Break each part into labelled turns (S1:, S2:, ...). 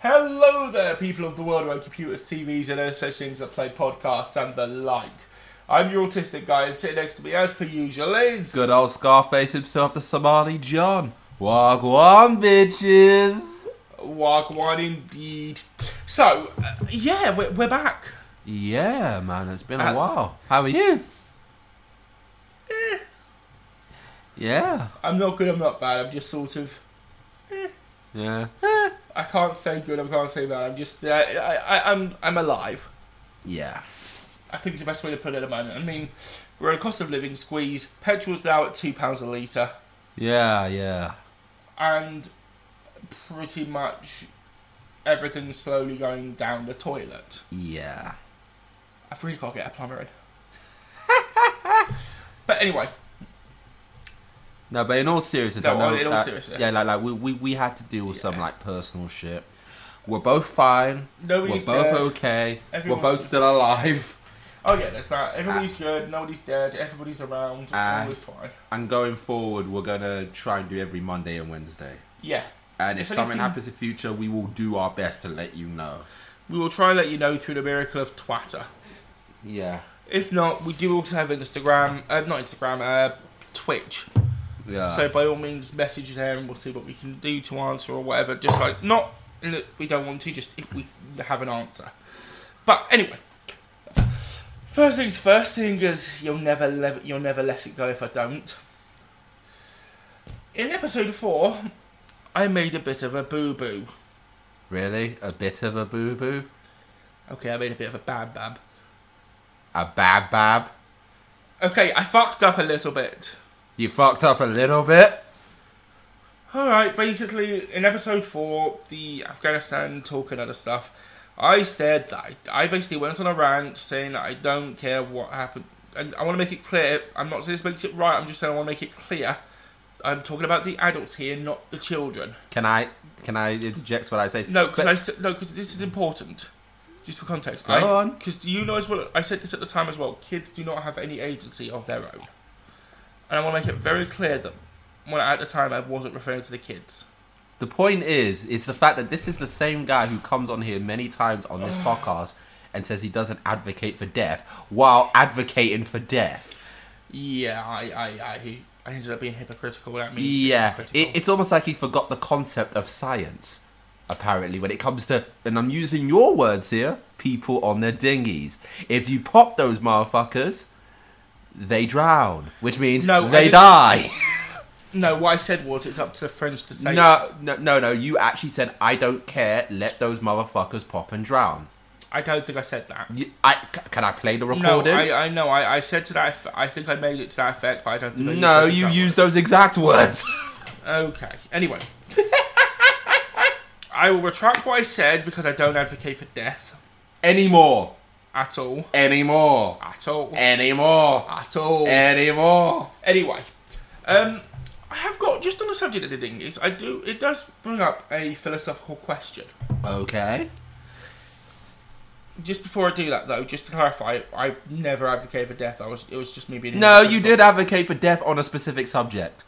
S1: Hello there, people of the world around computers, TVs, and other such things that play podcasts and the like. I'm your autistic guy, and sitting next to me, as per usual, is
S2: Good old Scarface himself, the Somali John. Wagwan, bitches.
S1: Wagwan indeed. So, uh, yeah, we're, we're back.
S2: Yeah, man, it's been a
S1: Uh,
S2: while. How are you?
S1: Eh.
S2: Yeah.
S1: I'm not good, I'm not bad, I'm just sort of.
S2: Yeah.
S1: I can't say good, I can't say bad, I'm just. Uh, I, I, I'm, I'm alive.
S2: Yeah.
S1: I think it's the best way to put it at the moment. I mean, we're in a cost of living squeeze, petrol's now at £2 a litre,
S2: Yeah, yeah.
S1: and pretty much everything's slowly going down the toilet.
S2: Yeah.
S1: I've really got to get a plumber in. but anyway,
S2: No, but in all seriousness,
S1: No,
S2: I know.
S1: in all
S2: uh,
S1: seriousness.
S2: Yeah, like, like we, we, we had to deal with some like personal shit. We're both fine.
S1: Nobody's
S2: We're both
S1: dead.
S2: okay.
S1: Everyone's-
S2: We're both still alive.
S1: oh yeah, there's that. Everybody's good, nobody's dead, everybody's around, all is fine.
S2: And going forward, we're gonna try and do every Monday and Wednesday.
S1: Yeah.
S2: And if,
S1: If
S2: something
S1: anything-
S2: happens in future, we will do our best to let you know.
S1: We will try and let you know through the miracle of Twitter.
S2: Yeah.
S1: If not, we do also have Instagram, uh, not Instagram, uh, Twitch.
S2: Yeah.
S1: so by all means, message there and we'll see what we can do to answer or whatever. Just like, not that we don't want to, just if we have an answer. But anyway. First things first, thing is you'll never le- you'll never let it go if I don't. In episode four, I made a bit of a boo boo.
S2: really? A bit of a boo boo?
S1: Okay, I made a bit of a bad bab.
S2: A bab bab?
S1: Okay, I fucked up a little bit.
S2: You fucked up a little bit?
S1: All right, basically in episode four, the Afghanistan talk and other stuff, I said that I, I basically went on a rant saying that I don't care what happened, and I want to make it clear. I'm not saying this makes it right. I'm just saying I want to make it clear. I'm talking about the adults here, not the children.
S2: Can I can I interject what I say?
S1: No, because
S2: But-
S1: I s- no, 'cause this is important. Just for context, right?
S2: Go on.
S1: Because you know as well. I said this at the time as well. Kids do not have any agency of their own, and I want to make it very clear that when at the time I wasn't referring to the kids.
S2: The point is, it's the fact that this is the same guy who comes on here many times on this podcast and says he doesn't advocate for death while advocating for death.
S1: Yeah, I, I, I, I ended up being hypocritical. That means
S2: Yeah,
S1: hypocritical.
S2: it, it's almost like he forgot the concept of science, apparently, when it comes to, and I'm using your words here, people on their dinghies. If you pop those motherfuckers, they drown, which means
S1: No, I
S2: they
S1: didn't-
S2: die.
S1: no, what I said was it's up to the French to say.
S2: no, no, no, no, you actually said, I don't care, let those motherfuckers pop and drown.
S1: I don't think I said that.
S2: You, I, c- can I play the
S1: No,
S2: recording?
S1: I, I know. I, I said to that. eff- I think I made it to that effect, but I don't think. I used
S2: No,
S1: those
S2: you
S1: exact
S2: use those exact words.
S1: words. Okay. Anyway, I will retract what I said because I don't advocate for death
S2: anymore.
S1: at all.
S2: Anymore.
S1: At all.
S2: Anymore.
S1: At all.
S2: Anymore.
S1: Anyway, um, I have got just on the subject of the dinghies. I do. It does bring up a philosophical question.
S2: Okay.
S1: Just before I do that, though, just to clarify, I never advocated for death. I was, it was just me being.
S2: No, you
S1: unintentional.
S2: did advocate for death on a specific subject.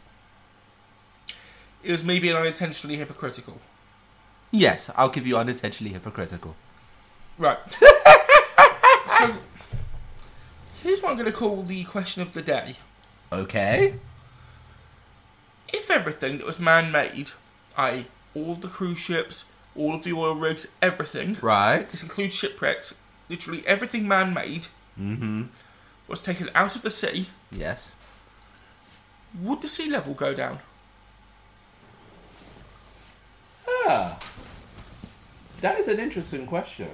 S1: It was me being unintentionally hypocritical.
S2: Yes, I'll give you unintentionally hypocritical.
S1: Right. so, here's what I'm going to call the question of the day.
S2: Okay.
S1: if everything that was man made, i.e., all of the cruise ships, all of the oil rigs, everything,
S2: Right.
S1: this includes shipwrecks, literally everything man made
S2: Mm-hmm.
S1: was taken out of the sea,
S2: Yes.
S1: would the sea level go down?
S2: That is an interesting question.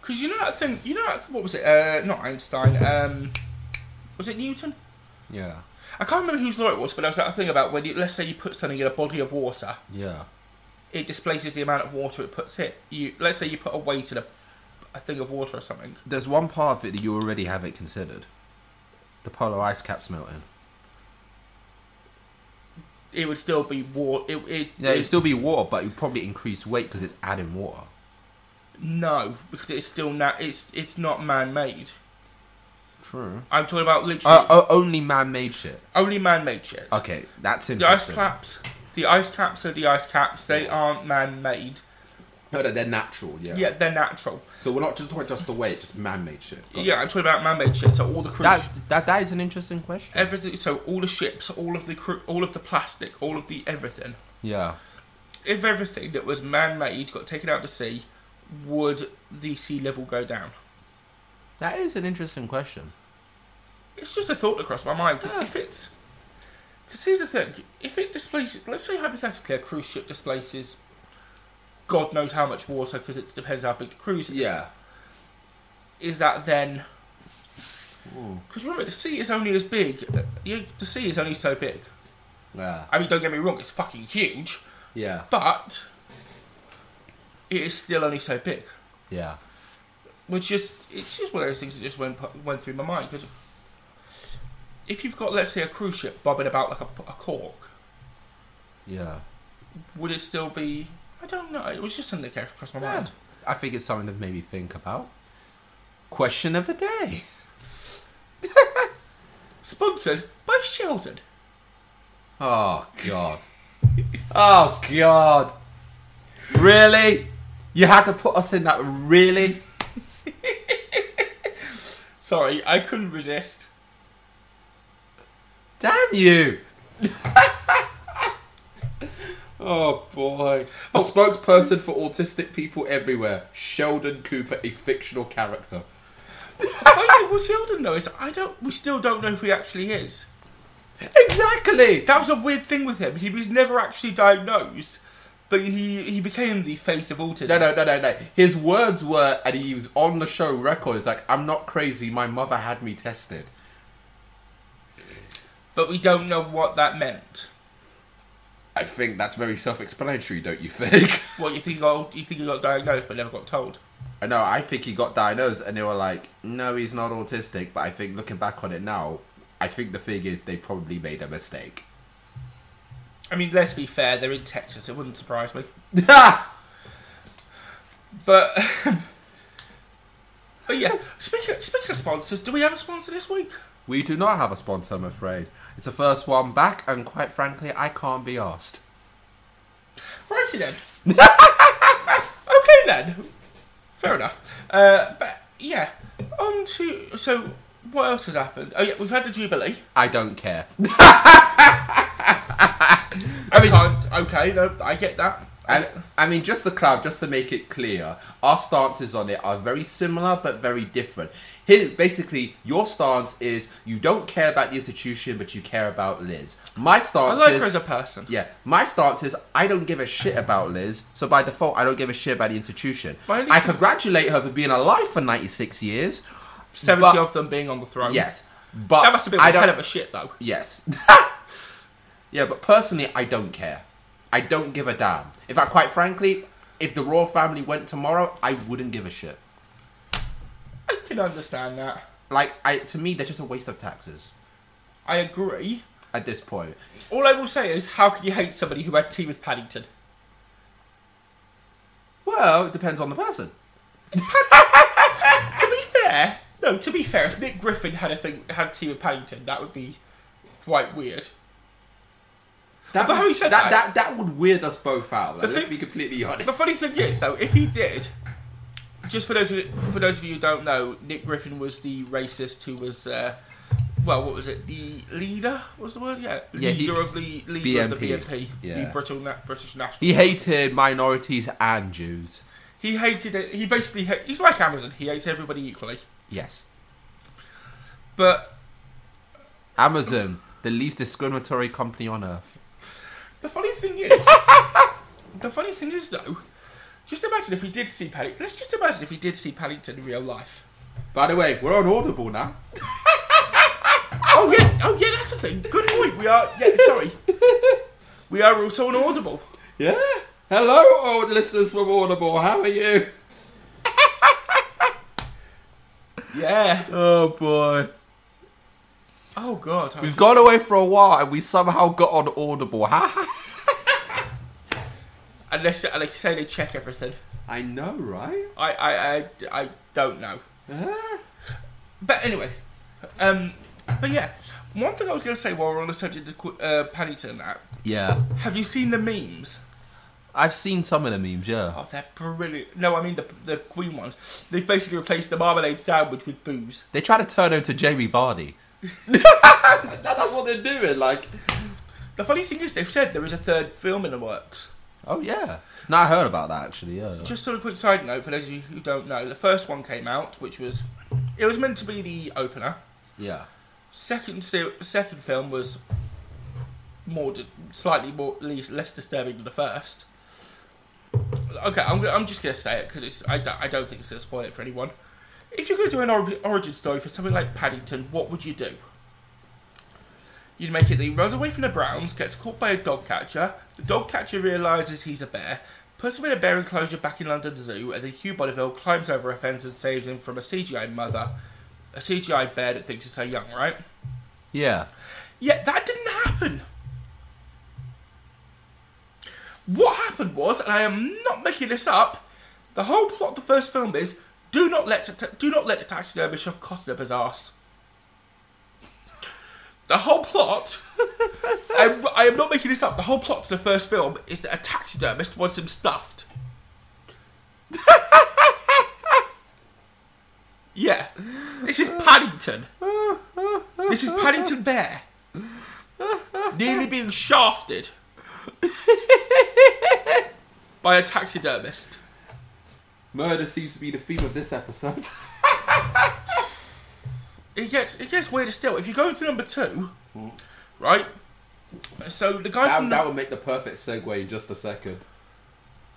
S1: Because you know that thing, you know that, what was it? Uh, not Einstein. Um, was it Newton?
S2: Yeah.
S1: I can't remember whose law it was, but there was that thing about when you, let's say you put something in a body of water,
S2: Yeah.
S1: it displaces the amount of water it puts it. You let's say you put a weight in a, a thing of water or something.
S2: There's one part of it that you already haven't considered. The polar ice caps melting.
S1: It would still be water. It, it,
S2: Yeah, it'd still be water, but you'd probably increase weight because it's adding water.
S1: no because it's still not. It's it's not man made.
S2: True.
S1: I'm talking about literally
S2: Uh, o- only man-made shit.
S1: only man made shit.
S2: Okay, that's
S1: The ice
S2: interesting.
S1: caps, the ice caps are the ice caps. They aren't man made.
S2: No, no, they're natural. Yeah.
S1: Yeah, they're natural.
S2: So we're not just talking just the weight, just man-made shit. Got it.
S1: Yeah, I'm talking about man-made shit. So all the cruise,
S2: That, that that is an interesting question.
S1: everything. So all the ships, all of the cru- all of the plastic, all of the everything.
S2: Yeah.
S1: If everything that was man-made got taken out to sea, would the sea level go down?
S2: That is an interesting question.
S1: It's just a thought that crossed my mind. 'cause if it's, because here's the thing: if it displaces, let's say hypothetically, a cruise ship displaces, God knows how much water, because it depends how big the cruise is.
S2: Yeah.
S1: is that then? Because remember, the sea is only as big. You, the sea is only so big.
S2: Yeah.
S1: I mean, don't get me wrong; it's fucking huge,
S2: Yeah.
S1: but it is still only so big.
S2: Yeah.
S1: Which just it's just one of those things that just went went through my mind. Because if you've got, let's say, a cruise ship bobbing about like a, a cork,
S2: Yeah.
S1: would it still be? I don't know. It was just something that came across my
S2: Yeah.
S1: mind.
S2: I think it's something to maybe think about. Question of the day.
S1: Sponsored by Sheldon.
S2: Oh god. Oh god. Really? You had to put us in that really?
S1: Sorry, I couldn't resist.
S2: Damn you. oh boy. A spokesperson for autistic people everywhere. Sheldon Cooper, a fictional character.
S1: Funny what Sheldon though is I don't. We still don't know if he actually is.
S2: Exactly.
S1: That was a weird thing with him. He was never actually diagnosed, but he he became the face of autism.
S2: No, no, no, no, no. His words were, and he was on the show record. It's like, I'm not crazy. My mother had me tested.
S1: But we don't know what that meant.
S2: I think that's very self-explanatory, don't you think?
S1: What you think he got? You think he got diagnosed but never got told?
S2: I know. I think he got diagnosed, and they were like, "No, he's not autistic." But I think looking back on it now, I think the thing is they probably made a mistake.
S1: I mean, let's be fair. They're in Texas. It wouldn't surprise me.
S2: yeah,
S1: But but yeah. Speaking speaking of sponsors, do we have a sponsor this week?
S2: we do not have a sponsor, I'm afraid. It's the first one back, and quite frankly, I can't be asked.
S1: Righty then. okay then. Fair enough. Uh, but yeah, on to so what else has happened? Oh yeah, we've had the jubilee.
S2: I don't care.
S1: I mean, okay, no, I get that.
S2: I, I mean, just the cloud, just to make it clear, our stances on it are very similar but very different. Here, basically, your stance is you don't care about the institution, but you care about Liz. My
S1: I
S2: stance
S1: like
S2: is
S1: her as a person.
S2: yeah, my stance is I don't give a shit about Liz, so by default, I don't give a shit about the institution.
S1: My only-
S2: I congratulate her for being alive for ninety six years.
S1: Seventy
S2: but-
S1: of them being on the throne.
S2: Yes, but
S1: that must have been
S2: I
S1: one
S2: don't.
S1: hell of a shit though.
S2: Yes. yeah, but personally, I don't care. I don't give a damn. In fact, quite frankly, if the royal family went tomorrow, I wouldn't give a shit.
S1: I can understand that.
S2: Like, I to me, they're just a waste of taxes
S1: I agree.
S2: at this point.
S1: All I will say is, how can you hate somebody who had tea with Paddington?
S2: Well, it depends on the person.
S1: To be fair, no. To be fair, if Nick Griffin had a thing had tea with Paddington, that would be quite weird.
S2: That,
S1: Although
S2: would-
S1: he said
S2: that,
S1: that-
S2: that that would weird us both out. Like,
S1: The
S2: let's
S1: thing-
S2: be completely honest.
S1: The funny thing is, though, if he did, just for those of, for those of you who don't know, Nick Griffin was the racist who was uh, well, what was it? The leader was the word, yeah,
S2: Yeah, he-
S1: leader of the leader of the
S2: BNP,
S1: BNP,
S2: yeah.
S1: the British, Na- British National.
S2: He hated minorities and Jews.
S1: He hated it. He basically ha- he's like Amazon. He hates everybody equally.
S2: Yes.
S1: But
S2: Amazon, the least discriminatory company on earth.
S1: the funny thing is, the funny thing is though, just imagine if he did see Paddington. Let's just imagine if he did see Paddington in real life.
S2: By the way, we're on Audible now.
S1: Oh yeah, oh yeah, that's the thing. Good point. We are. Yeah, sorry. We are also on Audible.
S2: Yeah. Hello, old listeners from Audible. How are you?
S1: Yeah.
S2: Oh boy.
S1: Oh god. I-
S2: We've gone away for a while and we somehow got on Audible. Ha ha.
S1: Unless, like you say, they check everything.
S2: I know, right?
S1: I, I, I, I don't know. But anyway, um, but yeah, one thing I was going to say while we're on the subject of Qu- uh, Paddington, uh,
S2: Yeah.
S1: have you seen the memes?
S2: I've seen some of the memes, yeah.
S1: Oh, they're brilliant. No, I mean the the Queen ones. They've basically replaced the marmalade sandwich with booze.
S2: They try to turn him to Jamie Vardy. That's what they're doing, like.
S1: The funny thing is, they've said there is a third film in the works.
S2: Oh, yeah. No, I heard about that actually, yeah.
S1: Just sort of quick side note for those of you who don't know, the first one came out, which was it was meant to be the opener.
S2: Yeah.
S1: Second se- second film was more di- slightly more least, less disturbing than the first. Okay, I'm, gonna- I'm just gonna say it because it's I, don't- I don't think it's gonna spoil it for anyone. If you're gonna do an ori- origin story for something like Paddington, what would you do? You'd make it that he runs away from the Browns, gets caught by a dog catcher. The dog catcher realizes he's a bear, puts him in a bear enclosure back in London Zoo, and then Hugh Bonneville climbs over a fence and saves him from a CGI mother, a CGI bear that thinks it's so young, right?
S2: Yeah.
S1: Yeah, that didn't happen. What happened was, and I am not making this up, the whole plot of the first film is do not let sat- do not let the taxidermist shove cotton up his ass. The whole plot, I, I am not making this up. The whole plot to the first film is that a taxidermist wants him stuffed. yeah, this is Paddington. This is Paddington Bear. Nearly being shafted by a taxidermist.
S2: Murder seems to be the theme of this episode.
S1: It gets it gets weirder still. If you go into number two, right? So the guy from
S2: Hmm. that,
S1: the-
S2: that would make the perfect segue in just a second.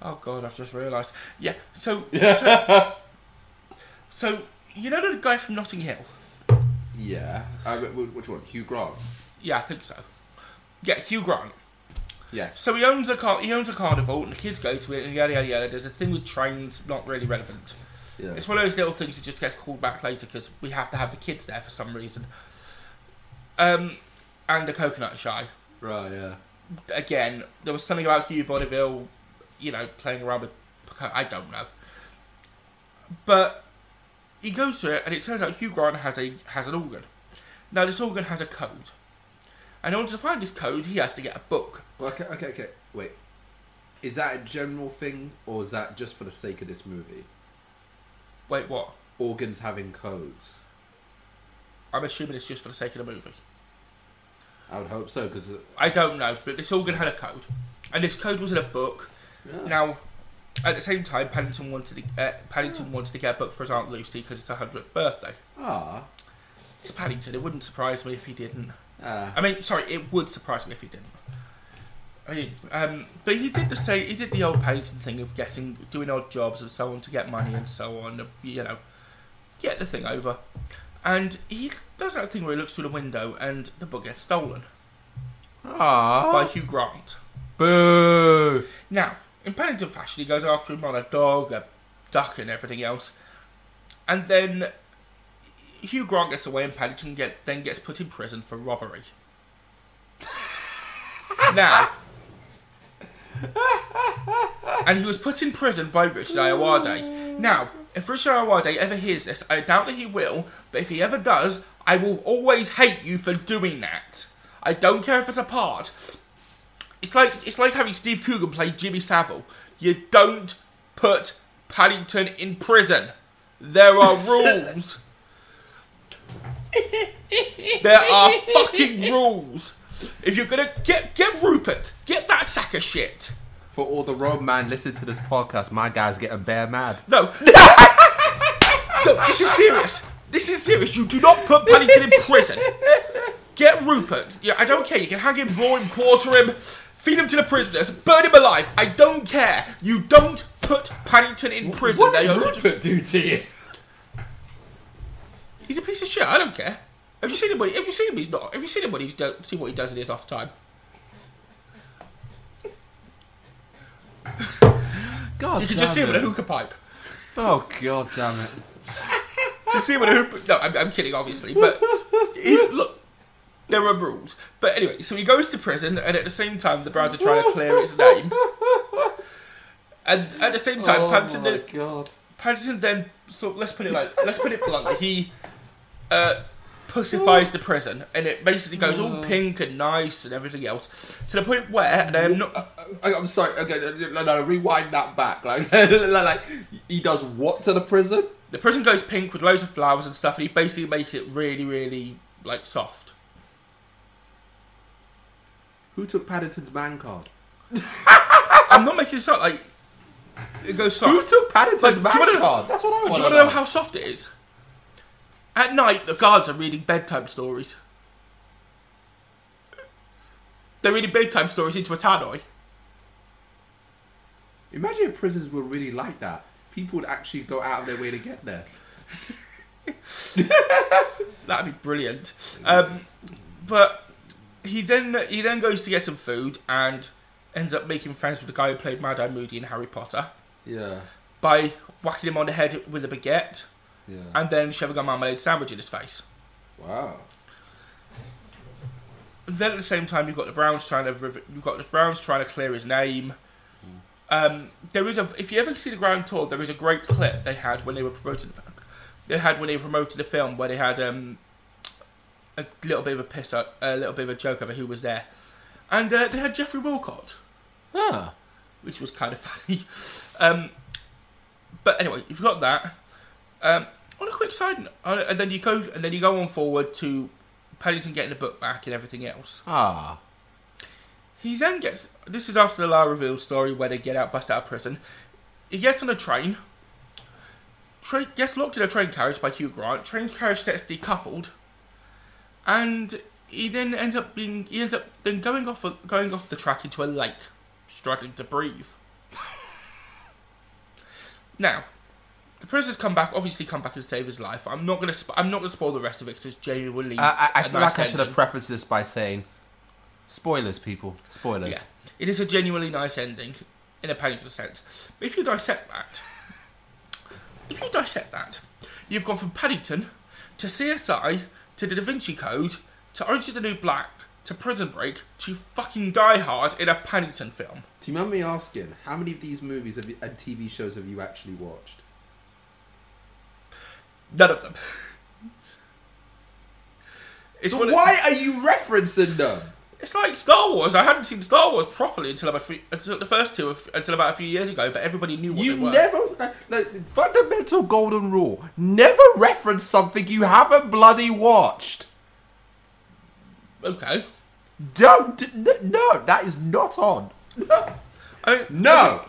S1: Oh god, I've just realised. Yeah, so, so so you know the guy from Notting Hill?
S2: Yeah. Uh, wh- wh- which one? Hugh Grant.
S1: Yeah, I think so. Yeah, Hugh Grant.
S2: Yes.
S1: So he owns a car. He owns a carnival, and the kids go to it, and yada yada yada. There's a thing with trains, not really relevant.
S2: Yeah.
S1: It's one of those little things that just gets called back later because we have to have the kids there for some reason. Um, and the coconut shy.
S2: Right. Yeah.
S1: Again, there was something about Hugh Bonneville, you know, playing around with. perco- I don't know. But he goes to it, and it turns out Hugh Grant has a has an organ. Now this organ has a code, and in order to find this code, he has to get a book.
S2: Okay. Okay. Okay. Wait. Is that a general thing, or is that just for the sake of this movie?
S1: Wait, what?
S2: Organs having codes.
S1: I'm assuming it's just for the sake of the movie.
S2: I would hope so, uh, because
S1: I don't know, but this organ had a code, and this code was in a book. Now, at the same time, Paddington wanted to, uh, Paddington wanted to get a book for his aunt Lucy because it's her hundredth birthday.
S2: ah,
S1: It's Paddington. It wouldn't surprise me if he didn't.
S2: ah,
S1: I mean, sorry, it would surprise me if he didn't. I mean, um, but he did the same. He did the old Paddington thing of getting, doing odd jobs and so on to get money and so on. uh, You know, get the thing over. And he does that thing where he looks through the window and the book gets stolen
S2: ah,
S1: by Hugh Grant.
S2: boo.
S1: Now, in Paddington fashion, he goes after him on a dog, a duck, and everything else. And then Hugh Grant gets away, and Paddington get, then gets put in prison for robbery. now, and he was put in prison by Richard Iowade. Now, if Richard Iowade ever hears this, I doubt that he will, but if he ever does, I will always hate you for doing that. I don't care if it's a part. It's like it's like having Steve Coogan play Jimmy Savile. You don't put Paddington in prison. There are rules. There are fucking rules. If you're gonna get get Rupert, get that sack of shit.
S2: For all the road man listening to this podcast, my guy's getting bare mad.
S1: No. no, this is serious. This is serious. You do not put Paddington in prison. Get Rupert. Yeah, I don't care. You can hang him, raw him, quarter him, feed him to the prisoners, burn him alive. I don't care. You don't put Paddington in prison.
S2: What
S1: They
S2: did
S1: are to just-
S2: Rupert do to you?
S1: He's a piece of shit. I don't care. Have you seen anybody? Have you seen him? He's not. Have you seen anybody? Don't see what he does in his off time.
S2: God
S1: You can
S2: damn
S1: just see him
S2: it.
S1: with a hookah pipe.
S2: Oh god damn it.
S1: You see him with a hookah. No, I'm, I'm kidding, obviously. But he- look, there are rules. But anyway, so he goes to prison, and at the same time, the Browns are trying to clear his name. And at the same time,
S2: Oh
S1: Paddington,
S2: my
S1: then,
S2: god.
S1: Paddington then so let's put it like let's put it bluntly, he uh, pussifies the prison, and it basically goes all pink and nice and everything else to the point where, and I'm not.
S2: I, Uh, I'm sorry. Okay, no, no, no, rewind that back. Like, like he does what to the prison?
S1: The prison goes pink with loads of flowers and stuff, and he basically makes it really, really like soft.
S2: Who took Paddington's man card?
S1: I'm not making it soft. Like it goes soft.
S2: Who took Paddington's
S1: Oh. Like,
S2: man
S1: do you wanna-
S2: card? That's what I
S1: Do
S2: want.
S1: you want to know how soft it is? At night, the guards are reading bedtime stories. They're reading bedtime stories into a tannoy.
S2: Imagine if prisons were really like that. People would actually go out of their way to get there.
S1: That'd be brilliant. Um, but he then he then goes to get some food and ends up making friends with the guy who played Mad Eye Moody in Harry Potter
S2: Yeah,
S1: by whacking him on the head with a baguette
S2: yeah.
S1: and then shoving a marmalade sandwich in his face.
S2: wow.
S1: Then at the same time, you've got the Browns trying to rev- you've got the Browns trying to clear his name. Um, there is a if you ever see the Grand Tour, there is a great clip they had when they were promoting they had when they promoted the film where they had um, a little bit of a piss up, a little bit of a joke over who was there, and uh, they had Jeffrey Wilcott,
S2: Huh.
S1: which was kind of funny. Um, but anyway, you've got that. Um, on a quick side, note- uh, and then you go and then you go on forward to Paddington getting the book back and everything else.
S2: Ah.
S1: He then gets. This is after the La Reveal story where they get out, bust out of prison. He gets on a train. Tra- gets locked in a train carriage by Hugh Grant. Train carriage gets decoupled, and he then ends up being. He ends up then going off going off the track into a lake, struggling to breathe. now, the prisoners come back. Obviously, come back and save his life. I'm not gonna. Sp- I'm not gonna spoil the rest of it because it's genuinely.
S2: I, I, I
S1: a
S2: feel
S1: nice
S2: like I should have
S1: ending.
S2: prefaced this by saying, spoilers, people, spoilers.
S1: Yeah, it is a genuinely nice ending in a Paddington sense. But if you dissect that, if you dissect that, you've gone from Paddington to CSI to The Da Vinci Code to Orange is the New Black to Prison Break to fucking Die Hard in a Paddington film.
S2: Do you mind me asking how many of these movies have you, and TV shows have you actually watched?
S1: None of them. It's one of-
S2: Why are you referencing them?
S1: It's like Star Wars. I hadn't seen Star Wars properly until about three, until the first two until about a few years ago. But everybody knew what
S2: You
S1: they were.
S2: never like, like, fundamental golden rule: never reference something you haven't bloody watched.
S1: okay.
S2: Don't d- n- no, that is not on.
S1: I mean,
S2: No,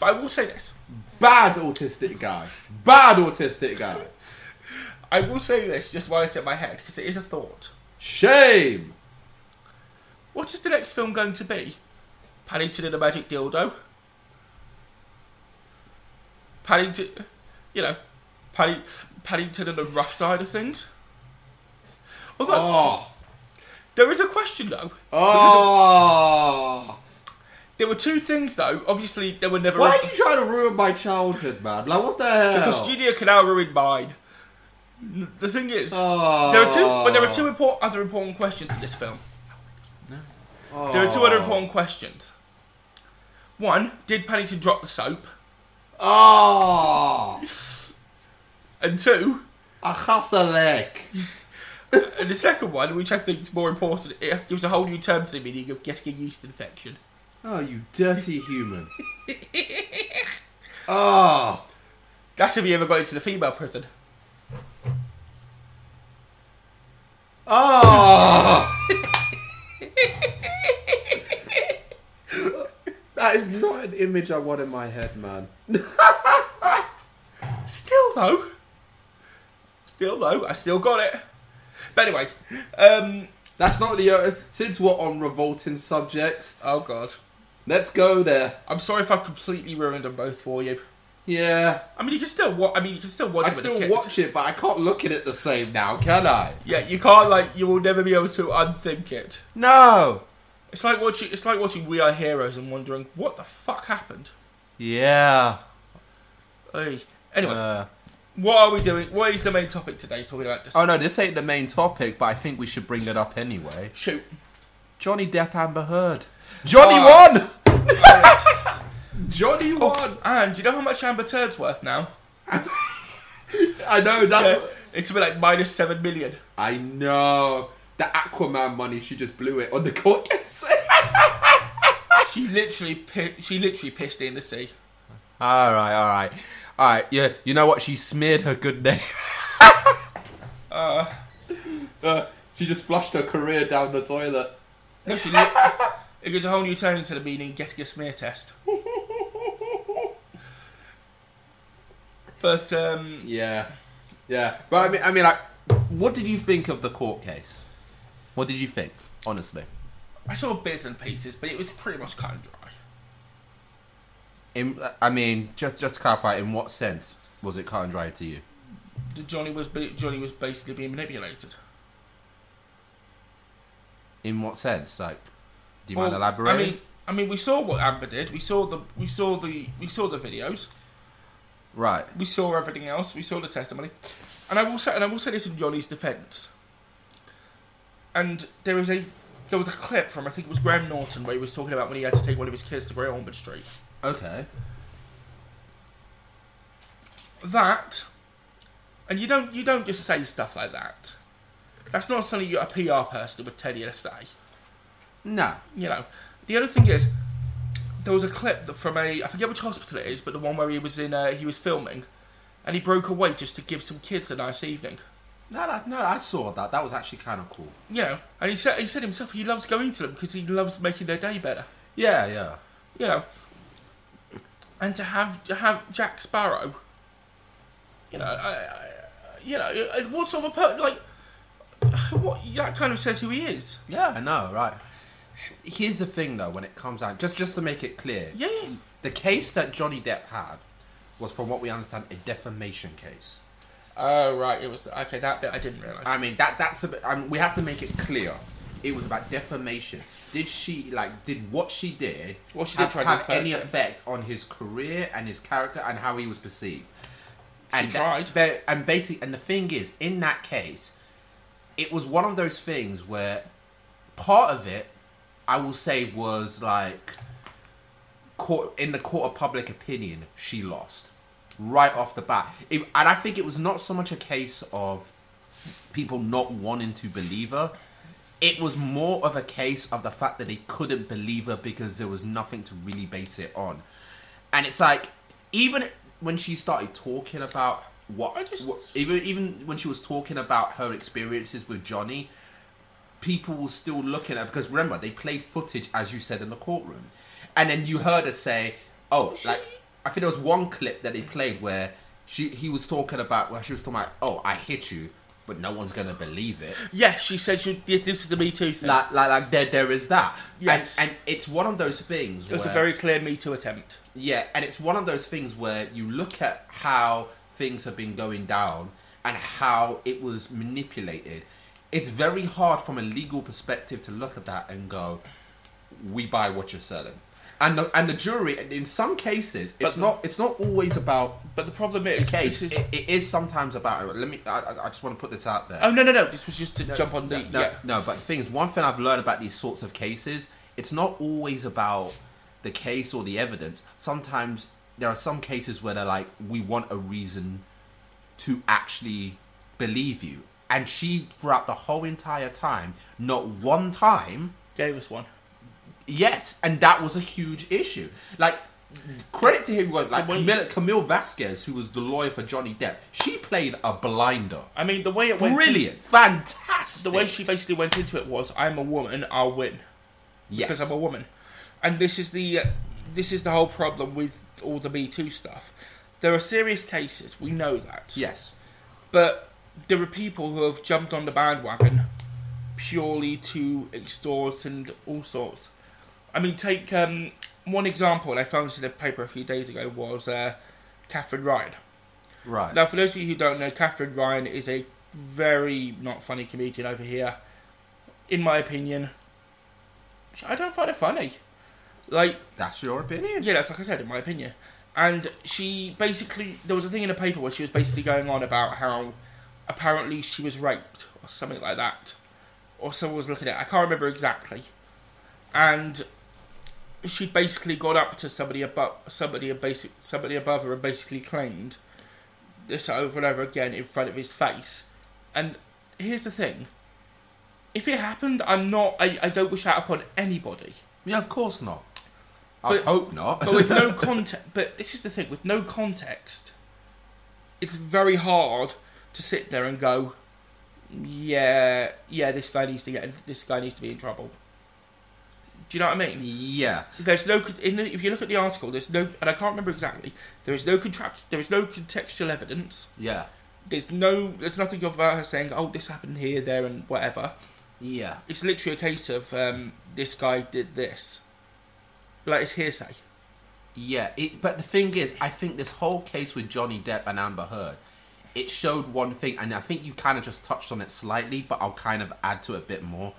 S1: But I will say this.
S2: bad autistic guy, bad autistic guy.
S1: I will say this just while it's in my head because it is a thought.
S2: Shame.
S1: What is the next film going to be? Paddington and the Magic Dildo. Paddington, you know, Padding, Paddington and the rough side of things. Although
S2: Oh,
S1: there is a question though.
S2: oh.
S1: There were two things though. Obviously, there were never.
S2: Why are you trying to ruin my childhood, man? Like what the hell?
S1: Because Junior Canal ruined mine. N- The thing is,
S2: Oh.
S1: there are two, but there are two import, other important questions in this film. There are two
S2: Oh.
S1: other important questions. One, did Paddington drop the soap?
S2: Oh,
S1: And two,
S2: a chasalek.
S1: and the second one, which I think is more important, it gives a whole new term to the meaning of getting a yeast infection.
S2: Oh, you dirty human. Ah. oh,
S1: That's if you ever got into the female prison.
S2: Oh! that is not an image I want in my head, man.
S1: Still though. Still though, I still got it. But anyway, um,
S2: That's not the. Uh, since we're on revolting subjects,
S1: oh god,
S2: let's go there.
S1: I'm sorry if I've completely ruined them both for you.
S2: Yeah.
S1: I mean, you can still watch. I mean, you can still watch.
S2: I
S1: it with the
S2: still
S1: kids.
S2: watch it, but I can't look at it the same now, can I?
S1: Yeah, you can't like. You will never be able to unthink it.
S2: No!
S1: It's like watching. It's like watching We Are Heroes and wondering what the fuck happened.
S2: Yeah.
S1: Hey. Anyway,
S2: Uh,
S1: what are we doing? What is the main topic today? Talking about this.
S2: oh no, this ain't the main topic, but I think we should bring that up anyway.
S1: Shoot.
S2: Johnny Depp Amber Heard. Johnny won!
S1: Yes. Oh,
S2: Johnny won!
S1: and do you know how much Amber Turd's worth now?
S2: I know, that's.
S1: Uh, it's been like minus seven million.
S2: I know. The Aquaman money, she just blew it on the court case.
S1: She literally, pi- she literally pissed in the sea.
S2: alright, alright. Alright, yeah, you know what? She smeared her good name. Uh, she just flushed her career down the toilet.
S1: No, she. Li- it gives a whole new turn to the meaning getting a smear test. But um,
S2: Yeah, yeah. But I mean, I mean, like, what did you think of the court case? What did you think, honestly?
S1: I saw bits and pieces, but it was pretty much kind of dry.
S2: In, I mean, just just to clarify, in what sense was it cut and dry to you?
S1: The Johnny was ba- Johnny was basically being manipulated.
S2: In what sense? Like, do you mind
S1: Well,
S2: elaborating?
S1: I mean, I mean, we saw what Amber did. We saw the, we saw the, we saw the videos.
S2: right.
S1: We saw everything else. We saw the testimony, and I will say, and I will say this in Johnny's defence. And there was a, there was a clip from I think it was Graham Norton where he was talking about when he had to take one of his kids to Great Ormond Street.
S2: Okay.
S1: That, and you don't, you don't just say stuff like that. That's not something you, a PR person would tell you to say.
S2: No.
S1: you know. The other thing is, there was a clip that from a I forget which hospital it is, but the one where he was in uh, he was filming, and he broke away just to give some kids a nice evening.
S2: No, no, no, I saw that. That was actually kind of cool.
S1: You know, and he said he said himself he loves going to them because he loves making their day better.
S2: Yeah, yeah.
S1: You know, and to have to have Jack Sparrow. You know, I, I, you know, uh, what sort of a per- like what that kind of says who he is.
S2: Yeah, I know, right. Here's the thing, though, when it comes down, just, just to make it clear.
S1: Yeah, yeah.
S2: The case that Johnny Depp had was, from what we understand, a defamation case.
S1: Oh right, it was okay. That bit I didn't realize.
S2: I mean that that's a bit. I mean, we have to make it clear. It was about defamation. Did she like? Did what she did?
S1: What she did
S2: have,
S1: try to
S2: have
S1: disparage
S2: any
S1: him.
S2: effect on his career and his character and how he was perceived? And
S1: She tried.
S2: that- ba- and basically, and the thing is, in that case, it was one of those things where part of it, I will say, was like court in the court of public opinion, she lost right off the bat. It, and I think it was not so much a case of people not wanting to believe her. It was more of a case of the fact that they couldn't believe her because there was nothing to really base it on. And it's like even when she started talking about what,
S1: I just-
S2: what even even when she was talking about her experiences with Johnny, people were still looking at because remember they played footage as you said in the courtroom, and then you heard her say, "Oh, like I think there was one clip that they played where she he was talking about where she was talking about, oh, I hit you, but no one's gonna believe it."
S1: yes, she said she, this is the Me Too thing.
S2: Like like like there there is that,
S1: Yes.
S2: and and it's one of those things.
S1: It was
S2: where,
S1: a very clear Me Too attempt.
S2: Yeah, and it's one of those things where you look at how things have been going down and how it was manipulated. It's very hard from a legal perspective to look at that and go, "We buy what you're selling." And the, and the jury, in some cases, it's
S1: But-
S2: not it's not always about
S1: But the problem is,
S2: case.
S1: this is-
S2: It, it is sometimes about. Let me. I, I- I just want to put this out there.
S1: oh no no no! This was just to jump on the
S2: No,
S1: yeah.
S2: no, but the thing is, one thing I've learned about these sorts of cases, it's not always about the case or the evidence. Sometimes there are some cases where they're like, we want a reason to actually believe you. And she, throughout the whole entire time, not one time
S1: gave us one.
S2: Yes, and that was a huge issue. Like Credit to him, like like
S1: The way-
S2: Camille, Camille Vasquez, who was the lawyer for Johnny Depp. She played a blinder.
S1: I mean, the way it went.
S2: Brilliant, fantastic.
S1: The way she basically went into it was, "I'm a woman, I'll win because
S2: yes,
S1: I'm a woman," and this is the this is the whole problem with all the Me Too stuff. There are serious cases, we know that,
S2: yes,
S1: but there are people who have jumped on the bandwagon purely to extort and all sorts. I mean, take um, one example I found this in a paper a few days ago was uh, Catherine Ryan.
S2: right.
S1: Now, for those of you who don't know, Catherine Ryan is a very not funny comedian over here. In my opinion, I don't find it funny. Like,
S2: That's your opinion.
S1: yeah, that's like I said, in my opinion. And she basically, there was a thing in the paper where she was basically going on about how apparently she was raped or something like that. Or someone was looking at it, I can't remember exactly. And she basically got up to somebody above somebody basic somebody above her and basically claimed this over and over again in front of his face. And here's the thing. If it happened, I'm not I, I don't wish that upon anybody.
S2: Yeah, of course not. I
S1: But-
S2: hope not.
S1: but with no context. But this is the thing: with no context, it's very hard to sit there and go, "Yeah, yeah, this guy needs to get this guy needs to be in trouble." Do you know what I mean?
S2: yeah,
S1: There's no con- in the, if you look at the article, there's no, and I can't remember exactly. There is no contract. There is no contextual evidence.
S2: yeah,
S1: There's no. There's nothing about her saying, "Oh, this happened here, there, and whatever."
S2: yeah.
S1: It's literally a case of um, this guy did this. Like it's hearsay.
S2: Yeah, it, but the thing is, I think this whole case with Johnny Depp and Amber Heard, it showed one thing, and I think you kind of just touched on it slightly, but I'll kind of add to it a bit more.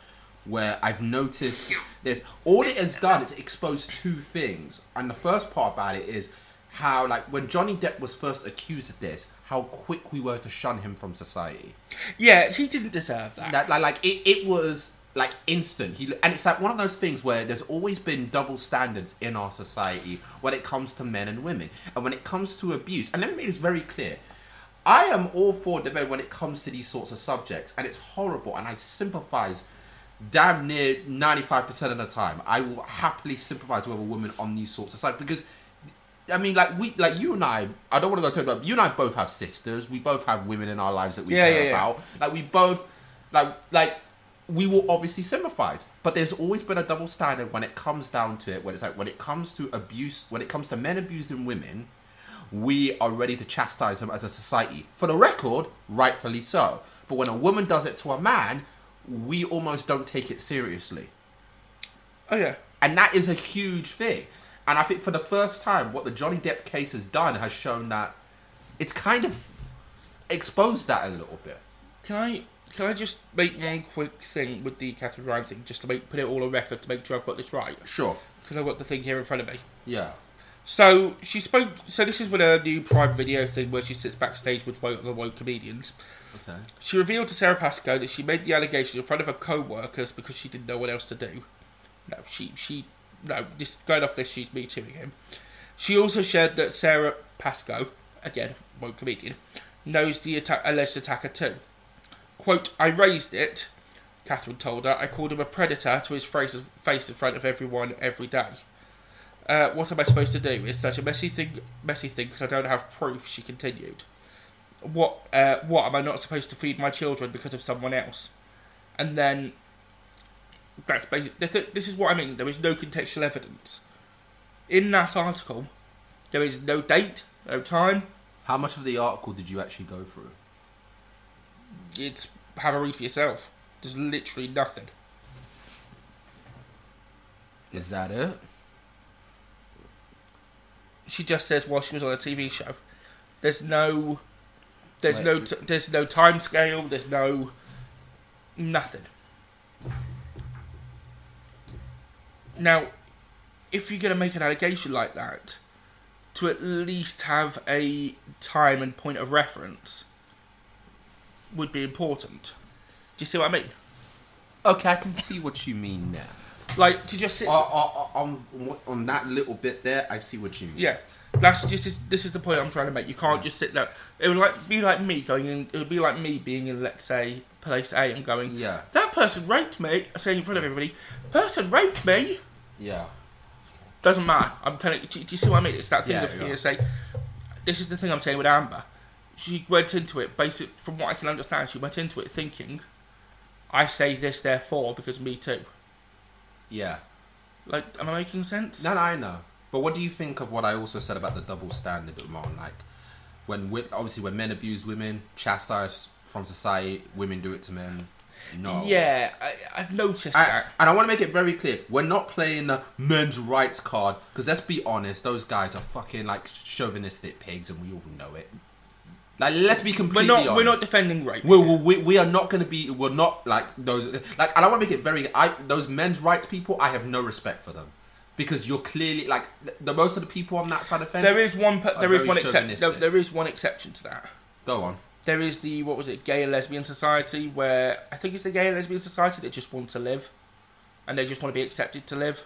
S2: Where I've noticed this, all it has done is exposed two things, and the first part about it is how, like, when Johnny Depp was first accused of this, how quick we were to shun him from society.
S1: Yeah, he didn't deserve that.
S2: That like, like it, it was like instant. He and it's like one of those things where there's always been double standards in our society when it comes to men and women, and when it comes to abuse. And let me make this very clear. I am all for debate when it comes to these sorts of subjects, and it's horrible. And I sympathise damn near ninety-five percent of the time. I will happily sympathise with a woman on these sorts of sites because I mean, like we, like you and I. I don't want to go too about. You and I both have sisters. We both have women in our lives that we
S1: Yeah,
S2: care
S1: yeah, yeah.
S2: about. Like we both, like like we will obviously sympathize. But there's always been a double standard when it comes down to it. When it's like when it comes to abuse, when it comes to men abusing women, we are ready to chastise them as a society. For the record, rightfully so. But when a woman does it to a man, we almost don't take it seriously.
S1: Oh yeah.
S2: And that is a huge thing. And I think for the first time, what the Johnny Depp case has done has shown that it's kind of exposed that a little bit.
S1: Can I can I just make one quick thing with the Catherine Ryan thing, just to make put it all on record to make sure I've got this right?
S2: Sure.
S1: Because I've got the thing here in front of me.
S2: Yeah.
S1: So she spoke. So this is with her new Prime Video thing, where she sits backstage with woke, the woke comedians.
S2: Okay.
S1: She revealed to Sarah Pascoe that she made the allegation in front of her co-workers because she didn't know what else to do. No, she she no. This going off this, she's me tooing him. She also shared that Sarah Pascoe, again woke comedian, knows the attack, alleged attacker too. Quote: "I raised it," Catherine told her. "I called him a predator to his face, face in front of everyone every day." Uh, what am I supposed to do? It's such a messy thing, messy thing because I don't have proof. She continued what uh, what am I not supposed to feed my children because of someone else? And then that's basically th- this is what I mean. There is no contextual evidence in that article. There is no date, no time.
S2: How much of the article did you actually go through?
S1: It's have a read for yourself. There's literally nothing.
S2: Is that it?
S1: She just says while she was on a TV show. There's no, there's
S2: Wait.
S1: no, t- there's no time scale. There's no, nothing. Now, if you're going to make an allegation like that, to at least have a time and point of reference would be important. Do you see what I mean?
S2: Okay, I can see what you mean now.
S1: Like to just sit.
S2: On, Uh, on, on- on that little bit there, I see what you mean.
S1: Yeah, that's just this, this is the point I'm trying to make. You can't just sit there. It would like be like me going in. It would be like me being in, let's say, place A and going,
S2: Yeah.
S1: that person raped me. Saying in front of everybody, person raped me.
S2: Yeah.
S1: Doesn't matter. I'm telling you. Do, do you see what I mean? It's that thing
S2: Yeah,
S1: of
S2: yeah.
S1: you know, say, this is the thing I'm saying with Amber. She went into it, basic from what I can understand, she went into it thinking, I say this therefore because me too.
S2: Yeah.
S1: Like, am I making sense?
S2: No, no, I know. But what do you think of what I also said about the double standard of Martin? Like, when wi- obviously when men abuse women, chastised from society, women do it to men. No.
S1: Yeah, I, I've noticed
S2: I,
S1: that.
S2: and I want to make it very clear: we're not playing the men's rights card because let's be honest, those guys are fucking like chauvinistic pigs, and we all know it. Like, let's be
S1: We're
S2: completely
S1: not.
S2: honest.
S1: We're not defending rape.
S2: We, we, we- we are not going to be. We're not like those. Like, and I want to make it very. I those men's rights people. I have no respect for them because you're clearly like the most of the people on that side of the fence.
S1: there is one. pe-
S2: are
S1: There is
S2: very
S1: one exception.
S2: chauvinistic.
S1: there is one exception to that.
S2: Go on.
S1: There is the what was it, Gay and Lesbian Society, where I think it's the Gay and Lesbian Society that just want to live, and they just want to be accepted to live.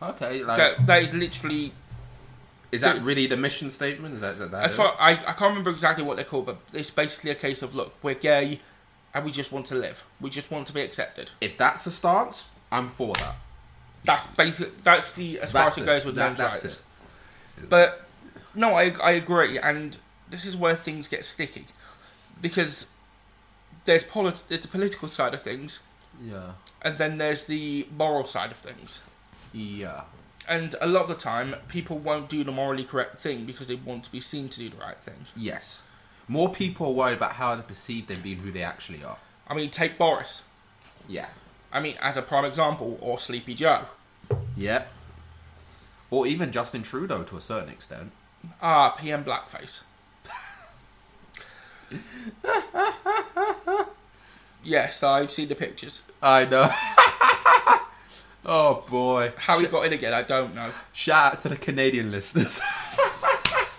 S2: Okay. Like,
S1: That that is literally
S2: is that really the mission statement? Is that that? that
S1: as far I, I can't remember exactly what they're called, but it's basically a case of look, we're gay, and we just want to live. We just want to be accepted.
S2: if that's the stance, I'm for that.
S1: That's basically that's the as far
S2: That's
S1: as it,
S2: it.
S1: goes with
S2: That-
S1: men's
S2: that's
S1: rights.
S2: it.
S1: But no, I I agree, and this is where things get sticky, because there's polit- there's the political side of things,
S2: Yeah.
S1: and then there's the moral side of things.
S2: Yeah.
S1: And a lot of the time, people won't do the morally correct thing because they want to be seen to do the right thing.
S2: Yes. More people are worried about how they're perceived than being who they actually are.
S1: I mean, take Boris.
S2: Yeah.
S1: I mean, as a prime example, or Sleepy Joe.
S2: Yeah. Or even Justin Trudeau to a certain extent.
S1: Ah, PM Blackface. yes, I've seen the pictures.
S2: I know. oh boy.
S1: How he got in again, I don't know.
S2: Shout out to the Canadian listeners.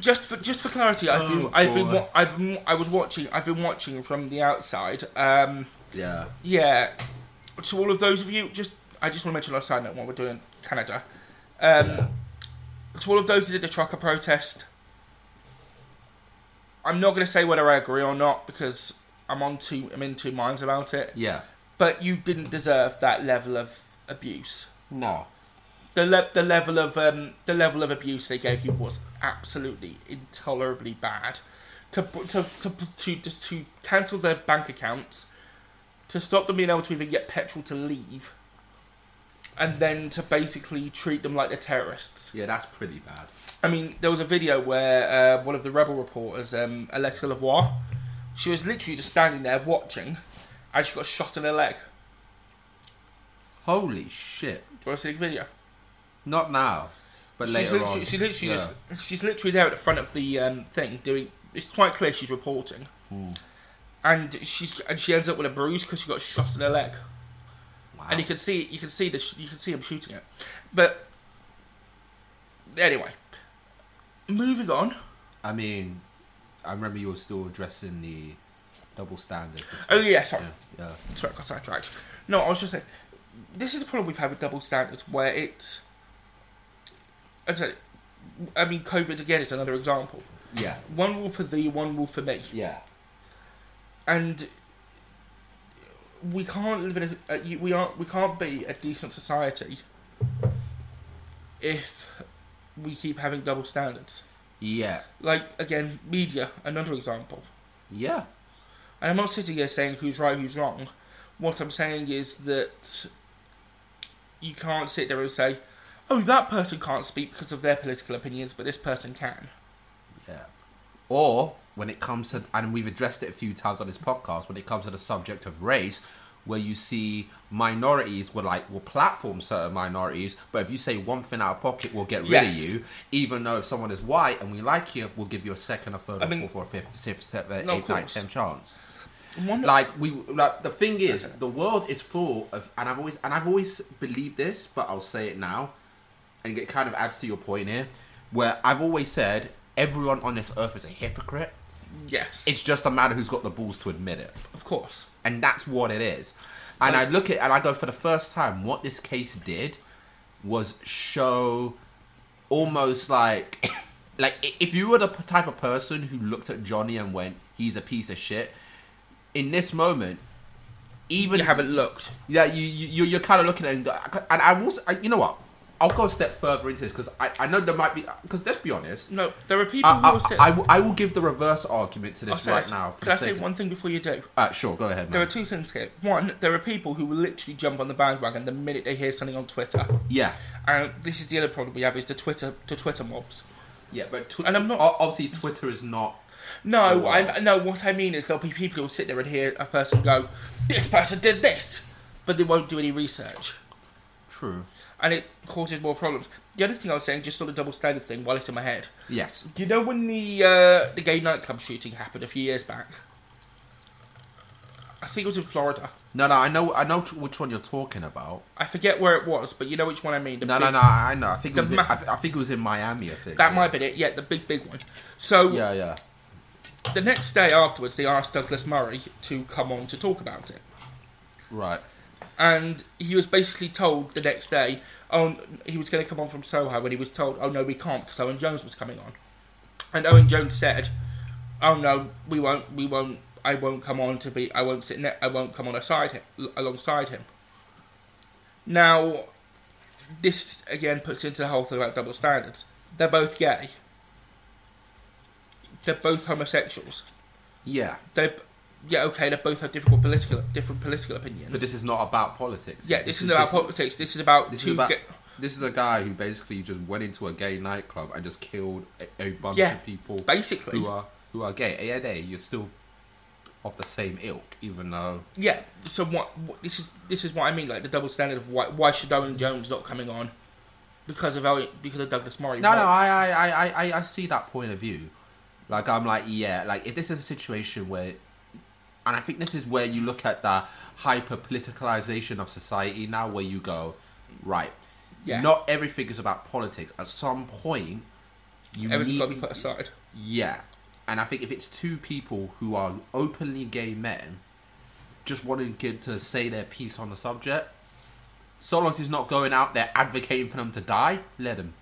S1: Just for just for clarity, I've been
S2: Oh,
S1: I've been,
S2: boy.
S1: wa- I've been I was watching I've been watching from the outside. Um,
S2: yeah.
S1: yeah. To all of those of you, just I just want to mention on a side note while we're doing Canada. Um, To all of those who did the trucker protest, I'm not going to say whether I agree or not because I'm on two I'm in two minds about it.
S2: Yeah.
S1: But you didn't deserve that level of abuse.
S2: No.
S1: The le- the level of um, the level of abuse they gave you was absolutely intolerably bad. To to to to just to cancel their bank accounts, to stop them being able to even get petrol to leave, and then to basically treat them like they're terrorists.
S2: Yeah, that's pretty bad.
S1: I mean, there was a video where uh, one of the rebel reporters, um, Alexa Lavoie, she was literally just standing there watching, and she got shot in her leg.
S2: Holy shit.
S1: Do you want to see the video?
S2: Not now. But
S1: She's
S2: later
S1: literally,
S2: on.
S1: she literally
S2: Yeah.
S1: just, she's literally there at the front of the um, thing doing. It's quite clear she's reporting,
S2: Hmm.
S1: and she's and she ends up with a bruise because she got shot in her leg,
S2: Wow.
S1: and you can see you can see this you can see him shooting it, but anyway, moving on.
S2: I mean, I remember you were still addressing the double standard.
S1: Oh yeah, sorry,
S2: Yeah.
S1: sorry, I got sidetracked. No, I was just saying, this is the problem we've had with double standards where it's. I said, I mean, COVID again is another example.
S2: Yeah.
S1: One rule for thee, one rule for me.
S2: Yeah.
S1: and we can't live in a, a we aren't we can't be a decent society if we keep having double standards.
S2: Yeah.
S1: Like again, media another example.
S2: Yeah.
S1: And I'm not sitting here saying who's right, who's wrong. What I'm saying is that you can't sit there and say, "Oh, that person can't speak because of their political opinions, but this person can."
S2: Yeah. Or when it comes to, and we've addressed it a few times on this podcast, when it comes to the subject of race, where you see minorities will like will platform certain minorities, but if you say one thing out of pocket, we'll get rid
S1: Yes.
S2: of you, even though if someone is white and we like you, we'll give you a second, a third,
S1: I
S2: a
S1: mean-
S2: fourth, or a fifth, sixth, seventh,
S1: No, of
S2: eighth, ninth,
S1: course.
S2: tenth chance.
S1: One-
S2: Like we like the thing is, the world is full of, and I've always and I've always believed this, but I'll say it now, and it kind of adds to your point here, where I've always said everyone on this earth is a hypocrite.
S1: yes,
S2: It's just a matter who's got the balls to admit it,
S1: of course.
S2: and that's what it is. And I look at and I go for the first time, what this case did was show almost like like i- if you were the p- type of person who looked at Johnny and went, "He's a piece of shit." In this moment, even
S1: you haven't looked.
S2: yeah, you, you you- you're kind of looking at it and, go- and I will. s- I- You know what? I'll go a step further into this because I, I know there might be because let's be honest.
S1: No, there are people who
S2: I,
S1: will say.
S2: I, I, will, I will give the reverse argument to
S1: I'll
S2: this
S1: say
S2: right
S1: this.
S2: now. for
S1: Can I
S2: the
S1: say
S2: sake of-
S1: one thing before you do?
S2: Uh, sure, go ahead,
S1: There are
S2: man.
S1: two things here. One, there are people who will literally jump on the bandwagon the minute they hear something on Twitter.
S2: yeah,
S1: And this is the other problem we have is the Twitter the Twitter mobs.
S2: yeah, but tw-
S1: And I'm not-
S2: o- obviously Twitter is not.
S1: No,
S2: Oh, wow.
S1: I no. What I mean is there'll be people who'll sit there and hear a person go, "This person did this," but they won't do any research,
S2: True.
S1: and it causes more problems. The other thing I was saying, just sort of double standard thing, while it's in my head.
S2: Yes.
S1: Do you know when the uh, the gay nightclub shooting happened a few years back? I think it was in Florida.
S2: No, no, I know, I know which one you're talking about.
S1: I forget where it was, but you know which one I mean. the
S2: No, no,
S1: big-
S2: no, I know. I think it
S1: The
S2: was. In,
S1: ma-
S2: I, th- I think it was in Miami. I think
S1: That
S2: yeah.
S1: might have been it. Yeah, the big, big one. So
S2: Yeah, yeah.
S1: the next day afterwards, they asked Douglas Murray to come on to talk about it.
S2: Right.
S1: and he was basically told the next day, oh, n- he was going to come on from Soho, and he was told, oh no, we can't because Owen Jones was coming on, and Owen Jones said, oh no, we won't, we won't, I won't come on to be, I won't sit, ne- I won't come on aside him, l- alongside him. Now, this again puts into the whole thing about double standards. They're both gay. They're both homosexuals.
S2: Yeah,
S1: They, yeah, okay, they both have difficult political, different political opinions.
S2: but this is not about politics.
S1: Yeah, this, isn't about politics. This is about
S2: This
S1: two.
S2: is about.
S1: ga-
S2: This is a guy who basically just went into a gay nightclub and just killed a, a bunch
S1: Yeah,
S2: of people.
S1: basically.
S2: who are who are gay. At the end of the day, you're still of the same ilk, even though.
S1: yeah. So what, what? This is this is what I mean. Like the double standard of why why should Owen Jones not coming on because of Owen, because of Douglas Murray?
S2: No,
S1: Why-
S2: no, I, I, I, I- I, I see that point of view. Like, I'm like, yeah, like if this is a situation where, and I think this is where you look at the hyper politicalization of society now, where you go, right,
S1: Yeah.
S2: not everything is about politics. At some point, you
S1: everything's got to be
S2: need,
S1: put aside.
S2: yeah, and I think if it's two people who are openly gay men, just wanting to give to say their piece on the subject, so long as he's not going out there advocating for them to die, let him,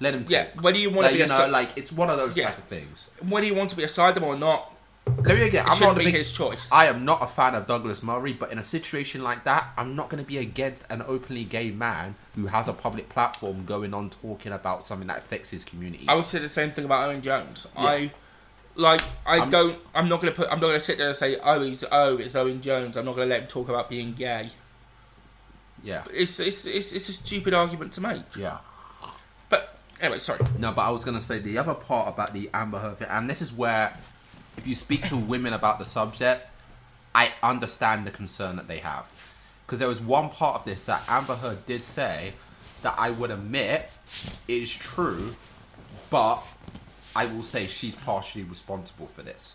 S2: let him.
S1: Yeah,
S2: talk.
S1: whether you wanna
S2: like,
S1: be
S2: you
S1: a
S2: know,
S1: so-
S2: like it's one of those
S1: Yeah.
S2: type of things.
S1: Whether you want to be aside them or not,
S2: Let me again.
S1: it
S2: I'm
S1: shouldn't
S2: not
S1: be
S2: a big-
S1: his choice.
S2: I am not a fan of Douglas Murray, but in a situation like that, I'm not going to be against an openly gay man who has a public platform going on talking about something that affects his community.
S1: I would say the same thing about Owen Jones. I like I don't I'm not gonna put I'm not gonna sit there and say, Oh he's oh it's Owen Jones, I'm not gonna let him talk about being gay.
S2: yeah,
S1: It's it's it's, it's a stupid argument to make.
S2: yeah.
S1: But anyway, sorry.
S2: No, but I was gonna say the other part about the Amber Heard thing, and this is where, if you speak to women about the subject, I understand the concern that they have, because there was one part of this that Amber Heard did say that I would admit is true, but I will say she's partially responsible for this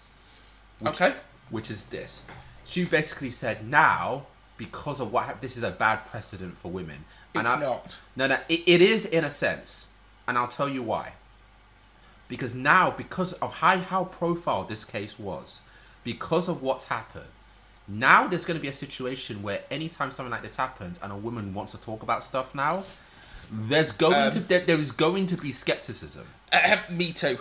S1: Okay.
S2: which is this. She basically said now because of what hap- this is a bad precedent for women.
S1: It's
S2: I,
S1: not.
S2: No, no, it, it is in a sense, and I'll tell you why. Because now, because of high how profile this case was, because of what's happened, now there's going to be a situation where anytime something like this happens and a woman wants to talk about stuff now, there's going
S1: Um,
S2: to there, there is going to be skepticism.
S1: Ahem, Uh, me too.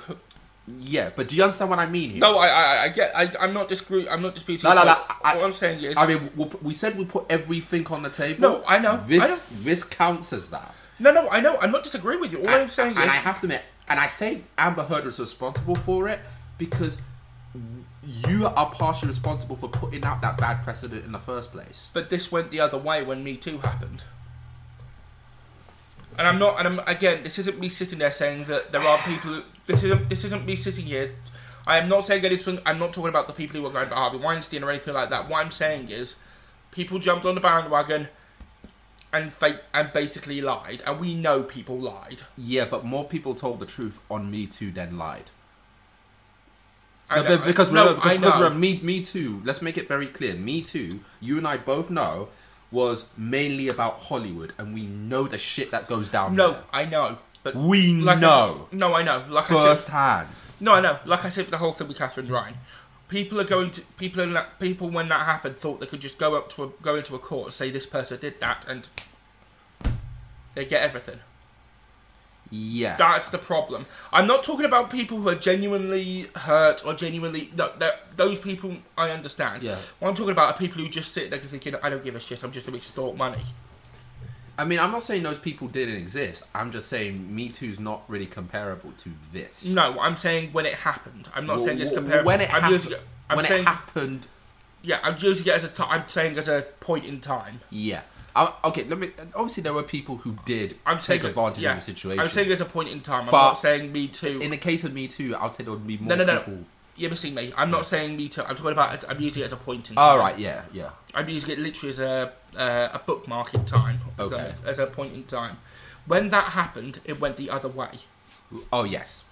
S2: Yeah, but do you understand what I mean here?
S1: No, I, I, I get. I, I'm not discru- I'm not disputing.
S2: No, no,
S1: it,
S2: no.
S1: but
S2: I,
S1: what I'm saying is,
S2: I mean, we, we said we put everything on the table.
S1: No, I know, I
S2: This
S1: know.
S2: this counts as that.
S1: no, no, I know. I'm not disagreeing with you. All I, am saying
S2: and
S1: is,
S2: I have to admit, and I say Amber Heard was responsible for it because you are partially responsible for putting out that bad precedent in the first place.
S1: but this went the other way when Me Too happened. And I'm not. And I'm again. This isn't me sitting there saying that there are people. Who, this isn't. This isn't me sitting here. I am not saying anything. I'm not talking about the people who were going to Harvey Weinstein or anything like that. What I'm saying is, people jumped on the bandwagon and fake and basically lied. And we know people lied.
S2: Yeah, but more people told the truth on Me Too than lied.
S1: I
S2: No,
S1: know-
S2: but because
S1: no,
S2: remember, because,
S1: I
S2: because
S1: know.
S2: remember, me, me too. Let's make it very clear. Me too. You and I both know was mainly about Hollywood, and we know the shit that goes down.
S1: No,
S2: there.
S1: I know. But
S2: We
S1: I
S2: know.
S1: said- no, I know. Like I said,
S2: firsthand.
S1: no, I know. Like I said, with the whole thing with Catherine Ryan, people are going to people in that, people when that happened thought they could just go up to a, go into a court and say this person did that and they get everything.
S2: Yeah.
S1: That's the problem. I'm not talking about people who are genuinely hurt or genuinely. No, that, those people I understand.
S2: Yeah.
S1: What I'm talking about are people who just sit there thinking, I don't give a shit, I'm just going to extort money.
S2: I mean, I'm not saying those people didn't exist. I'm just saying Me Too's not really comparable to this.
S1: No, I'm saying when it happened. I'm not
S2: Well,
S1: saying it's
S2: well,
S1: comparable.
S2: When it
S1: I'm
S2: happened,
S1: using it- I'm
S2: when
S1: saying,
S2: it happened,
S1: yeah, I'm using it as a. T- I'm saying as a point in time.
S2: yeah. I, okay, let me. Obviously, there were people who did
S1: I'm
S2: take
S1: saying that-
S2: advantage
S1: yeah,
S2: of the situation.
S1: I'm saying there's a point in time. I'm
S2: But-
S1: not saying me too.
S2: in the case of Me Too, I'll say there would be more
S1: no, no, no.
S2: people.
S1: You're missing me. I'm not saying me too. I'm talking about. I'm using it as a point in time.
S2: All right, yeah, yeah.
S1: I'm using it literally as a uh, a bookmark in time,
S2: Okay.
S1: as a point in time. When that happened, it went the other way.
S2: Oh yes,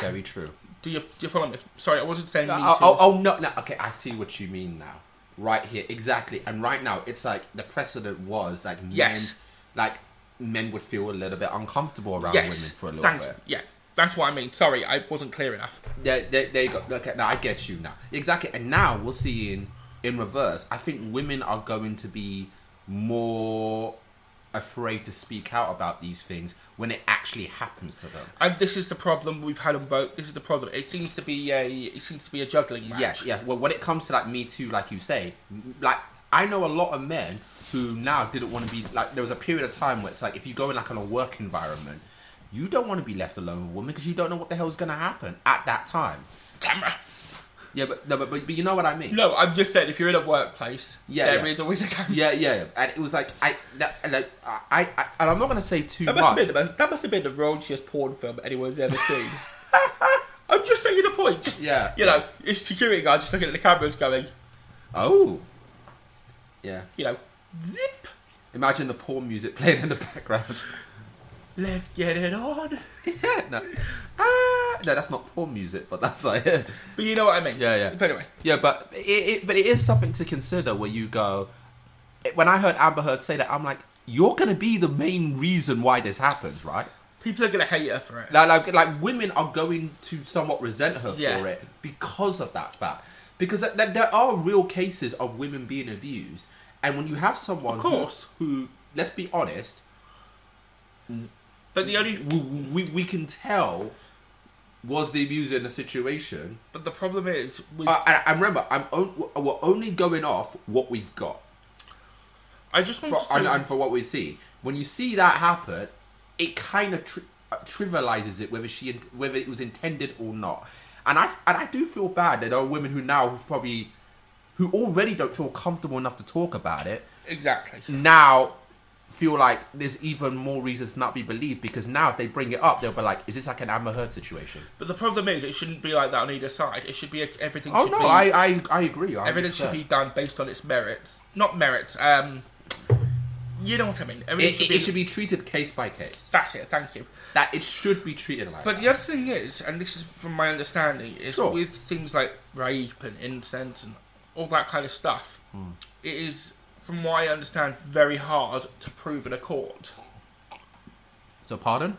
S2: very true.
S1: Do you do you follow me? Sorry, I wasn't saying me too.
S2: Oh, oh, oh, no, no. Okay, I see what you mean now. Right here, exactly. And right now, it's like the precedent was like men,
S1: Yes.
S2: like men would feel a little bit uncomfortable around
S1: yes,
S2: women for a little
S1: thank
S2: bit.
S1: you. Yeah, that's what I mean. Sorry, I wasn't clear enough.
S2: There, there, there you go. Okay, now I get you now. Exactly. And now we're seeing in reverse. I think women are going to be more afraid to speak out about these things when it actually happens to them.
S1: And this is the problem we've had on both. This is the problem. It seems to be a it seems to be a juggling match.
S2: Yes, yeah. Well, when it comes to like Me Too, like you say, m- like I know a lot of men who now didn't want to be like. There was a period of time where it's like if you go in like on a work environment, you don't want to be left alone with a woman because you don't know what the hell's going to happen at that time.
S1: camera.
S2: Yeah, but no, but, but, but you know what I mean.
S1: No, I'm just saying if you're in a workplace,
S2: Yeah,
S1: there is
S2: yeah.
S1: always a camera.
S2: Yeah, yeah, yeah. and it was like I, that, like I, I, and I'm not gonna say too
S1: That
S2: much.
S1: must, have been the, that must have been the raunciest porn film anyone's ever seen. I'm just saying the point. Just,
S2: Yeah,
S1: You know, if security guard just looking at the cameras going,
S2: Oh, yeah.
S1: you know, zip,
S2: Imagine the poor music playing in the background.
S1: let's get it on.
S2: yeah, no, ah, no, that's not poor music, but that's like.
S1: But you know what I mean.
S2: Yeah, yeah.
S1: But anyway,
S2: Yeah, but it, it but it is something to consider where you go. it- When I heard Amber Heard say that, I'm like, you're gonna be the main reason why this happens, right?
S1: people are going to hate her for it.
S2: Like, like, like women are going to somewhat resent her
S1: Yeah.
S2: for it because of that fact. Because th- th- there are real cases of women being abused, and when you have someone,
S1: Of course.
S2: who, who let's be honest,
S1: But the only.
S2: we, we we can tell was the abuser in the situation.
S1: But the problem is. With,
S2: Uh, and, and remember, I'm on, we're only going off what we've got.
S1: I just want
S2: for,
S1: to say.
S2: and, and for what we see, when you see that happen, it kind of tri- uh, trivializes it whether she in- whether it was intended or not. And I and I do feel bad that there are women who now probably who already don't feel comfortable enough to talk about it
S1: exactly.
S2: now feel like there's even more reasons to not be believed because now if they bring it up they'll be like is this like an Amber Heard situation
S1: But the problem is, it shouldn't be like that on either side. It should be. A, everything
S2: oh
S1: should
S2: no
S1: be.
S2: I, I I agree I
S1: everything should be done based on its merits. Not merits, um. You know what I mean. Everything
S2: it, it, it should be treated case by case
S1: That's it, thank you.
S2: that it should be treated like
S1: But the other thing is, and this is from my understanding, is
S2: Sure.
S1: with things like rape and incense and all that kind of stuff,
S2: Hmm.
S1: it is, from what I understand, very hard to prove in a court.
S2: so pardon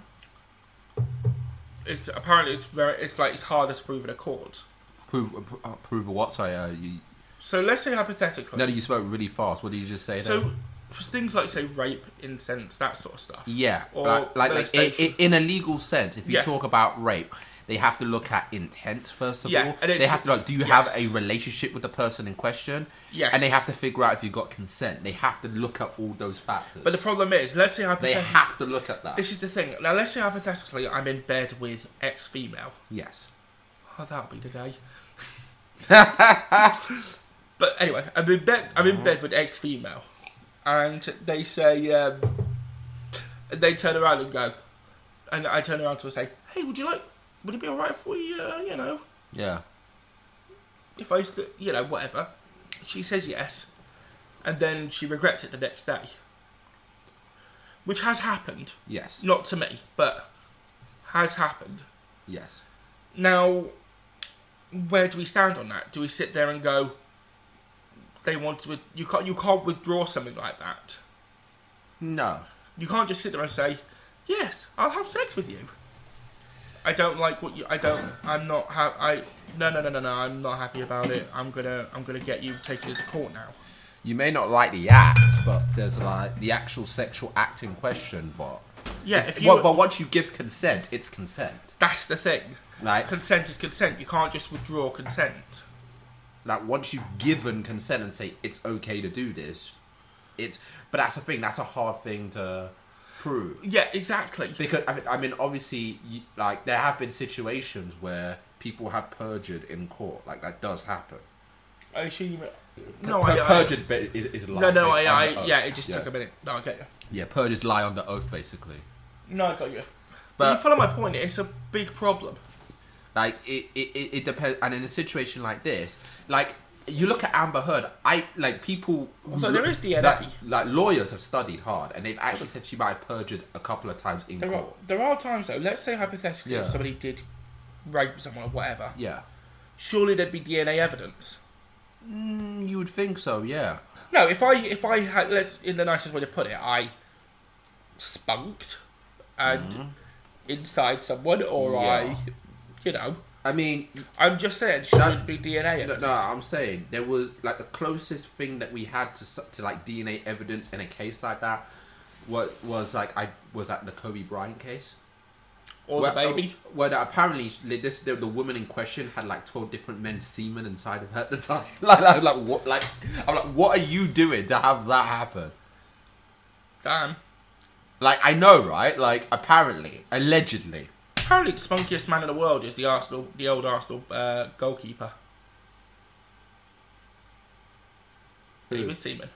S1: It's apparently it's very it's like it's harder to prove in a court.
S2: prove uh, prove what sorry uh, you,
S1: So let's say hypothetically,
S2: No, no, you spoke really fast. What did you just say?
S1: so
S2: there?
S1: for things like say rape, incense, that sort of stuff.
S2: yeah,
S1: or
S2: like like, like i
S1: molestation.
S2: i in a legal sense, if you
S1: Yeah.
S2: talk about rape, they have to look at intent first of
S1: Yeah,
S2: all.
S1: and it's-
S2: They have to like, do you have
S1: yes.
S2: a relationship with the person in question?
S1: Yes.
S2: and they have to figure out if you got consent. They have to look at all those factors.
S1: But the problem is, let's say
S2: they
S1: hypothetically,
S2: have to look at that.
S1: this is the thing. Now let's say hypothetically, I'm in bed with ex female.
S2: yes.
S1: Oh, that'll be today. but anyway, I'm in bed. I'm in bed with ex female, and they say, um, they turn around and go, and I turn around to her and say, "Hey, would you like? Would it be alright if we, uh, you know,
S2: Yeah.
S1: if I, st- you know, whatever?" She says yes, and then she regrets it the next day, which has happened.
S2: Yes.
S1: Not to me, but has happened.
S2: Yes.
S1: Now, where do we stand on that? Do we sit there and go, they want to? You can't. You can't withdraw something like that.
S2: No.
S1: You can't just sit there and say, yes, I'll have sex with you. I don't like what you. I don't. I'm not. Ha- I. No, no, no, no, no. I'm not happy about it. I'm gonna. I'm gonna get you taken to court now.
S2: You may not like the act, but there's like the actual sexual act in question. But
S1: Yeah,
S2: If,
S1: if you-
S2: well, but once you give consent, it's consent.
S1: That's the thing.
S2: Right.
S1: Consent is consent. You can't just withdraw consent.
S2: Like once you've given consent and say it's okay to do this, it's. But that's the thing. That's a hard thing to prove.
S1: Yeah, exactly.
S2: Because I mean, I mean obviously, you, like there have been situations where people have perjured in court. Like that does happen.
S1: I assume. No, I,
S2: Per-
S1: I,
S2: perjured ba- is, is a lie.
S1: No, no,
S2: based
S1: I,
S2: on the
S1: I,
S2: oath.
S1: Oh, yeah, it just took a minute. No, I get you.
S2: Yeah, perjured lie under oath, basically.
S1: No, I got you.
S2: But-
S1: But you follow my point. It's a big problem.
S2: Like it, it, it, it depends. And in a situation like this, like you look at Amber Heard, I like people. who
S1: Also,
S2: look-
S1: there is DNA.
S2: Like, like lawyers have studied hard, and they've actually said she might have perjured a couple of times in
S1: There are,
S2: court.
S1: there are times though. Let's say hypothetically,
S2: Yeah.
S1: if somebody did rape someone or whatever,
S2: Yeah,
S1: surely there'd be DNA evidence.
S2: Mm, you would think so. Yeah,
S1: No, if I if I had let's in the nicest way to put it, I spunked and inside someone, or I, you know,
S2: I mean,
S1: I'm just saying, should it be DNA
S2: no,
S1: evidence?
S2: no, I'm saying there was like the closest thing that we had to su- to like DNA evidence in a case like that. What was like I was like the Kobe Bryant case.
S1: or the
S2: Well,
S1: baby?
S2: uh, Well, apparently sh- li- this the, the woman in question had like twelve different men's semen inside of her at the time. like, like, like what? Like, I'm like, what are you doing to have that happen?
S1: Damn.
S2: Like, I know, right? Like, apparently, allegedly,
S1: Apparently, the spunkiest man in the world is the Arsenal, the old Arsenal uh, goalkeeper, David Seaman.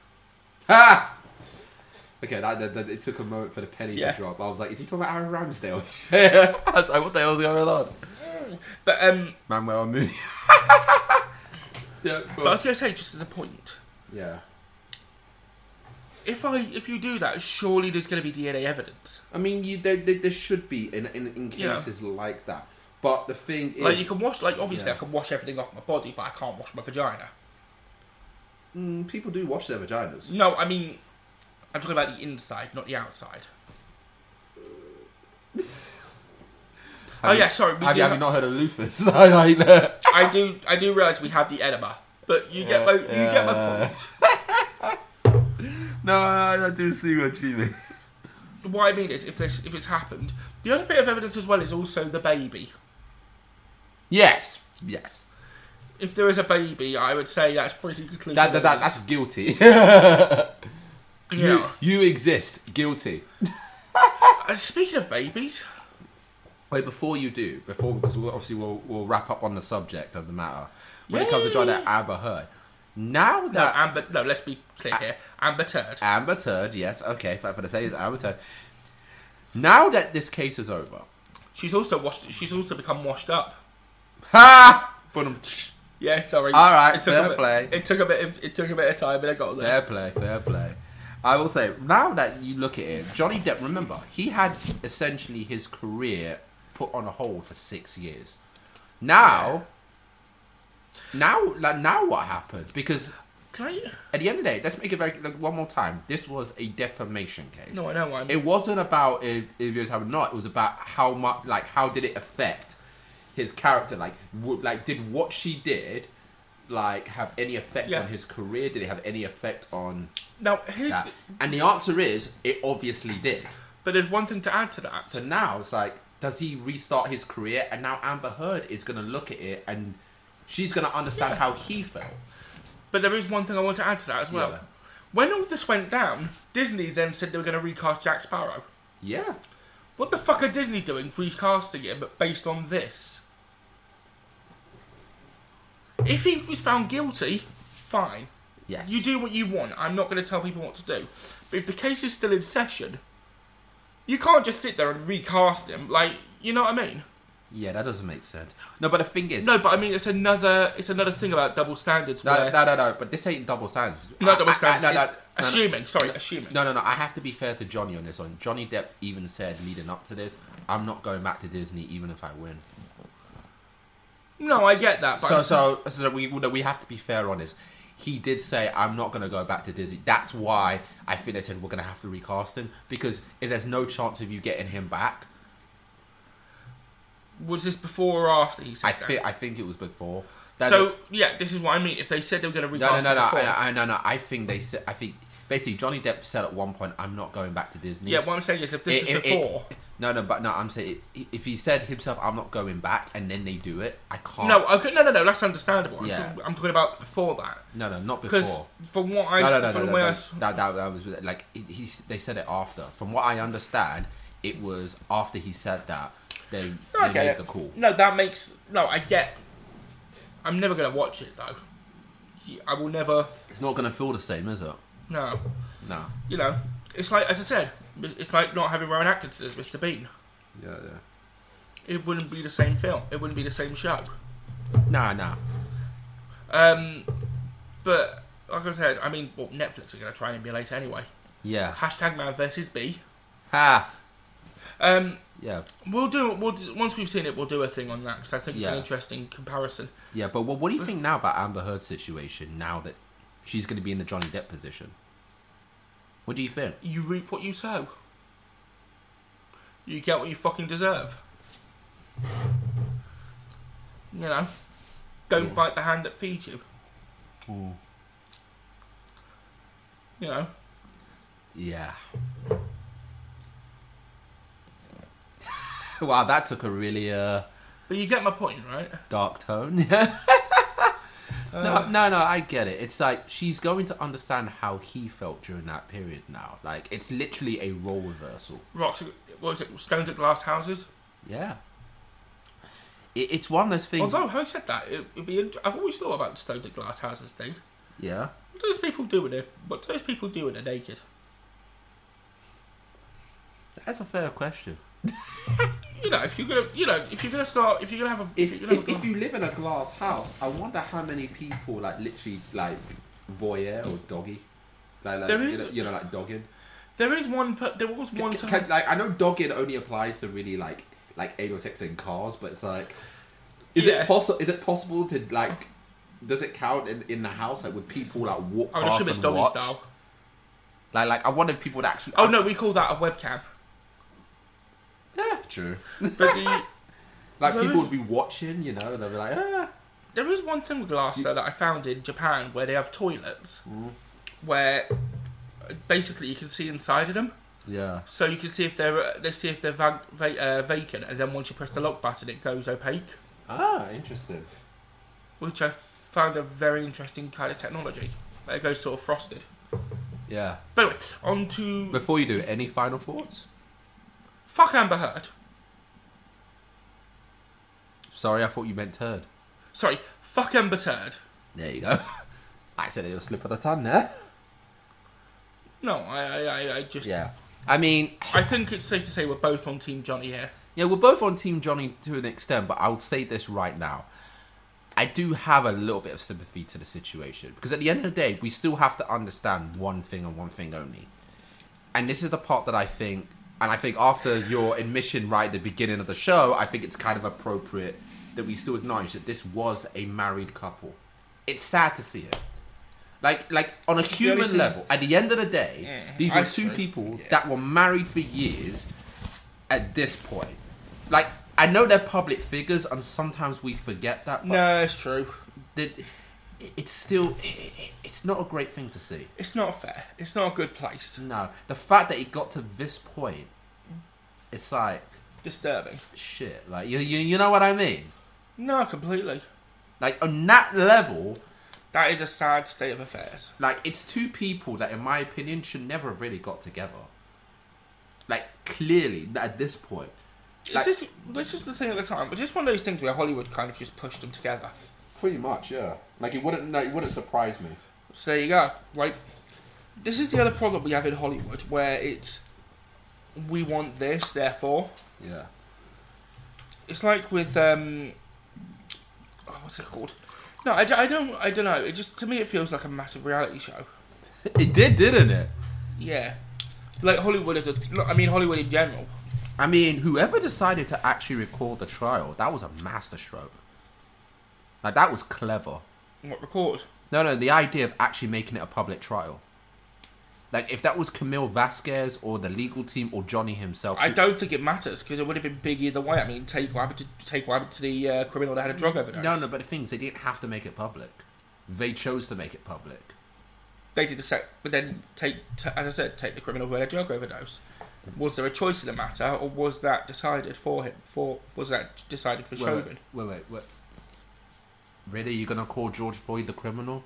S2: ha. Okay, that, that, that- it took a moment for the penny
S1: Yeah.
S2: to drop. I was like, is he talking about Aaron Ramsdale? I was like, what the hell's going on?
S1: But um,
S2: Manuel Mooney. yeah,
S1: but I was going to say, just as a point,
S2: yeah.
S1: if I if you do that, surely there's going to be DNA evidence.
S2: I mean, you there, there, there should be in in, in
S1: Yeah.
S2: cases like that. But the thing is,
S1: Like you can wash, like obviously
S2: Yeah.
S1: I can wash everything off my body, but I can't wash my vagina.
S2: Mm, people do wash their vaginas.
S1: No, I mean, I'm talking about the inside, not the outside. oh yeah, sorry. we
S2: Have
S1: do
S2: you, have
S1: ha-
S2: you not heard of loofahs? Like, uh,
S1: I do. I do realize we have the enema, but you get my you get my point.
S2: no, I, I do see what you mean.
S1: What I mean is, if this if it's happened, the other bit of evidence as well is also the baby.
S2: Yes, yes.
S1: If there is a baby, I would say that's pretty conclusive.
S2: That, that, that
S1: evidence.
S2: that's guilty.
S1: yeah.
S2: you exist, guilty.
S1: Uh, speaking of babies,
S2: Wait, before you do, before because we'll, obviously we'll we'll wrap up on the subject of the matter when it comes to Johnny Amber Heard. Now
S1: no,
S2: that
S1: uh, Amber. No, let's be clear
S2: Uh,
S1: here. Amber Turd.
S2: Amber Turd, yes, okay, fair for the say is Amber Turd. Now that this case is over,
S1: She's also washed. She's also become washed up.
S2: ha! Ba-dum.
S1: Yeah, sorry.
S2: All right,
S1: It took
S2: fair
S1: a bit,
S2: play.
S1: It took a bit. Of, it took a bit of time, but I got there.
S2: Fair play, fair play. I will say, now that you look at it, Johnny Depp, remember, he had essentially his career put on hold for six years. Now, now, like, now what happens? Because
S1: Can I?
S2: at the end of the day, let's make it very like, one more time. This was a defamation case.
S1: No, I know. I'm.
S2: It wasn't about if, if it was happening or not. It was about how much, like, how did it affect his character? Like, w- like, did what she did, like, have any effect
S1: Yeah.
S2: on his career? Did it have any effect on
S1: now, here's,
S2: that? And the answer is, it obviously did.
S1: but there's one thing to add to that.
S2: So now it's like, does he restart his career? And now Amber Heard is gonna look at it and she's gonna understand how he felt.
S1: But there is one thing I want to add to that as well.
S2: Yeah.
S1: When all this went down, Disney then said they were going to recast Jack Sparrow.
S2: Yeah.
S1: What the fuck are Disney doing recasting him based on this? If he was found guilty, fine.
S2: Yes.
S1: You do what you want. I'm not going to tell people what to do. But if the case is still in session, you can't just sit there and recast him. Like, you know what I mean?
S2: Yeah, that doesn't make sense. No, but the thing is,
S1: No, but I mean it's another it's another thing about double standards.
S2: No,
S1: where,
S2: no, no, no. But this ain't double standards.
S1: Not double
S2: I- I- I-
S1: standards.
S2: no, no,
S1: it's
S2: no, no.
S1: assuming. Sorry, assuming.
S2: No, no, no. I have to be fair to Johnny on this one. Johnny Depp even said leading up to this, "I'm not going back to Disney, even if I win."
S1: No, I get that. But
S2: So,
S1: I'm-
S2: so, so we no, we have to be fair on this. He did say, "I'm not going to go back to Disney." That's why I think they said we're going to have to recast him because if there's no chance of you getting him back,
S1: was this before or after he said
S2: I
S1: that?
S2: think I think it was before. That
S1: so yeah, this is what I mean. If they said they were going to
S2: No,
S1: recast
S2: no, no,
S1: it
S2: no,
S1: before,
S2: I, I, no, no. I think they said. I think Basically, Johnny Depp said at one point, "I'm not going back to Disney."
S1: Yeah, what I'm saying is if this
S2: It-
S1: is
S2: it- it-
S1: before.
S2: no, no, but no, I'm saying i- if he said himself, "I'm not going back," and then they do it, I can't.
S1: no, okay, no, no, no, that's understandable. I'm,
S2: Oh. Yeah.
S1: talking, I'm talking about before that.
S2: no, no, not
S1: Because
S2: before.
S1: from what I.
S2: No, no, no,
S1: from
S2: no, no,
S1: where I
S2: no.
S1: s-
S2: That, that, that was like he, he. They said it after. From what I understand, it was after he said that they
S1: No, I
S2: they
S1: get
S2: made
S1: it.
S2: the call.
S1: No, that makes no. I get. I'm never gonna watch it though. I will never.
S2: It's not gonna feel the same, is it?
S1: No,
S2: No.
S1: you know, it's like as I said, it's like not having Rowan Atkinson as Mr. Bean.
S2: Yeah, yeah.
S1: It wouldn't be the same film. It wouldn't be the same show.
S2: Nah, nah.
S1: Um, but like I said, I mean, well, Netflix are gonna try and emulate anyway.
S2: Yeah.
S1: Hashtag Man versus Bee.
S2: Ha.
S1: Um,
S2: Yeah.
S1: we'll do. We'll do, once we've seen it, we'll do a thing on that because I think it's an
S2: Yeah.
S1: interesting comparison.
S2: Yeah, but what, what do you think now about Amber Heard's situation? Now that she's going to be in the Johnny Depp position, what do you think?
S1: You reap what you sow. You get what you fucking deserve. You know, don't bite the hand that feeds you. You know,
S2: Yeah. wow, that took a really uh,
S1: but you get my point, right?
S2: dark tone.
S1: Uh.
S2: no, no, no, I get it. It's like she's going to understand how he felt during that period now. Like it's literally a role reversal.
S1: Rocks, what is it? Stones at glass houses.
S2: Yeah. It, it's one of those things.
S1: Although having said that, it, it'd be. Int- I've always thought about the stones at glass houses thing.
S2: yeah.
S1: What do those people do when they're What do those people do when they're naked?
S2: That's a fair question.
S1: You know, if you're gonna, you know, if you're gonna start, if you're gonna have a,
S2: if,
S1: you're gonna
S2: if,
S1: have a
S2: if you live in a glass house, I wonder how many people like literally like voyeur or doggy, like, like
S1: There
S2: you,
S1: is-
S2: know, you know like dogging.
S1: there is one. Per- there was one
S2: C-
S1: time.
S2: can- like I know dogging only applies to really like like anal sex in cars, but it's like, is
S1: Yeah.
S2: it possible? Is it possible to like? Does it count in, in the house? Like, would people like walk
S1: I would
S2: past
S1: assume it's
S2: and
S1: doggy
S2: watch?
S1: style.
S2: Like, like I wonder if people would actually.
S1: Oh no, we call that a webcam.
S2: yeah, true.
S1: But the,
S2: like
S1: There
S2: people
S1: is-
S2: would be watching, you know, and they'd be like, ah.
S1: there is one thing with glass though that I found in Japan where they have toilets
S2: Mm.
S1: where basically you can see inside of them,
S2: yeah,
S1: so you can see if they're uh, they see if they're va- va- uh, vacant, and then once you press the lock button, it goes opaque,
S2: ah, interesting.
S1: which I found a very interesting kind of technology. It goes sort of frosted.
S2: Yeah.
S1: But anyway, on to
S2: Before you do, any final thoughts?
S1: fuck Amber Heard.
S2: Sorry, I thought you meant turd.
S1: Sorry, fuck Amber Turd.
S2: There you go. I said it was slip of the tongue there.
S1: No, I, I, I- I just.
S2: Yeah. I mean,
S1: I think it's safe to say we're both on Team Johnny here.
S2: yeah, we're both on Team Johnny to an extent, but I would say this right now. I do have a little bit of sympathy to the situation because at the end of the day, we still have to understand one thing and one thing only. And this is the part that I think, and I think after your admission right at the beginning of the show, I think it's kind of appropriate that we still acknowledge that this was a married couple. It's sad to see it. Like, like on a human
S1: thing-
S2: level, at the end of the day, these were
S1: that's
S2: two
S1: true.
S2: people that were married for years at this point. Like, I know they're public figures, and sometimes we forget that, but
S1: No, it's true.
S2: that it's still, it's not a great thing to see.
S1: It's not fair. It's not a good place.
S2: No, the fact that it got to this point, it's like
S1: Disturbing.
S2: shit. Like you, you, you know what I mean?
S1: No, completely.
S2: Like on that level,
S1: That is a sad state of affairs.
S2: like it's two people that, in my opinion, should never have really got together. Like clearly at this point, like
S1: It's just, this is the thing at the time. It's just one of those things where Hollywood kind of just pushed them together.
S2: pretty much, yeah. Like it wouldn't, no, it wouldn't surprise me.
S1: So there you go. Like, this is the other problem we have in Hollywood where it's. We want this, therefore.
S2: Yeah.
S1: It's like with um, oh, what's it called? No, I, d- I don't I don't know. It just to me it feels like a massive reality show.
S2: It did, didn't it?
S1: Yeah, like Hollywood is a. no, I mean Hollywood in general.
S2: I mean, whoever decided to actually record the trial, that was a masterstroke. Like that was clever.
S1: What record?
S2: No, no, the idea of actually making it a public trial. Like, if that was Camille Vasquez or the legal team or Johnny himself.
S1: I don't think it matters because it would have been big either way. I mean, take what happened to take what happened to the uh, criminal that had a drug overdose.
S2: No, no, but the thing is, they didn't have to make it public. They chose to make it public.
S1: they did a sec, but then take, t- as I said, take the criminal who had a drug overdose. Was there a choice in the matter, or was that decided for him? For was that decided for
S2: Wait, wait,
S1: Chauvin?
S2: wait, wait, wait. Really, you're gonna call George Floyd the criminal?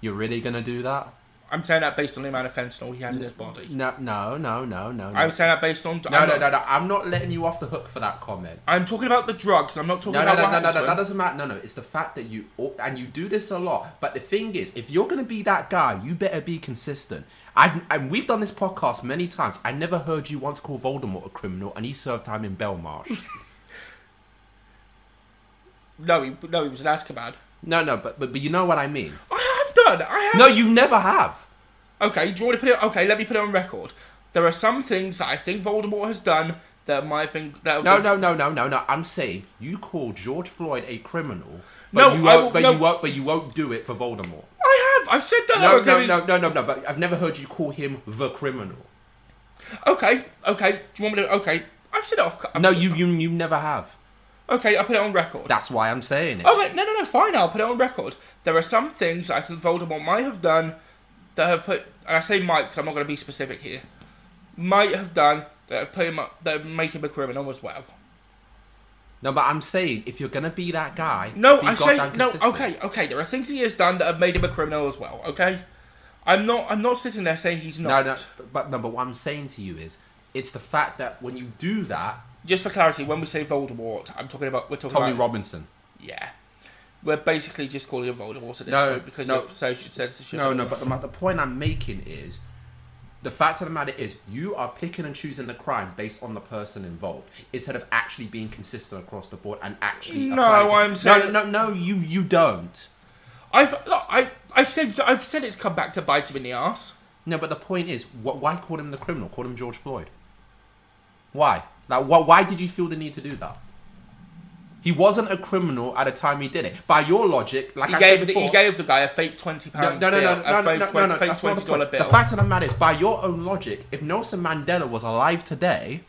S2: You're really gonna do that?
S1: I'm saying that based on the amount of fentanyl he had in his body.
S2: No, no, no, no, no.
S1: I'm
S2: No,
S1: saying that based on.
S2: no,
S1: I'm
S2: no,
S1: not-
S2: no, no. I'm not letting you off the hook for that comment.
S1: I'm talking about the drugs. I'm not talking
S2: No, no,
S1: about.
S2: no,
S1: what
S2: no, no,
S1: happened
S2: no,
S1: to
S2: that
S1: him.
S2: doesn't matter. No, no, it's the fact that you al- and you do this a lot. But the thing is, if you're gonna be that guy, you better be consistent. I've and we've done this podcast many times. I never heard you once call Voldemort a criminal, and he served time in Belmarsh.
S1: No, he, no, he was an Azkaban.
S2: no, no, but, but but you know what I mean.
S1: I have done. I have.
S2: No, you never have.
S1: Okay, do you want to put it? Okay, let me put it on record. There are some things that I think Voldemort has done that might have been. That have
S2: No,
S1: been-
S2: no, no, no, no, no. I'm saying you call George Floyd a criminal, but
S1: No,
S2: you
S1: I
S2: won't,
S1: will-
S2: but
S1: no.
S2: you won't, but you won't do it for Voldemort.
S1: I have. I've said that.
S2: No,
S1: I'm gonna-
S2: no, no, no, no, no. But I've never heard you call him the criminal.
S1: Okay, okay. Do you want me to? Okay, I've said it off.
S2: No, you, you, you never have.
S1: Okay, I'll put it on record.
S2: That's why I'm saying it.
S1: Okay, no, no, no. Fine, I'll put it on record. There are some things that I think Voldemort might have done that have put. And I say might because I'm not going to be specific here. Might have done that have put him up. That make him a criminal as well.
S2: No, but I'm saying if you're gonna be that guy,
S1: No,
S2: be
S1: I
S2: goddamn
S1: say no.
S2: consistent.
S1: Okay, okay. There are things he has done that have made him a criminal as well. Okay, I'm not. I'm not sitting there saying he's
S2: No,
S1: not.
S2: no, but no. But what I'm saying to you is, it's the fact that when you do that,
S1: Just for clarity, when we say Voldemort, I'm talking about. We're talking
S2: Tommy
S1: about
S2: Robinson.
S1: Yeah. We're basically just calling him Voldemort at this
S2: No,
S1: point because
S2: no.
S1: of social censorship.
S2: No, no, but the, ma- the point I'm making is the fact of the matter is you are picking and choosing the crime based on the person involved instead of actually being consistent across the board and actually.
S1: No,
S2: applying it to-
S1: I'm saying-
S2: no, no, no. You you don't.
S1: I've look, I I said I've said it's come back to bite him in the ass.
S2: No, but the point is, wh- why call him the criminal? Call him George Floyd. Why? Like, wh- why did you feel the need to do that? He wasn't a criminal at the time he did it. By your logic, like
S1: He
S2: I
S1: gave
S2: said
S1: the,
S2: before,
S1: he gave the guy a fake twenty
S2: No,
S1: pound
S2: no, no,
S1: bill,
S2: no,
S1: a
S2: no, no,
S1: fake,
S2: no, no,
S1: twen-
S2: no.
S1: fake
S2: That's not the
S1: twenty dollar
S2: point.
S1: bill.
S2: The fact of the matter is, by your own logic, if Nelson Mandela was alive today,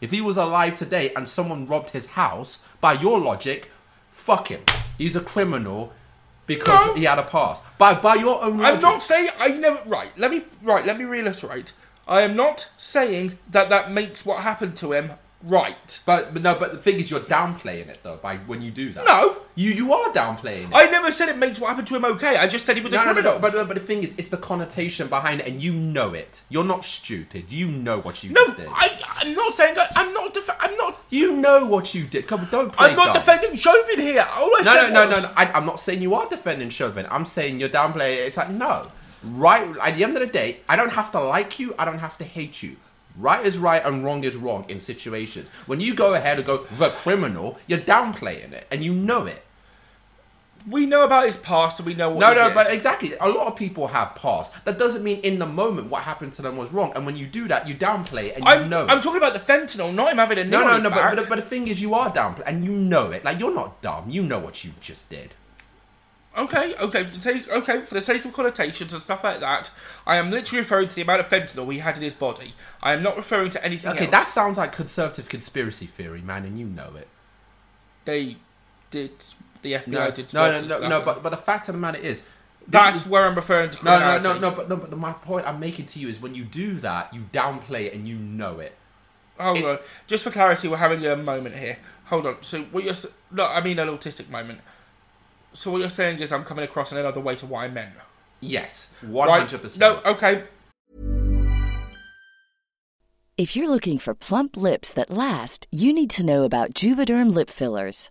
S2: if he was alive today and someone robbed his house, by your logic, fuck him. He's a criminal because
S1: No.
S2: he had a past. By by your own logic.
S1: I'm not saying I never right. Let me right. Let me reiterate. I am not saying that that makes what happened to him right.
S2: But, but no, but the thing is, you're downplaying it though by when you do that.
S1: No.
S2: you you are downplaying it.
S1: I never said it makes what happened to him okay. I just said he was a
S2: no, no, no,
S1: criminal.
S2: no, but no, but the thing is, it's the connotation behind it, and you know it. You're not stupid. You know what you
S1: no,
S2: just did.
S1: I, I'm not saying that. I'm not. Def- I'm not.
S2: You know what you did. Come on, don't play
S1: I'm not
S2: dumb.
S1: defending Chauvin here. All I
S2: No, no,
S1: said
S2: no,
S1: was,
S2: no, no. I, I'm not saying you are defending Chauvin. I'm saying you're downplaying it. It's like, no. Right, at the end of the day, I don't have to like you. I don't have to hate you. Right is right and wrong is wrong in situations. When you go ahead and go, the criminal, you're downplaying it and you know it.
S1: We know about his past and we know what.
S2: No,
S1: he
S2: no,
S1: did.
S2: but exactly. A lot of people have past. That doesn't mean in the moment what happened to them was wrong. And when you do that, you downplay it and you
S1: I'm,
S2: know it.
S1: I'm talking about the fentanyl, not him having a
S2: no,
S1: knee on
S2: no,
S1: his
S2: no,
S1: back.
S2: but, but, but the thing is, you are downplaying and you know it. Like, you're not dumb. You know what you just did.
S1: Okay, okay, for the sake, okay. For the sake of connotations and stuff like that, I am literally referring to the amount of fentanyl he had in his body. I am not referring to anything
S2: Okay,
S1: else.
S2: that sounds like conservative conspiracy theory, man, and you know it.
S1: they did. The FBI
S2: No,
S1: did.
S2: no,
S1: lots
S2: no,
S1: of
S2: no,
S1: stuff.
S2: no, but but the fact of the matter is, this
S1: that's
S2: is-
S1: where I'm referring to.
S2: no, no,
S1: Criminality.
S2: no, no, but no, but my point I'm making to you is when you do that, you downplay it and you know it.
S1: Hold on, just for clarity, we're having a moment here. Hold on. So what you're s- no, I mean an autistic moment. So what you're saying is I'm coming across in another way to why men.
S2: Yes, one hundred
S1: No,
S2: percent.
S1: okay.
S3: If you're looking for plump lips that last, you need to know about Juvederm lip fillers.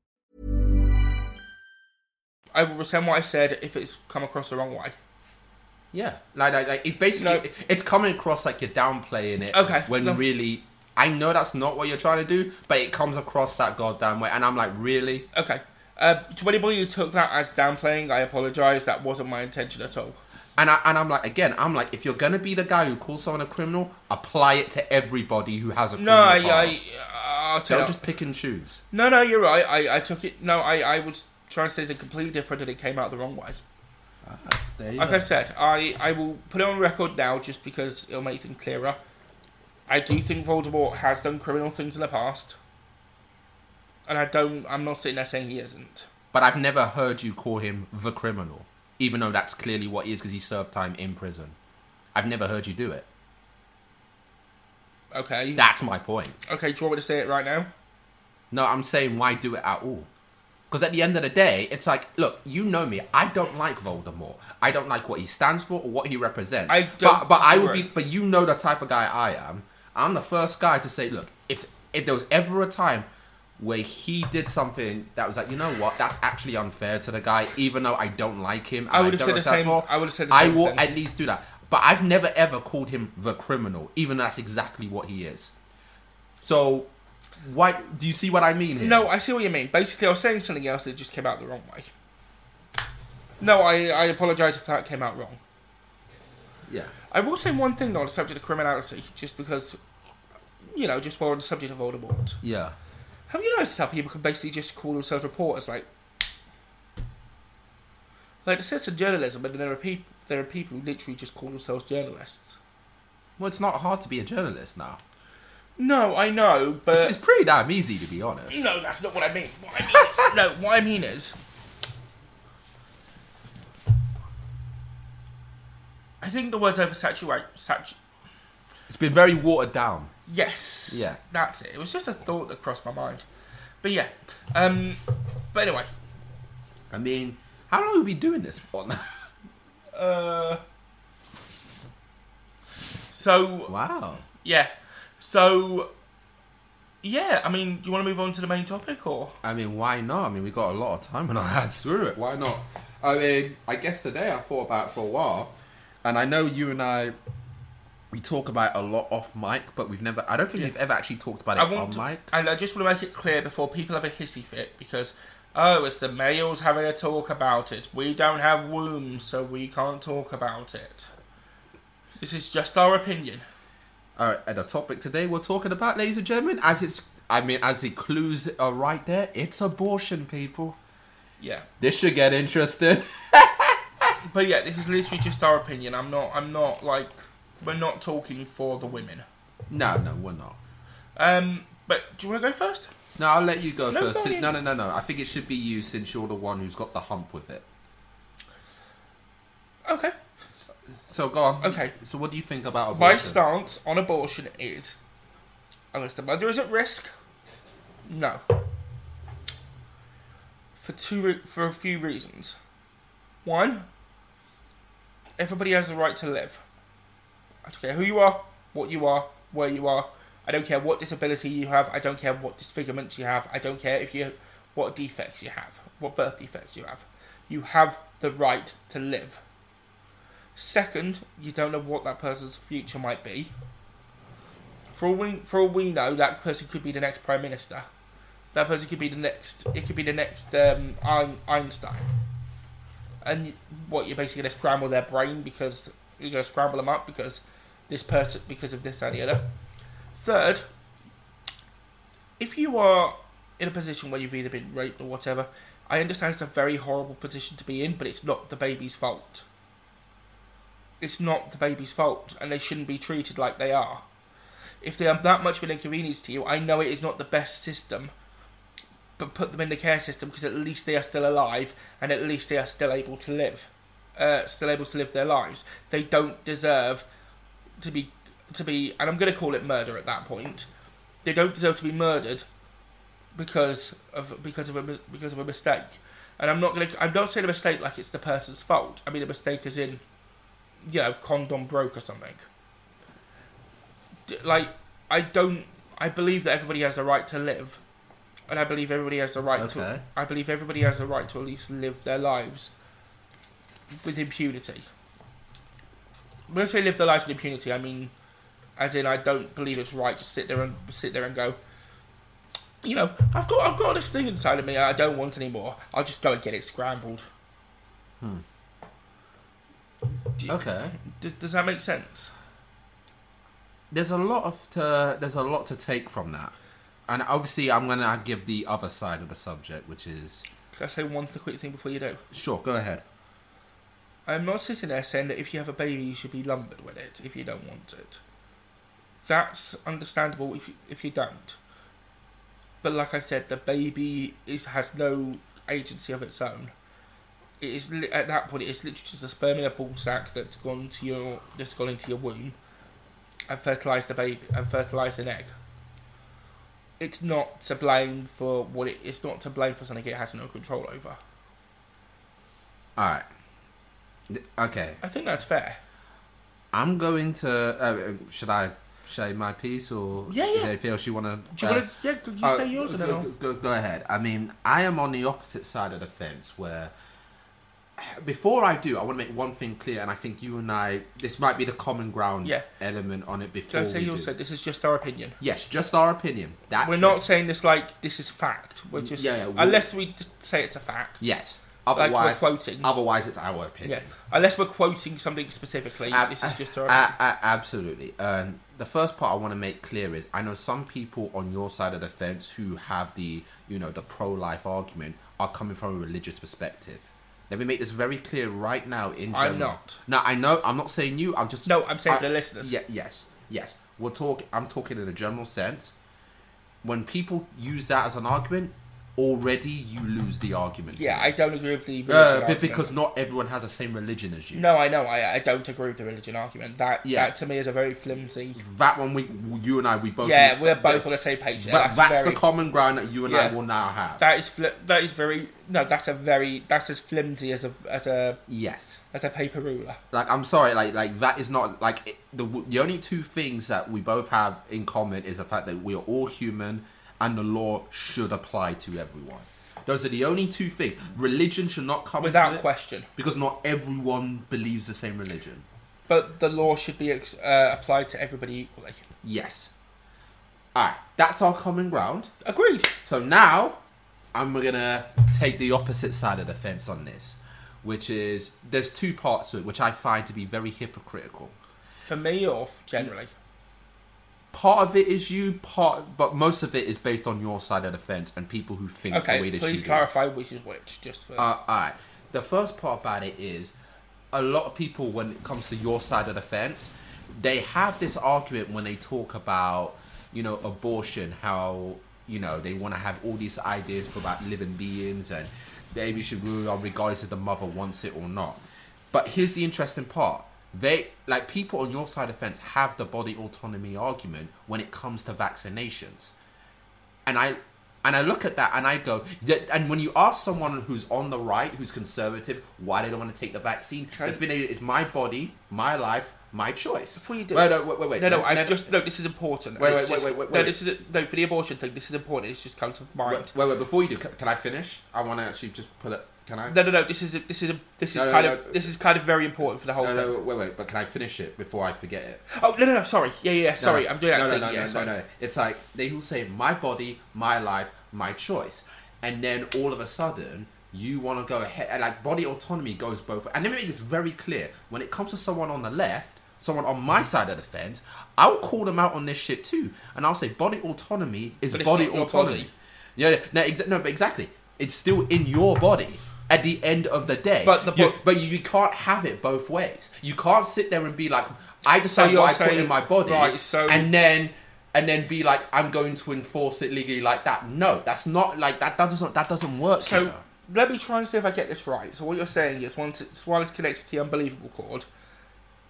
S1: I will rescind what I said if it's come across the wrong way.
S2: Yeah, like, like, like it basically,
S1: No.
S2: it's coming across like you're downplaying it.
S1: Okay,
S2: When
S1: no.
S2: really, I know that's not what you're trying to do, but it comes across that goddamn way, and I'm like, really?
S1: Okay. Uh, to anybody who took that as downplaying, I apologise. That wasn't my intention at all.
S2: And I and I'm like, again, I'm like, if you're gonna be the guy who calls someone a criminal, apply it to everybody who has a
S1: No,
S2: criminal
S1: I, I,
S2: past.
S1: I'll tell
S2: Don't
S1: you.
S2: just pick and choose.
S1: No, no, you're right. I, I took it. No, I, I was trying to say something completely different, and it came out the wrong way.
S2: There you
S1: Like
S2: go.
S1: I said, I, I will put it on record now, just because it'll make things clearer. I do think Voldemort has done criminal things in the past, and I don't. I'm not sitting there saying he isn't.
S2: But I've never heard you call him the criminal, even though that's clearly what he is because he served time in prison. I've never heard you do it.
S1: Okay.
S2: That's my point.
S1: Okay. Do you want me to say it right now?
S2: No, I'm saying why do it at all? Because at the end of the day, it's like, look, you know me. I don't like Voldemort. I don't like what he stands for or what he represents.
S1: I
S2: but
S1: don't
S2: but I would be.
S1: disagree.
S2: But you know the type of guy I am. I'm the first guy to say, look, if if there was ever a time where he did something that was like, you know what, that's actually unfair to the guy, even though I don't like him. and
S1: I would've
S2: don't
S1: said the
S2: understand
S1: same-
S2: more,
S1: I would've said the
S2: I
S1: same
S2: will
S1: thing.
S2: at least do that. But I've never ever called him the criminal, even though that's exactly what he is. So, why do you see what I mean here?
S1: No, I see what you mean. Basically, I was saying something else that just came out the wrong way. No, I, I apologise if that came out wrong.
S2: yeah.
S1: I will say one thing though on the subject of criminality, just because, you know, just while on the subject of Voldemort.
S2: Yeah.
S1: Have you noticed how people can basically just call themselves reporters? Like, like it says to journalism, but then there are people there are people who literally just call themselves journalists.
S2: Well, it's not hard to be a journalist now.
S1: No, I know, but
S2: It's, it's pretty damn easy, to be honest.
S1: No, that's not what I mean. What I mean is, no, what I mean is, I think the words oversaturate. Satu-
S2: It's been very watered down.
S1: yes.
S2: Yeah.
S1: That's it. It was just a thought that crossed my mind. But yeah. Um. But anyway.
S2: I mean, how long have we been doing this for now?
S1: Uh. So
S2: wow.
S1: yeah. So. Yeah, I mean, do you want to move on to the main topic or?
S2: I mean, why not? I mean, we got a lot of time on our hands through it. Why not? I mean, I guess today I thought about it for a while, and I know you and I, we talk about it a lot off mic, but we've never. I don't think we've ever actually talked about it
S1: I want
S2: on mic.
S1: to, and I just want to make it clear before people have a hissy fit because oh, it's the males having a talk about it. We don't have wombs, so we can't talk about it. This is just our opinion.
S2: All right, and the topic today we're talking about, ladies and gentlemen, as it's, I mean, as the clues are right there, it's abortion, people.
S1: Yeah.
S2: This should get interesting.
S1: But yeah, this is literally just our opinion. I'm not. I'm not like. We're not talking for the women.
S2: no, no, we're not.
S1: Um. But do you want to go first?
S2: No, I'll let you go
S1: No,
S2: first.
S1: go
S2: Si-
S1: ahead.
S2: No, no, no, no. I think it should be you since you're the one who's got the hump with it.
S1: Okay.
S2: So go on.
S1: Okay.
S2: So what do you think about
S1: My
S2: abortion?
S1: stance on abortion is, unless the mother is at risk, no. For two, re- for a few reasons. One, everybody has the right to live. I don't care who you are, what you are, where you are. I don't care what disability you have. I don't care what disfigurements you have. I don't care if you, what defects you have, what birth defects you have. You have the right to live. Second, you don't know what that person's future might be. For all we for all we know, that person could be the next prime minister. That person could be the next. It could be the next um, Ein, Einstein. And what you're basically going to scramble their brain because you're going to scramble them up because this person because of this that, and the other. Third, if you are in a position where you've either been raped or whatever, I understand it's a very horrible position to be in, but it's not the baby's fault it's not the baby's fault and they shouldn't be treated like they are. If they are that much of an inconvenience to you, I know it is not the best system, but put them in the care system because at least they are still alive and at least they are still able to live, uh, still able to live their lives. They don't deserve to be to be, and I'm going to call it murder at that point. They don't deserve to be murdered because of because of a mis- because of a mistake. And I'm not going to. I'm not saying a mistake like it's the person's fault. I mean a mistake as in you know, condom broke or something. D- Like, I don't. I believe that everybody has the right to live, and I believe everybody has the right
S2: Okay.
S1: to. I believe everybody has the right to at least live their lives with impunity. When I say live their lives with impunity, I mean, as in, I don't believe it's right to sit there and sit there and go. You know, I've got I've got this thing inside of me I don't want anymore. I'll just go and get it scrambled.
S2: Okay.
S1: Does, does that make sense?
S2: There's a lot of to, there's a lot to take from that, and obviously I'm gonna give the other side of the subject, which is
S1: Can I say one th- quick thing before you do?
S2: sure. Go ahead.
S1: I'm not sitting there saying that if you have a baby, you should be lumbered with it if you don't want it. That's understandable if you, if you don't. But like I said, the baby is has no agency of its own. It is li- at that point, it's literally just a sperm in a ball sack that's gone to your that's gone into your womb and fertilised the baby and fertilised an egg. It's not to blame for what it. It's not to blame for something it has no control over.
S2: All right. Th- Okay.
S1: I think that's fair.
S2: I'm going to. Uh, should I say my piece or
S1: Yeah,
S2: is
S1: yeah.
S2: there anything else you want to?
S1: Do you wanna- yeah, go-
S2: Uh,
S1: you say yours and then
S2: go,
S1: I'll-
S2: go, go ahead. I mean, I am on the opposite side of the fence where. Before I do, I want to make one thing clear, and I think you and I this might be the common ground
S1: Yeah.
S2: element on it. Before
S1: Can I say you
S2: we do.
S1: also this is just our opinion.
S2: yes, just our opinion. That's
S1: We're
S2: it. Mm,
S1: not saying this like this is fact. We're just
S2: yeah, yeah, we-
S1: unless we just say it's a fact.
S2: Yes.
S1: we're
S2: Otherwise,
S1: quoting.
S2: Otherwise, it's our opinion.
S1: Yeah. Unless we're quoting something specifically.
S2: Ab-
S1: this is just our
S2: a-
S1: opinion.
S2: a- absolutely. Um, the first part I want to make clear is I know some people on your side of the fence who have the you know the pro life argument are coming from a religious perspective. Let me make this very clear right now. In
S1: I'm
S2: general.
S1: not.
S2: No, I know. I'm not saying you. I'm just.
S1: No, I'm saying
S2: I-
S1: for the listeners.
S2: Yeah. Yes. Yes. We're talk. I'm talking in a general sense. When people use that as an argument, already you lose the argument.
S1: yeah, I don't agree with the religion
S2: Uh, be-
S1: argument.
S2: because not everyone has the same religion as you.
S1: no, I know. I, I don't agree with the religion argument. That
S2: Yeah.
S1: that to me is a very flimsy.
S2: That one, we you and I, we both.
S1: Yeah, we're both on the same page. there.
S2: That, that's
S1: very-
S2: the common ground that you and I
S1: Yeah.
S2: will now have.
S1: That is fli- that is very no. That's a very that's as flimsy as a as a
S2: yes.
S1: as a paper ruler.
S2: Like I'm sorry, like like that is not like it, the the only two things that we both have in common is the fact that we are all human and the law should apply to everyone. Those are the only two things. Religion should not come into
S1: Without
S2: it
S1: question.
S2: because not everyone believes the same religion.
S1: But the law should be ex- uh, applied to everybody equally.
S2: Yes. All right, that's our common ground.
S1: Agreed.
S2: So now I'm gonna take the opposite side of the fence on this, which is there's two parts to it which I find to be very hypocritical.
S1: For me or f- generally?
S2: part of it is you, part, but most of it is based on your side of the fence and people who think the way
S1: Okay,
S2: that you
S1: please
S2: do.
S1: clarify which is which, just for.
S2: Uh, all right. The first part about it is a lot of people, when it comes to your side of the fence, they have this argument when they talk about, you know, abortion, how, you know, they want to have all these ideas about living beings and babies should rule on regardless if the mother wants it or not. But here's the interesting part. They like people on your side of the fence have the body autonomy argument when it comes to vaccinations and I and I look at that and I go, that, and when you ask someone who's on the right, who's conservative, why they don't want to take the vaccine, the thing is, it's my body, my life, my choice.
S1: Before you do,
S2: wait, no, wait, wait, wait,
S1: no, no,
S2: let-
S1: I
S2: let-
S1: just no. This is important. It's
S2: Wait, wait, wait,
S1: just-
S2: wait, wait,
S1: No,
S2: wait.
S1: this is no for the abortion thing. This is important. It's just come to mind.
S2: wait, wait, wait, Before you do, can, can I finish? I want to actually just pull it. Can I?
S1: No, no, no. This is a, this is a, this is
S2: No, no,
S1: kind
S2: no.
S1: of this is kind of very important for the whole
S2: no,
S1: thing.
S2: no, wait, wait. But can I finish it before I forget it?
S1: Oh no, no, no. Sorry. Yeah, yeah. yeah
S2: No,
S1: sorry,
S2: no.
S1: I'm doing that
S2: No, no,
S1: thing.
S2: no,
S1: yeah,
S2: no,
S1: sorry.
S2: no, no. It's like they will say, "My body, my life, my choice," and then all of a sudden, you want to go ahead. and, Like body autonomy goes both. And let me make this very clear: when it comes to someone on the left, someone on my side of the fence, I'll call them out on this shit too, and I'll say, "Body autonomy is
S1: But it's
S2: body
S1: not your
S2: autonomy."
S1: body.
S2: Yeah, yeah. no, exa- no, but exactly. It's still in your body. At the end of the day,
S1: But the
S2: you,
S1: po-
S2: but you, you can't have it both ways. You can't sit there and be like, "I
S1: So
S2: decide
S1: you're
S2: what I put
S1: saying-
S2: in my body,"
S1: right, so-
S2: and and then and then be like I'm going to enforce it legally like that. No, that's not like that. That doesn't that doesn't work.
S1: So
S2: here.
S1: let me try and see if I get this right. So what you're saying is once it's while it's connected to the umbilical cord,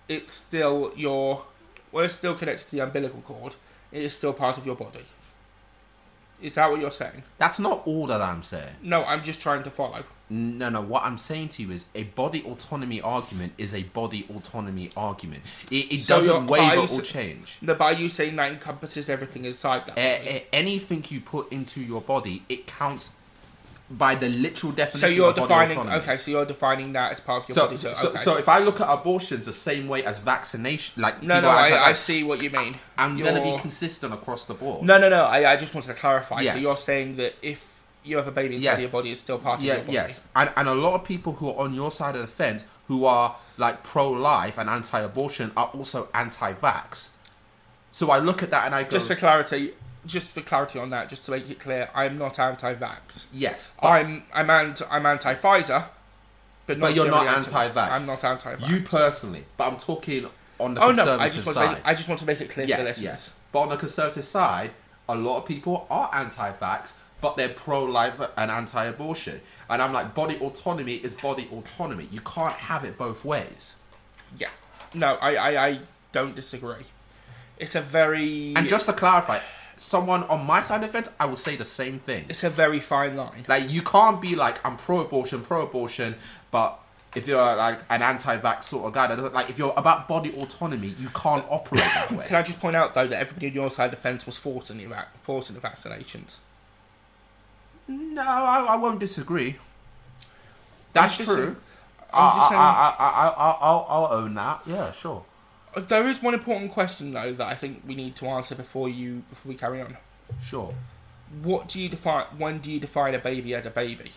S1: it's still your when it's still connected to the umbilical cord, it is still part of your body. Is that what you're saying?
S2: that's not all that I'm saying.
S1: No, I'm just trying to follow.
S2: No, no. What I'm saying to you is a body autonomy argument is a body autonomy argument. It, it
S1: So
S2: doesn't
S1: you're-
S2: waver
S1: I-
S2: or change.
S1: No, by you saying that encompasses everything inside that.
S2: A- a- anything you put into your body, it counts by the literal
S1: so
S2: definition.
S1: you're
S2: of body
S1: defining
S2: autonomy.
S1: okay. So you're defining that as part of your
S2: So,
S1: body.
S2: so,
S1: So,
S2: so,
S1: okay.
S2: if I look at abortions the same way as vaccination, like
S1: no,
S2: people
S1: no,
S2: are
S1: I, I
S2: anti-vax,
S1: see what you mean.
S2: I'm gonna be
S1: You're-
S2: consistent across the board.
S1: No, no, no. I, I just wanted to clarify. So
S2: Yes.
S1: you're saying that if you have a baby inside
S2: Yes.
S1: your body, it's still part of
S2: yeah,
S1: your body.
S2: yes, and, and a lot of people who are on your side of the fence, who are like pro-life and anti-abortion, are also anti-vax. So I look at that and I go,
S1: Just for clarity, just for clarity on that, just to make it clear, I'm not anti-vax.
S2: yes, but
S1: I'm I'm anti I'm anti-Pfizer, but not
S2: But you're not
S1: generally
S2: anti-vax.
S1: I'm not anti-vax.
S2: you personally. But I'm talking on the
S1: Oh
S2: conservative
S1: no, I just want to
S2: side.
S1: make, I just want to make it clear to the
S2: yes,
S1: listeners.
S2: yes. But on the conservative side, a lot of people are anti-vax, but they're pro-life and anti-abortion. And I'm like, body autonomy is body autonomy. You can't have it both ways.
S1: Yeah. No, I, I I don't disagree. It's a very
S2: And just to clarify, someone on my side of the fence, I will say the same thing.
S1: it's a very fine line.
S2: Like you can't be like I'm pro-abortion, pro-abortion, but if you're like an anti-vax sort of guy, that doesn't, like if you're about body autonomy, you can't operate that way.
S1: Can I just point out though that everybody on your side of the fence was forcing the vac- forcing the vaccinations.
S2: No, I, I won't disagree. That's
S1: just
S2: true.
S1: saying-
S2: I,
S1: I'm just
S2: I,
S1: saying-
S2: I, I, I, I, I'll, I'll own that. Yeah, sure. ah.
S1: There is one important question though that I think we need to answer before you before we carry on.
S2: Sure.
S1: What do you define? When do you define a baby as a baby?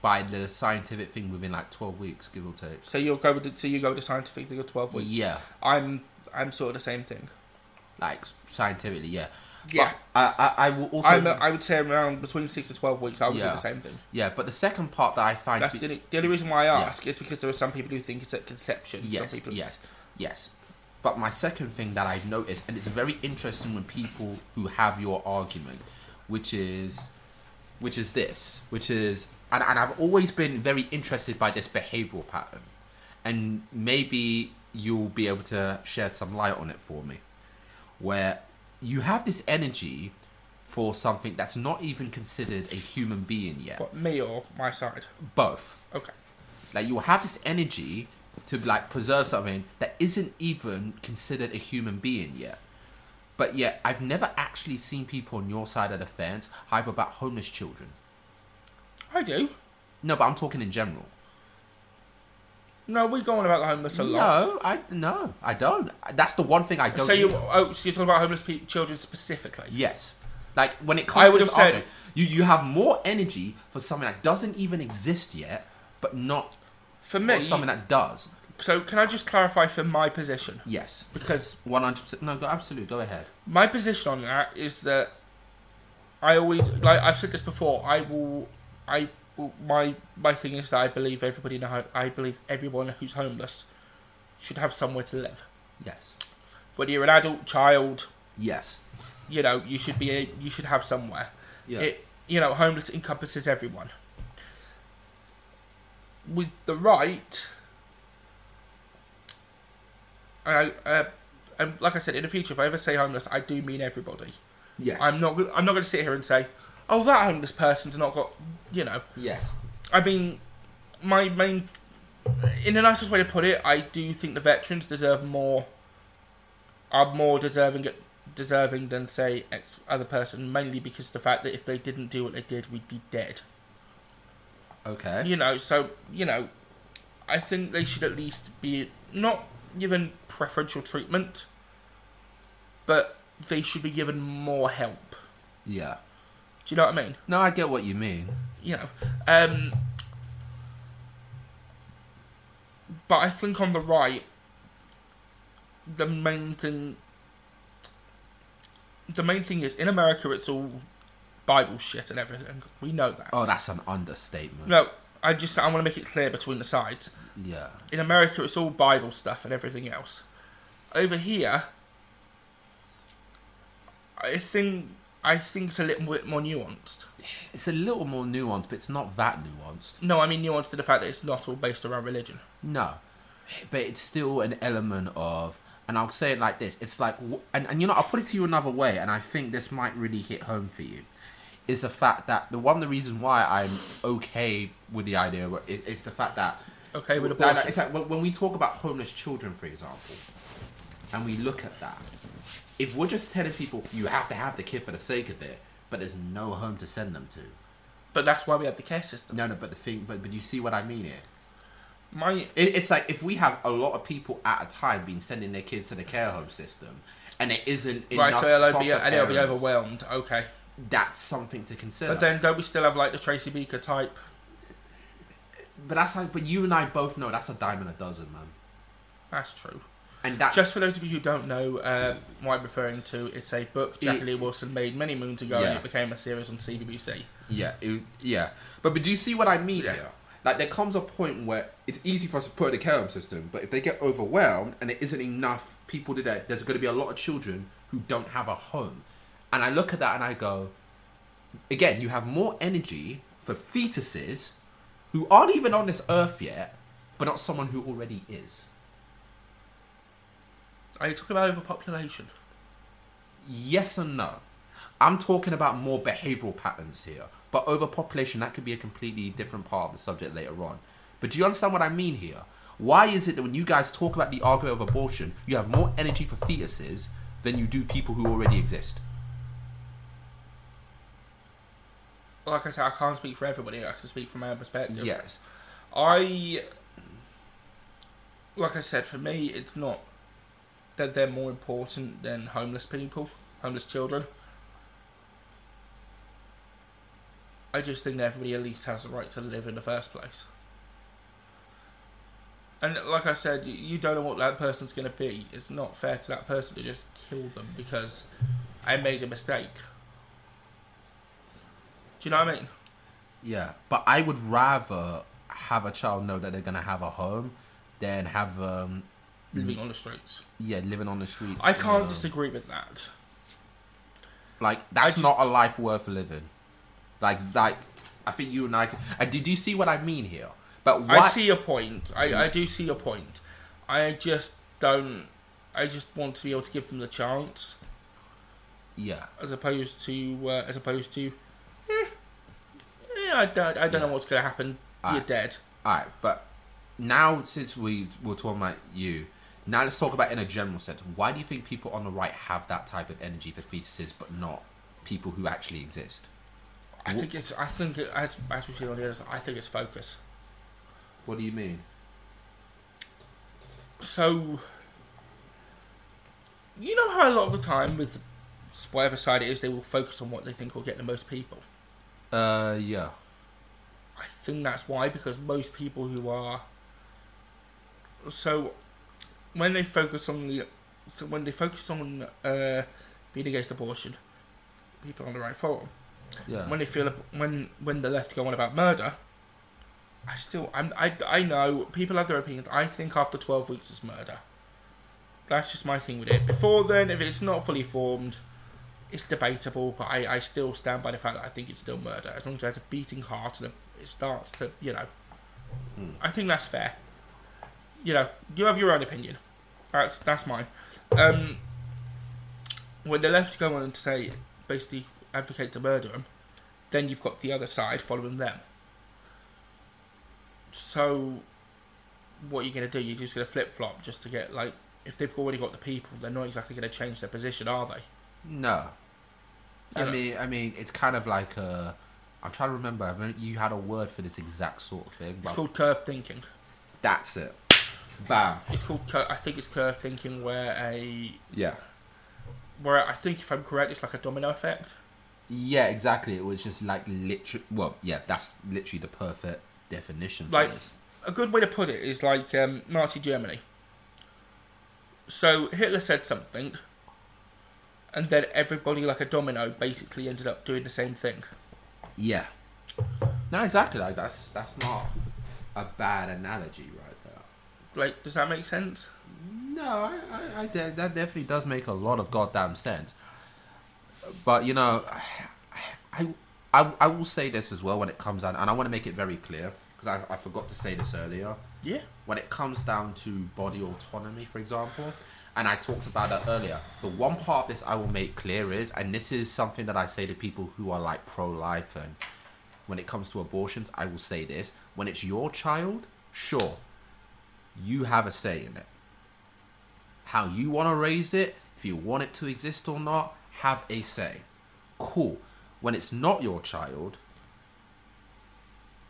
S2: By the scientific thing within like 12 weeks, give or take.
S1: So you'll go with the, so you go with the scientific thing of twelve weeks.
S2: Yeah.
S1: I'm I'm sort of the same thing.
S2: Like scientifically, yeah.
S1: Yeah.
S2: But I, I, I will also.
S1: I'm a, I would say around between six to twelve weeks. I would do the same thing.
S2: Yeah, but the second part that I find
S1: That's
S2: to
S1: the
S2: be-
S1: only, the only reason why I ask is because there are some people who think it's at conception. some
S2: yes,
S1: people
S2: yes, yes. But my second thing that I've noticed, and it's very interesting when people who have your argument, which is, which is this, which is, and, and I've always been very interested by this behavioural pattern, and maybe you'll be able to shed some light on it for me, where you have this energy for something that's not even considered a human being yet.
S1: What me or my side?
S2: Both.
S1: Okay.
S2: Like you will have this energy to like preserve something that isn't even considered a human being yet. But yet, I've never actually seen people on your side of the fence hype about homeless children.
S1: I do.
S2: No, but I'm talking in general.
S1: No, we go on about the homeless a lot.
S2: No, I no, I don't. That's the one thing I don't.
S1: So you
S2: either.
S1: oh, so you're talking about homeless pe- children specifically?
S2: Yes. Like when it comes
S1: I would
S2: to
S1: have
S2: this
S1: said-
S2: argument, you you have more energy for something that doesn't even exist yet, but not
S1: For
S2: for
S1: me,
S2: something that does.
S1: So can I just clarify for my position?
S2: Yes.
S1: Because
S2: One hundred percent. No, go absolutely. Go ahead.
S1: my position on that is that I always like I've said this before. I will. I will- my my thing is that I believe everybody in the ho- I believe everyone who's homeless should have somewhere to live.
S2: Yes.
S1: Whether you're an adult, child,
S2: Yes.
S1: you know, you should be you should have somewhere.
S2: Yeah.
S1: It you know, homeless encompasses everyone. With the right, I uh, and like I said, in the future, if I ever say homeless, I do mean everybody.
S2: Yes.
S1: I'm not. go- I'm not going to sit here and say, "Oh, that homeless person's not got," you know.
S2: Yes.
S1: I mean, my main, in the nicest way to put it, I do think the veterans deserve more, are more deserving, deserving than say ex other person, mainly because the fact that if they didn't do what they did, we'd be dead.
S2: Okay.
S1: You know, so you know, I think they should at least be not given preferential treatment, but they should be given more help.
S2: Yeah.
S1: Do you know what I mean?
S2: No, I get what you mean.
S1: you know. Um, but I think on the right, the main thing, the main thing is in America, it's all Bible shit and everything. We know that.
S2: Oh, that's an understatement.
S1: No, I just I want to make it clear between the sides.
S2: Yeah.
S1: In America, it's all Bible stuff and everything else. Over here, I think I think it's a little bit more nuanced.
S2: It's a little more nuanced, but it's not that nuanced.
S1: No, I mean nuanced to the fact that it's not all based around religion.
S2: No, but it's still an element of, and I'll say it like this: it's like, wh- and and you know, I'll put it to you another way, and I think this might really hit home for you, is the fact that the one the reason why I'm okay with the idea wh- i- is the fact that
S1: Okay, with
S2: No, no,
S1: abortion.
S2: it's like when when we talk about homeless children, for example, and we look at that. If we're just telling people you have to have the kid for the sake of it, but there's no home to send them to.
S1: But that's why we have the care system.
S2: No, no, but the thing, but but you see what I mean here.
S1: My
S2: It, it's like if we have a lot of people at a time being sending their kids to the care home system, and there isn't
S1: right,
S2: enough
S1: so they'll be
S2: foster
S1: and they'll be
S2: parents,
S1: overwhelmed. Okay,
S2: That's something to consider.
S1: but then don't we still have like the Tracy Beaker type?
S2: But that's like, but you and I both know that's a dime and a dozen, man.
S1: That's true.
S2: And that's
S1: Just for those of you who don't know uh, what I'm referring to, it's a book Jackie
S2: It-
S1: Lee Wilson made many moons ago,
S2: Yeah.
S1: and it became a series on CBBC.
S2: Yeah, it, was- yeah. But but do you see what I mean?
S1: Yeah.
S2: here? Like there comes a point where it's easy for us to put in the care home system, but if they get overwhelmed and there isn't enough people to that, there's going to be a lot of children who don't have a home. And I look at that and I go, again, you have more energy for fetuses who aren't even on this earth yet, but not someone who already is.
S1: Are you talking about overpopulation?
S2: Yes and no. I'm talking about more behavioural patterns here, but overpopulation that could be a completely different part of the subject later on. But do you understand what I mean here? Why is it that when you guys talk about the argument of abortion, you have more energy for fetuses than you do people who already exist?
S1: Like I said, I can't speak for everybody. I can speak from my own perspective.
S2: Yes.
S1: I, like I said, for me, it's not that they're more important than homeless people, homeless children. I just think that everybody at least has a right to live in the first place. And like I said, y- you don't know what that person's going to be. It's not fair to that person to just kill them because I made a mistake. Do you know what I mean?
S2: Yeah. But I would rather have a child know that they're gonna have a home than have um
S1: Living on the streets.
S2: yeah, living on the streets.
S1: I can't
S2: Um,
S1: disagree with that.
S2: Like that's
S1: just-
S2: not a life worth living. Like like I think you and I. Uh, did you see what I mean here? But why?
S1: I see your point. I, I do see your point. I just don't. I just want to be able to give them the chance,
S2: Yeah,
S1: as opposed to uh, as opposed to. Eh, eh, I don't. I don't know what's going to happen. You're
S2: Alright.
S1: dead.
S2: all right. But now since we were talking about you, now let's talk about in a general sense. Why do you think people on the right have that type of energy for fetuses, but not people who actually exist?
S1: I think it's. I think it, as as we've seen on the others. I think it's focus.
S2: What do you mean?
S1: So. You know how a lot of the time with whatever side it is, they will focus on what they think will get the most people.
S2: Uh, yeah,
S1: I think that's why, because most people who are so when they focus on the so when they focus on uh, being against abortion, people on the right forum.
S2: Yeah.
S1: When they feel ab- when when the left go on about murder, I still I'm, I I know people have their opinions. I think after twelve weeks is murder. That's just my thing with it. Before then, if it's not fully formed, it's debatable. But I, I still stand by the fact that I think it's still murder as long as it has a beating heart and it starts to you know. I think that's fair you know, you have your own opinion. That's that's mine. Um, when the left go on and say basically advocate to murder them, then you've got the other side following them. So, what are you going to do? You're just going to flip flop just to get like if they've already got the people, they're not exactly going to change their position, are they?
S2: No. I
S1: Yeah.
S2: mean, I mean, it's kind of like a. I'm trying to remember. I remember you had a word for this exact sort of thing.
S1: It's
S2: But
S1: called curve thinking.
S2: That's it. Bam.
S1: It's called cur- I think it's curve thinking where a
S2: Yeah.
S1: where I think if I'm correct, it's like a domino effect.
S2: Yeah, exactly. It was just like literally. Well, yeah, that's literally the perfect definition. For
S1: like
S2: this.
S1: a good way to put it is like um, Nazi Germany. So Hitler said something, and then everybody, like a domino, basically ended up doing the same thing.
S2: Yeah. No, exactly. Like that's that's not a bad analogy right there.
S1: Like, does that make sense?
S2: No, I, I, I, that that definitely does make a lot of goddamn sense. But you know, I, I, I will say this as well when it comes down, and I want to make it very clear because I, I forgot to say this earlier.
S1: Yeah.
S2: When it comes down to body autonomy, for example, and I talked about that earlier, the one part of this I will make clear is, and this is something that I say to people who are like pro-life and when it comes to abortions, I will say this: when it's your child, sure, you have a say in it how you want to raise it, if you want it to exist or not, have a say. Cool. When it's not your child,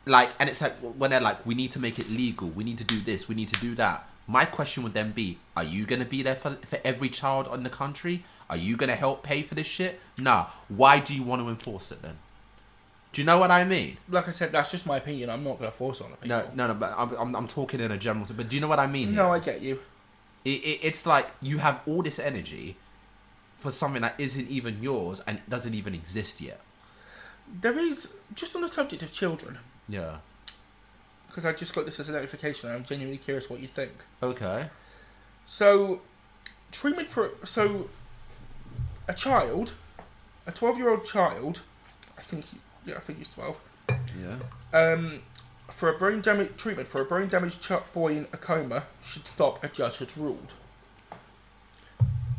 S2: like, and it's like when they're like, we need to make it legal, we need to do this, we need to do that. My question would then be, are you going to be there for, for every child in the country? Are you going to help pay for this shit? Nah. Why do you want to enforce it then? Do you know what I mean?
S1: Like I said, that's just my opinion. I'm not going to force it on people.
S2: No, no, no, but I'm, I'm, I'm talking in a general sense, but do you know what I mean?
S1: No,
S2: here?
S1: I get you.
S2: It, it, it's like you have all this energy for something that isn't even yours and doesn't even exist yet.
S1: There is, just on the subject of children,
S2: Yeah.
S1: because I just got this as a notification, and I'm genuinely curious what you think.
S2: Okay.
S1: So, treatment for so a child, a twelve-year-old child, I think he- yeah, I think he's twelve.
S2: Yeah.
S1: Um, for a brain damage treatment for a brain damaged ch- boy in a coma should stop. A judge has ruled.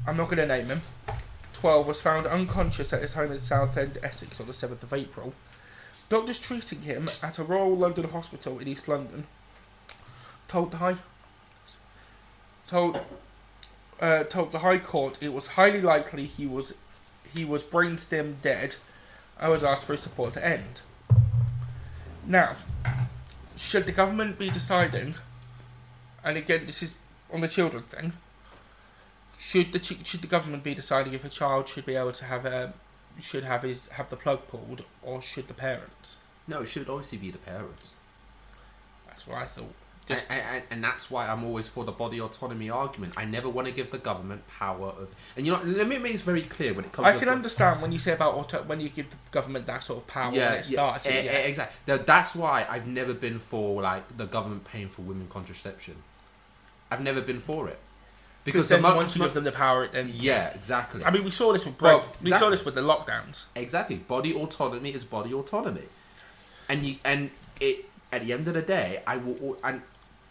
S1: I'm not going to name him. Twelve was found unconscious at his home in Southend, Essex, on the seventh of April. Doctors treating him at a Royal London Hospital in East London told the high told uh, told the High Court it was highly likely he was he was brainstem dead. I was asked for his support to end. Now, should the government be deciding, and again, this is on the children thing. Should the ch- should the government be deciding if a child should be able to have a should have his have the plug pulled or should the parents?
S2: No, it should obviously be the parents.
S1: That's what I thought.
S2: And,
S1: Just
S2: and, and that's why I'm always for the body autonomy argument. I never want to give the government power of. And you know, let me make this very clear when it comes
S1: I
S2: to.
S1: can understand when you say about auto- when you give the government that sort of power when it starts.
S2: e-
S1: Yeah,
S2: e- exactly. Now, that's why I've never been for like the government paying for women contraception. I've never been for it
S1: Because
S2: because the
S1: then
S2: mo-
S1: once you
S2: mo-
S1: give them the power, it then
S2: yeah, exactly.
S1: I mean, we saw this with
S2: Well,
S1: break. We saw
S2: exactly.
S1: this with the lockdowns.
S2: Exactly. Body autonomy is body autonomy, and you and it at the end of the day, I will al- and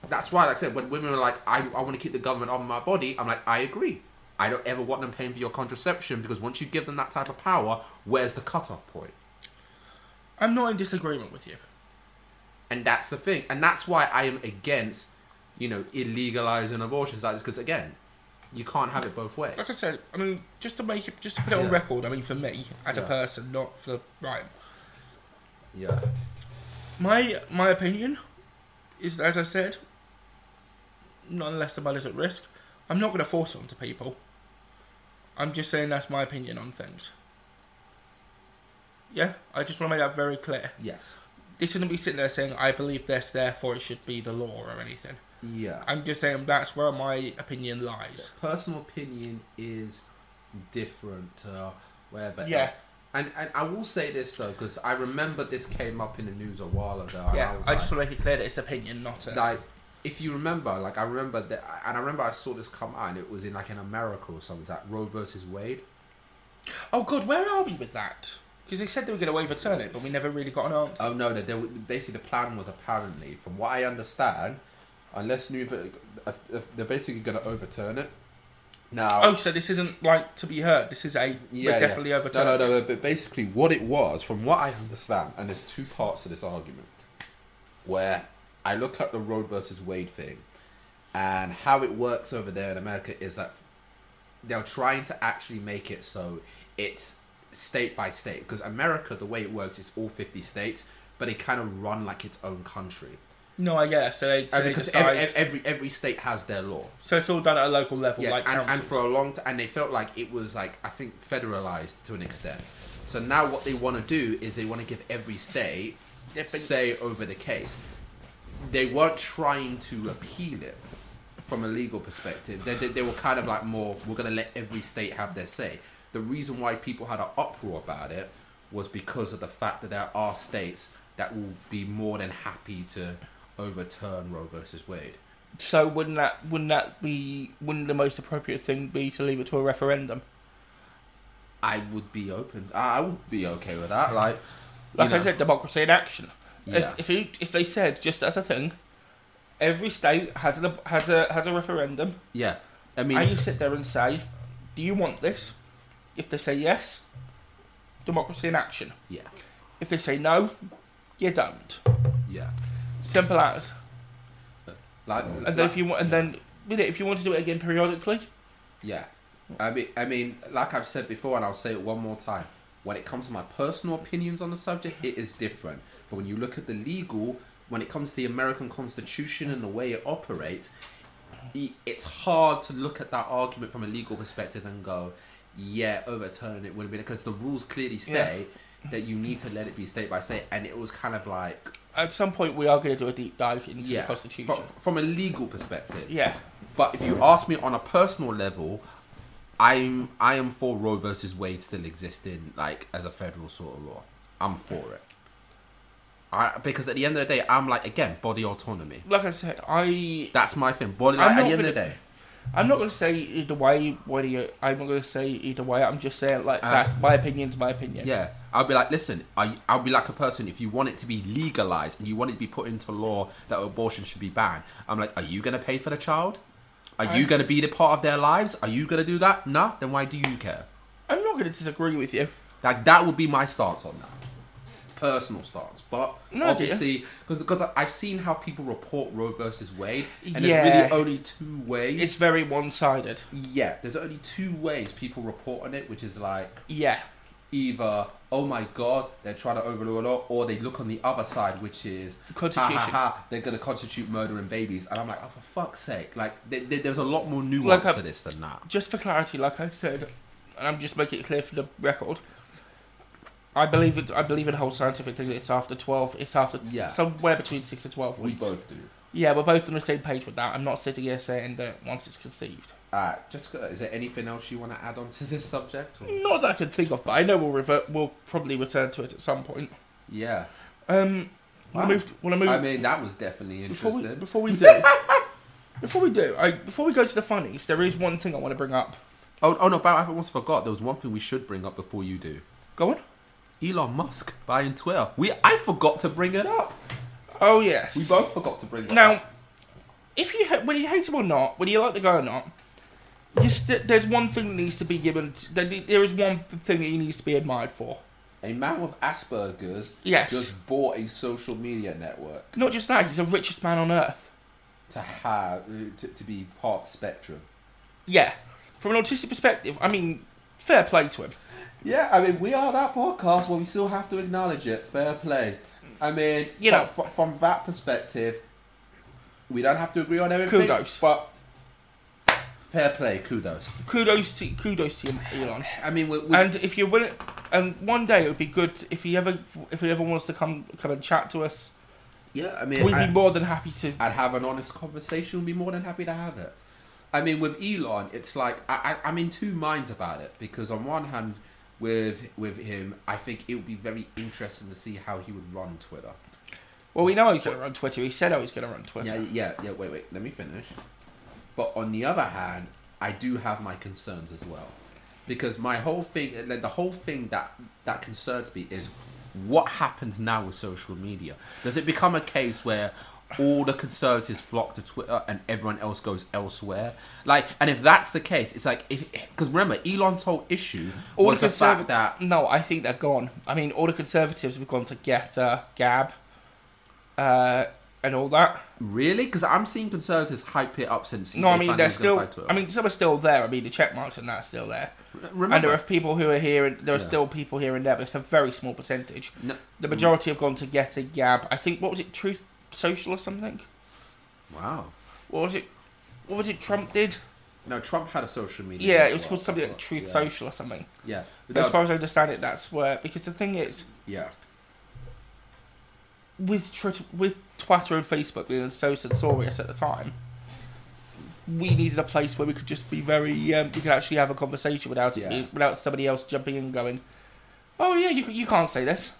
S2: that's why, like I said, when women are like, I, I want to keep the government on my body, I'm like, I agree. I don't ever want them paying for your contraception because once you give them that type of power, where's the cutoff point?
S1: I'm not in disagreement with you.
S2: And that's the thing, and that's why I am against, you know, illegalizing abortions like this because again, you can't have it both ways.
S1: Like I said, I mean, just to make it, just to put it on
S2: Yeah.
S1: record. I mean, for me as a
S2: Yeah.
S1: person, not for right.
S2: Yeah.
S1: My my opinion is, as I said, not unless the mother's at risk. I'm not going to force it onto people. I'm just saying that's my opinion on things. Yeah, I just want to make that very clear.
S2: Yes.
S1: This isn't me sitting there saying I believe this, therefore it should be the law or anything.
S2: Yeah.
S1: I'm just saying that's where my opinion lies.
S2: personal opinion is different to wherever.
S1: Yeah.
S2: And, and I will say this though, because I remember this came up in the news a while ago. and
S1: Yeah,
S2: was
S1: I
S2: like-
S1: just want to make it clear that it's opinion, not a.
S2: like if you remember like i remember that and i remember i saw this come out and it was in like in america or something it's like roe versus wade
S1: Oh god, where are we with that? Because they said they were going to overturn it, but we never really got an answer.
S2: oh no no there were, basically the plan was apparently from what i understand unless new if, if they're basically going to overturn it now
S1: oh, so this isn't like to be heard. This is a
S2: yeah,
S1: we're
S2: yeah.
S1: definitely overturned.
S2: No, no, no, But basically, what it was, from what I understand, and there's two parts to this argument, where I look at the Roe versus Wade thing, and how it works over there in America is that they're trying to actually make it so it's state by state. Because America, the way it works, is all 50 states, but they kind of run like its own country.
S1: No, uh, yeah. So they, so
S2: And
S1: they
S2: because
S1: decide.
S2: every, every every state has their law.
S1: so it's all done at a local level, like
S2: and,
S1: councils.
S2: and for a long time, and they felt like it was like I think federalized to an extent. So now what they want to do is they want to give every state
S1: Yeah, but-
S2: say over the case. They weren't trying to appeal it from a legal perspective. They, they, they were kind of like more we're going to let every state have their say. The reason why people had an uproar about it was because of the fact that there are states that will be more than happy to overturn Roe versus Wade.
S1: so wouldn't that wouldn't that be wouldn't the most appropriate thing be to leave it to a referendum?
S2: I would be open. I I would be okay with that. Like,
S1: Like
S2: you know,
S1: I said, democracy in action.
S2: Yeah.
S1: If if, you, if they said just as a thing, every state has a has a has a referendum,
S2: yeah. I mean,
S1: and you sit there and say, "Do you want this?" If they say yes, democracy in action.
S2: yeah,
S1: If they say no, you don't.
S2: yeah.
S1: Simple as.
S2: Like,
S1: And then
S2: like-
S1: if you want, and then with it, if you want to do it again periodically,
S2: yeah. I mean, I mean, like I've said before, and I'll say it one more time. When it comes to my personal opinions on the subject, it is different. But when you look at the legal, when it comes to the American Constitution and the way it operates, i- it's hard to look at that argument from a legal perspective and go, yeah, overturn it would have been because the rules clearly say that you need to let it be state by state, and it was kind of like
S1: at some point we are going to do a deep dive into
S2: yeah,
S1: the Constitution.
S2: From, from a legal perspective.
S1: yeah.
S2: But if you ask me on a personal level, I'm I am for Roe versus Wade still existing like as a federal sort of law. I'm for it. I because at the end of the day, I'm like again body autonomy.
S1: Like I said, I
S2: That's my thing. Body
S1: I'm
S2: like, at
S1: not
S2: the end of the
S1: gonna-
S2: day.
S1: I'm not going to say either way. Whether you, I'm not going to say either way. I'm just saying like that's my opinion's my opinion.
S2: Uh, Yeah, I'll be like, listen, I, I'll be like a person. If you want it to be legalized and you want it to be put into law that abortion should be banned, I'm like, are you gonna pay for the child? Are you gonna be the part of their lives? Are you gonna do that? Nah, then why do you care?
S1: I'm not going to disagree with you.
S2: Like that would be my stance on that. Personal stance, but
S1: No, I get you.
S2: obviously because because I've seen how people report Roe versus Wade, and
S1: Yeah.
S2: there's really only two ways.
S1: It's very one-sided.
S2: yeah, there's only two ways people report on it, which is like
S1: Yeah.
S2: either oh my god they're trying to overrule a law or they look on the other side which is
S1: Constitution.
S2: "Ha, ha, ha, they're going to constitute murdering babies and i'm like oh for fuck's sake like th th there's a lot more nuance
S1: Like a-
S2: to this than that
S1: Just for clarity, like I said, and I'm just making it clear for the record. I believe it. I believe in the whole scientific thing. that It's after twelve. It's after
S2: Yeah.
S1: somewhere between six to twelve
S2: we
S1: weeks.
S2: both do
S1: Yeah, we're both on the same page with that. I'm not sitting here saying that once it's conceived.
S2: uh, Jessica, is there anything else you want to add on to this subject? or-
S1: Not that I can think of, but I know we'll revert. We'll probably return to it at some point.
S2: Yeah.
S1: Um,
S2: Wow.
S1: we'll move. We'll move.
S2: I mean, that was definitely
S1: before
S2: interesting.
S1: we before we do, before we do, I before we go to the funnies, there is one thing I want to bring up.
S2: oh, oh no, but I almost forgot. There was one thing we should bring up before you do.
S1: Go on.
S2: Elon Musk buying Twitter. We I forgot to bring it up.
S1: Oh yes.
S2: We both forgot to bring it
S1: Now,
S2: up.
S1: if you ha- whether you hate him or not, whether you like the guy or not, you st- there's one thing that needs to be given. T- there, there is one thing that he needs to be admired for.
S2: A man with Asperger's
S1: Yes.
S2: just bought a social media network
S1: Not just that, he's the richest man on earth.
S2: to have to, to be part of the spectrum.
S1: Yeah. From an autistic perspective, I mean, fair play to him.
S2: Yeah, I mean, we are that podcast where we still have to acknowledge it. Fair play. I mean,
S1: You
S2: from,
S1: know.
S2: fr- from that perspective, we don't have to agree on everything.
S1: Kudos.
S2: But fair play, kudos.
S1: Kudos to kudos to him, Elon.
S2: I mean, we, we,
S1: And if you're willing, and one day it would be good if he ever if he ever wants to come come and chat to us.
S2: Yeah, I mean,
S1: We'd
S2: I-
S1: be more than happy to.
S2: I'd have an honest conversation. We'd be more than happy to have it. I mean, with Elon, it's like I, I, I'm in two minds about it because on one hand, with with him, I think it would be very interesting to see how he would run Twitter.
S1: Well, we know he's going to run Twitter. He said how he's going to run Twitter.
S2: Yeah, yeah, yeah. Wait, wait. Let me finish. But on the other hand, I do have my concerns as well, because my whole thing, like the whole thing that that concerns me is what happens now with social media. Does it become a case where all the conservatives flock to Twitter and everyone else goes elsewhere? Like, and if that's the case, it's like because remember Elon's whole issue was the fact
S1: conserva-
S2: that
S1: No, I think they're gone. I mean, all the Conservatives have gone to Getter, Gab, uh, and all that.
S2: really because I'm seeing conservatives hype it up since
S1: No, I
S2: they
S1: mean
S2: finally
S1: they're
S2: was gonna
S1: still.
S2: buy Twitter.
S1: I mean some are still there. I mean the check marks and that are still there. and
S2: remember-
S1: there are people who are here, and there are still people here and there, but it's a very small percentage.
S2: No-
S1: The majority have gone to get a Gab. I think what was it, Truth Social or something?
S2: wow.
S1: What was it? What was it? Trump did.
S2: No, Trump had a social
S1: Yeah,
S2: media.
S1: it was
S2: network.
S1: called something like Truth
S2: yeah.
S1: Social or something.
S2: Yeah,
S1: As far as I understand it, that's where because the thing is
S2: yeah,
S1: with tr- with Twitter and Facebook being so censorious at the time, we needed a place where we could just be very um, we could actually have a conversation without it
S2: Yeah.
S1: being, without somebody else jumping in and going, oh yeah, you you can't say this.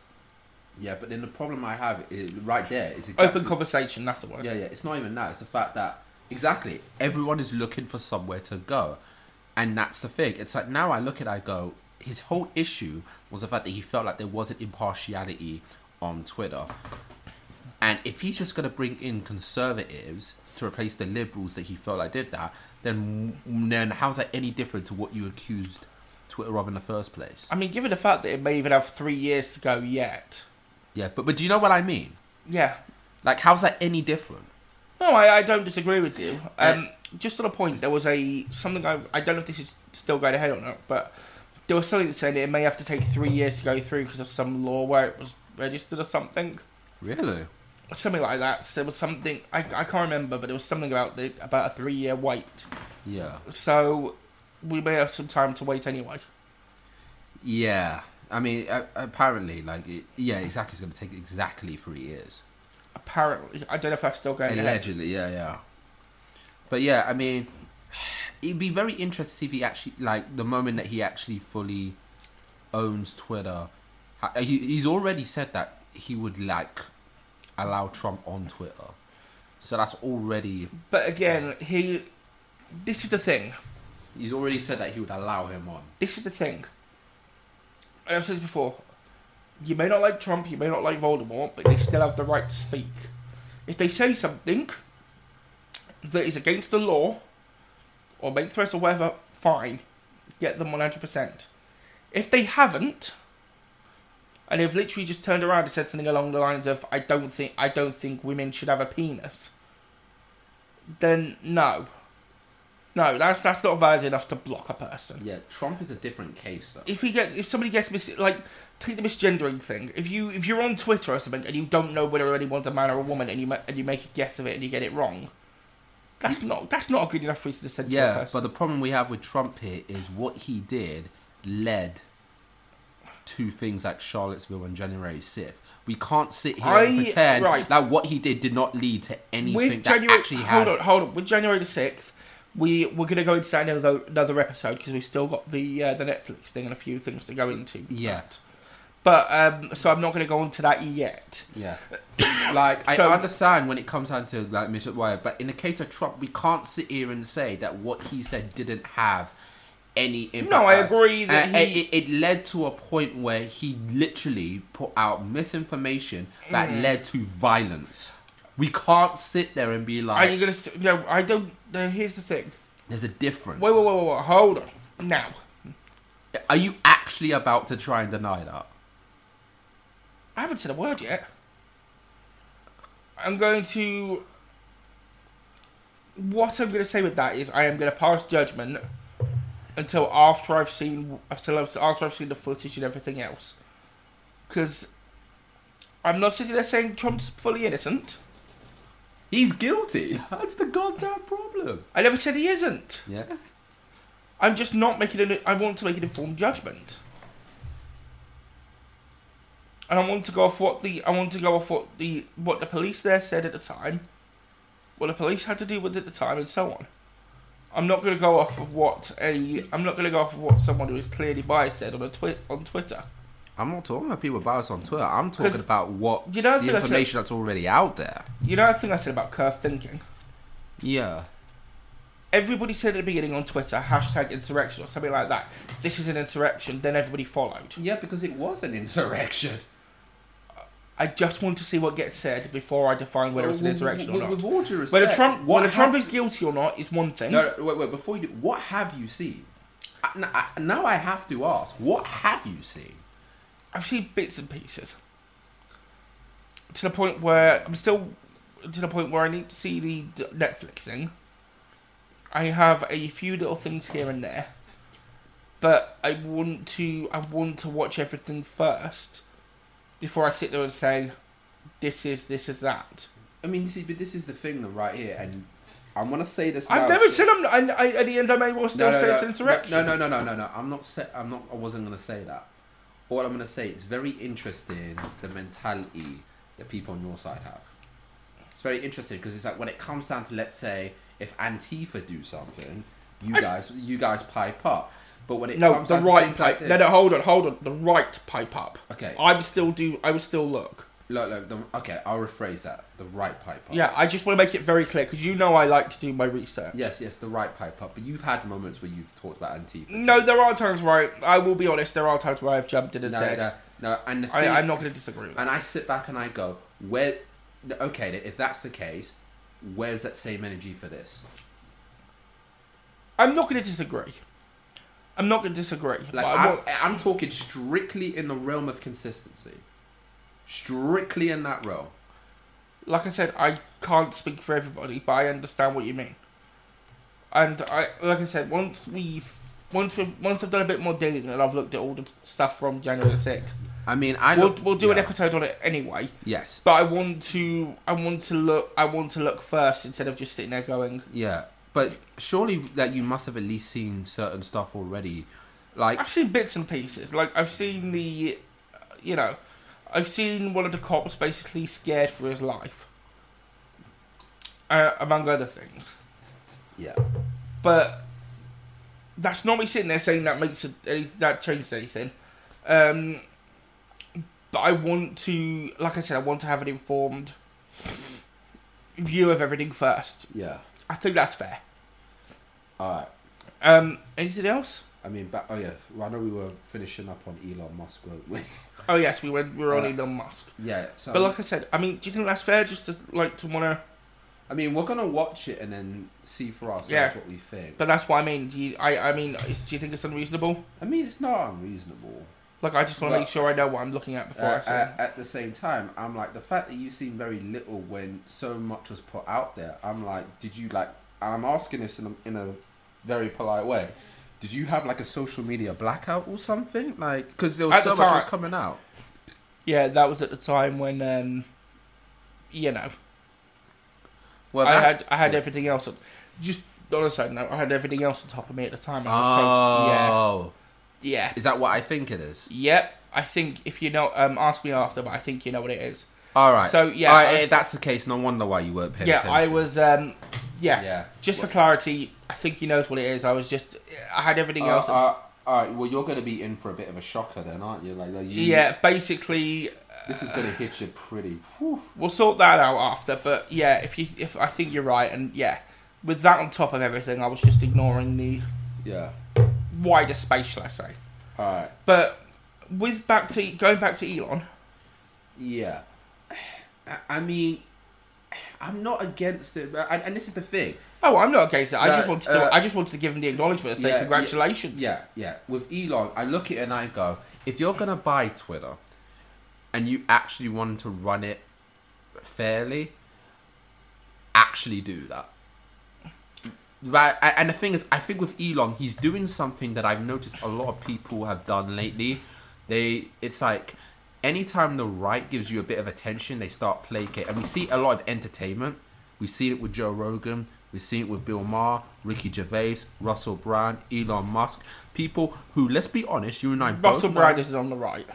S2: yeah. But then the problem I have is right there is exactly,
S1: Open conversation. That's the word.
S2: Yeah, yeah. It's not even that. It's the fact that exactly everyone is looking for somewhere to go, and that's the thing. It's like now I look at, I go. His whole issue was the fact that he felt like there wasn't impartiality on Twitter, and if he's just going to bring in conservatives to replace the liberals that he felt like did that, then then how's that any different to what you accused Twitter of in the first place?
S1: I mean, given the fact that it may even have three years to go yet.
S2: Yeah, but but do you know what I mean?
S1: Yeah.
S2: Like, how's that any different?
S1: No, I, I don't disagree with you. Um, just on a point, there was a something I I don't know if this is still going ahead or not, but there was something that said it may have to take three years to go through because of some law where it was registered or something.
S2: Really?
S1: something like that. So there was something I, I can't remember, but there was something about the about a three year wait.
S2: Yeah.
S1: So we may have some time to wait anyway.
S2: Yeah. I mean, a- apparently, like, it, yeah, exactly. It's going to take exactly three years.
S1: Apparently, I don't know if that's still going. ahead.
S2: Allegedly, yeah, yeah. But yeah, I mean, it'd be very interesting to see if he actually, like, the moment that he actually fully owns Twitter. how- He, he's already said that he would, like, allow Trump on Twitter. So that's already.
S1: But again, he. This is the thing.
S2: He's already said that he would allow him on.
S1: This is the thing. And I've said this before. You may not like Trump, you may not like Voldemort, but they still have the right to speak. If they say something that is against the law, or make threats or whatever, fine. Get them 100%. If they haven't, and they've literally just turned around and said something along the lines of, I don't think, I don't think women should have a penis, then no. No, that's, that's not valid enough to block a person
S2: Yeah, Trump is a different case, though.
S1: if he gets if somebody gets mis like take the misgendering thing. If you if you're on Twitter or something and you don't know whether anyone's a man or a woman and you ma- and you make a guess of it and you get it wrong, that's not that's not a good enough reason to send to a
S2: Yeah,
S1: person.
S2: but the problem we have with Trump here is what he did led to things like Charlottesville and January 6th. We can't sit here and
S1: I-
S2: pretend
S1: right.
S2: that what he did did not lead to anything
S1: with
S2: that
S1: January
S2: actually had.
S1: hold on hold on with January the sixth. We, we're going to go into that in another, another episode because we've still got the uh, the Netflix thing and a few things to go into.
S2: Yeah.
S1: But um, so I'm not going to go into that yet.
S2: Yeah. like I
S1: So-
S2: understand when it comes down to like Mr. Wire, but in the case of Trump, we can't sit here and say that what he said didn't have any impact.
S1: I agree that
S2: And- and
S1: he-
S2: it, it led to a point where he literally put out misinformation that
S1: Mm.
S2: led to violence. We can't sit there and be
S1: Are
S2: like,
S1: you going to no? I don't. No, here's the thing.
S2: "There's a difference."
S1: Wait, wait, wait, wait, wait. Hold on. Now,
S2: Are you actually about to try and deny that?
S1: I haven't said a word yet. I'm going to. What I'm going to say with that is, I am going to pass judgment until after I've seen until I've- after I've seen the footage and everything else, because I'm not sitting there saying Trump's fully innocent.
S2: He's guilty. That's the goddamn problem.
S1: I never said he isn't.
S2: Yeah.
S1: I'm just not making an. I want to make an informed judgment. and I want to go off what the I want to go off what the what the police there said at the time, what the police had to deal with at the time, and so on. I'm not going to go off of what a I'm not going to go off of what someone who is clearly biased said on a tweet on Twitter.
S2: I'm not talking about people biased on Twitter. I'm talking
S1: 'Cause
S2: about what
S1: you know, I
S2: the
S1: think that's
S2: information that's already out there.
S1: You know, I think I said about curve thinking.
S2: Yeah.
S1: Everybody said at the beginning on Twitter hashtag insurrection or something like that. This is an insurrection. Then everybody followed.
S2: Yeah, because it was an insurrection.
S1: I just want to see what gets said before I define whether it's an
S2: With-
S1: insurrection
S2: with-
S1: or not.
S2: with all due respect,
S1: whether Trump
S2: what
S1: whether Trump
S2: hap-
S1: is guilty or not is one thing.
S2: No, no, wait, wait. Before you do, what have you seen? I- n- I- Now I have to ask, what have you seen?
S1: I've seen bits and pieces. To the point where I'm still to the point where I need to see the d- Netflix thing. I have a few little things here and there, but I want to I want to watch everything first before I sit there and say, "This is this is that."
S2: I mean, see, but this is the thing, though, right here, and I'm gonna say this.
S1: I've
S2: now,
S1: never
S2: so-
S1: said I'm. I, I, at the end, I may well still say it's insurrection.
S2: No, no, no, no, no, no. I'm not. Say, I'm not. I wasn't gonna say that. All I'm gonna say it's very interesting the mentality that people on your side have. It's very interesting because it's like when it comes down to let's say if Antifa do something, you guys, you guys pipe up. But when it
S1: No,
S2: comes
S1: the
S2: down to
S1: right
S2: things like
S1: pipe.
S2: this,
S1: no, no, hold on, hold on. The right pipe up.
S2: Okay.
S1: I would still do. I would still look.
S2: look, look. The, okay, I'll rephrase that. The right pipe up.
S1: Yeah, I just want to make it very clear because you know I like to do my research.
S2: Yes, yes, the right pipe up. But you've had moments where you've talked about Antifa.
S1: No, there are times where I, I will be honest. There are times where I've jumped in and
S2: no,
S1: said,
S2: no, no. And the
S1: I,
S2: thing-
S1: "I'm not going to disagree with that."
S2: And I sit back and I go, where? Okay, if that's the case, where's that same energy for this?
S1: I'm not going to disagree. I'm not going to disagree. but
S2: Like
S1: I
S2: I'm,
S1: want-
S2: I'm talking strictly in the realm of consistency, strictly in that realm.
S1: like I said, I can't speak for everybody, but I understand what you mean. And I, like I said, once we've, once we've, once I've done a bit more digging and I've looked at all the stuff from January sixth,
S2: I mean, I
S1: we'll,
S2: look-
S1: we'll do an
S2: yeah.
S1: episode on it anyway.
S2: Yes,
S1: But I want to, I want to look, I want to look first instead of just sitting there going.
S2: yeah, but surely that you must have at least seen certain stuff already, like
S1: I've seen bits and pieces. Like I've seen the, you know, I've seen one of the cops basically scared for his life, uh, among other things.
S2: yeah.
S1: But that's not me sitting there saying that makes it any, that changes anything. Um, but I want to, like I said, I want to have an informed view of everything first.
S2: Yeah.
S1: I think that's fair.
S2: All right.
S1: Um, anything else?
S2: I mean, but oh yeah, well, I know we were finishing up on Elon Musk, weren't we?
S1: Oh yes, we went. We were on Elon Musk.
S2: yeah. So
S1: But like I said, I mean, do you think that's fair? Just to like to want to.
S2: I mean, we're gonna watch it and then see for ourselves
S1: Yeah.
S2: what we think.
S1: But that's what I mean. Do you? I. I mean, is, do you think it's unreasonable?
S2: I mean, it's not unreasonable.
S1: Like, I just want to
S2: Well-
S1: make sure I know what I'm looking at before
S2: Uh,
S1: I say.
S2: at, at the same time, I'm like the fact that you seen very little when so much was put out there. I'm like, did you like? and I'm asking this in a, in a very polite way. Did you have like a social media blackout or something? Like, because there was
S1: At
S2: so
S1: the
S2: much was
S1: time.
S2: coming out.
S1: yeah, that was at the time when, um, you know,
S2: Well,
S1: I
S2: that-
S1: had I had everything else. On, just on a side note, I had everything else on top of me at the time. I was
S2: Oh,
S1: so- yeah, yeah,
S2: is that what I think it is?
S1: yep. I think if you know, um, ask me after, but I think you know what it is.
S2: All right.
S1: So, yeah,
S2: All right,
S1: I-
S2: if that's the case, no wonder why you weren't paying
S1: yeah,
S2: attention.
S1: I was. Um, yeah,
S2: Yeah.
S1: Just for clarity, I think he knows what it is. I was just, I had everything
S2: Uh,
S1: else. at-
S2: uh, all right. Well, you're going to be in for a bit of a shocker then, aren't you? Like, like you,
S1: yeah, basically,
S2: This is going to hit you pretty. whew.
S1: we'll sort that out after. But yeah, if you, if I think you're right, and yeah, with that on top of everything, I was just ignoring the
S2: Yeah.
S1: wider space, shall I say?
S2: All right.
S1: But with back to going back to Elon,
S2: Yeah. I, I mean, I'm not against it, but, and, and this is the thing.
S1: oh, I'm not against it. I
S2: No,
S1: just wanted
S2: uh,
S1: to, I just wanted to give him the acknowledgement and say
S2: Yeah, yeah,
S1: congratulations.
S2: Yeah, yeah. With Elon, I look at it and I go, if you're going to buy Twitter and you actually want to run it fairly, actually do that. Right, a- and the thing is, I think with Elon, he's doing something that I've noticed a lot of people have done lately. They, it's like, anytime the right gives you a bit of attention, they start placate, and we see a lot of entertainment. We see it with Joe Rogan, we see it with Bill Maher, Ricky Gervais, Russell Brand, Elon Musk, people who, let's be honest, you and I both
S1: Russell
S2: know-
S1: Brand is on the right.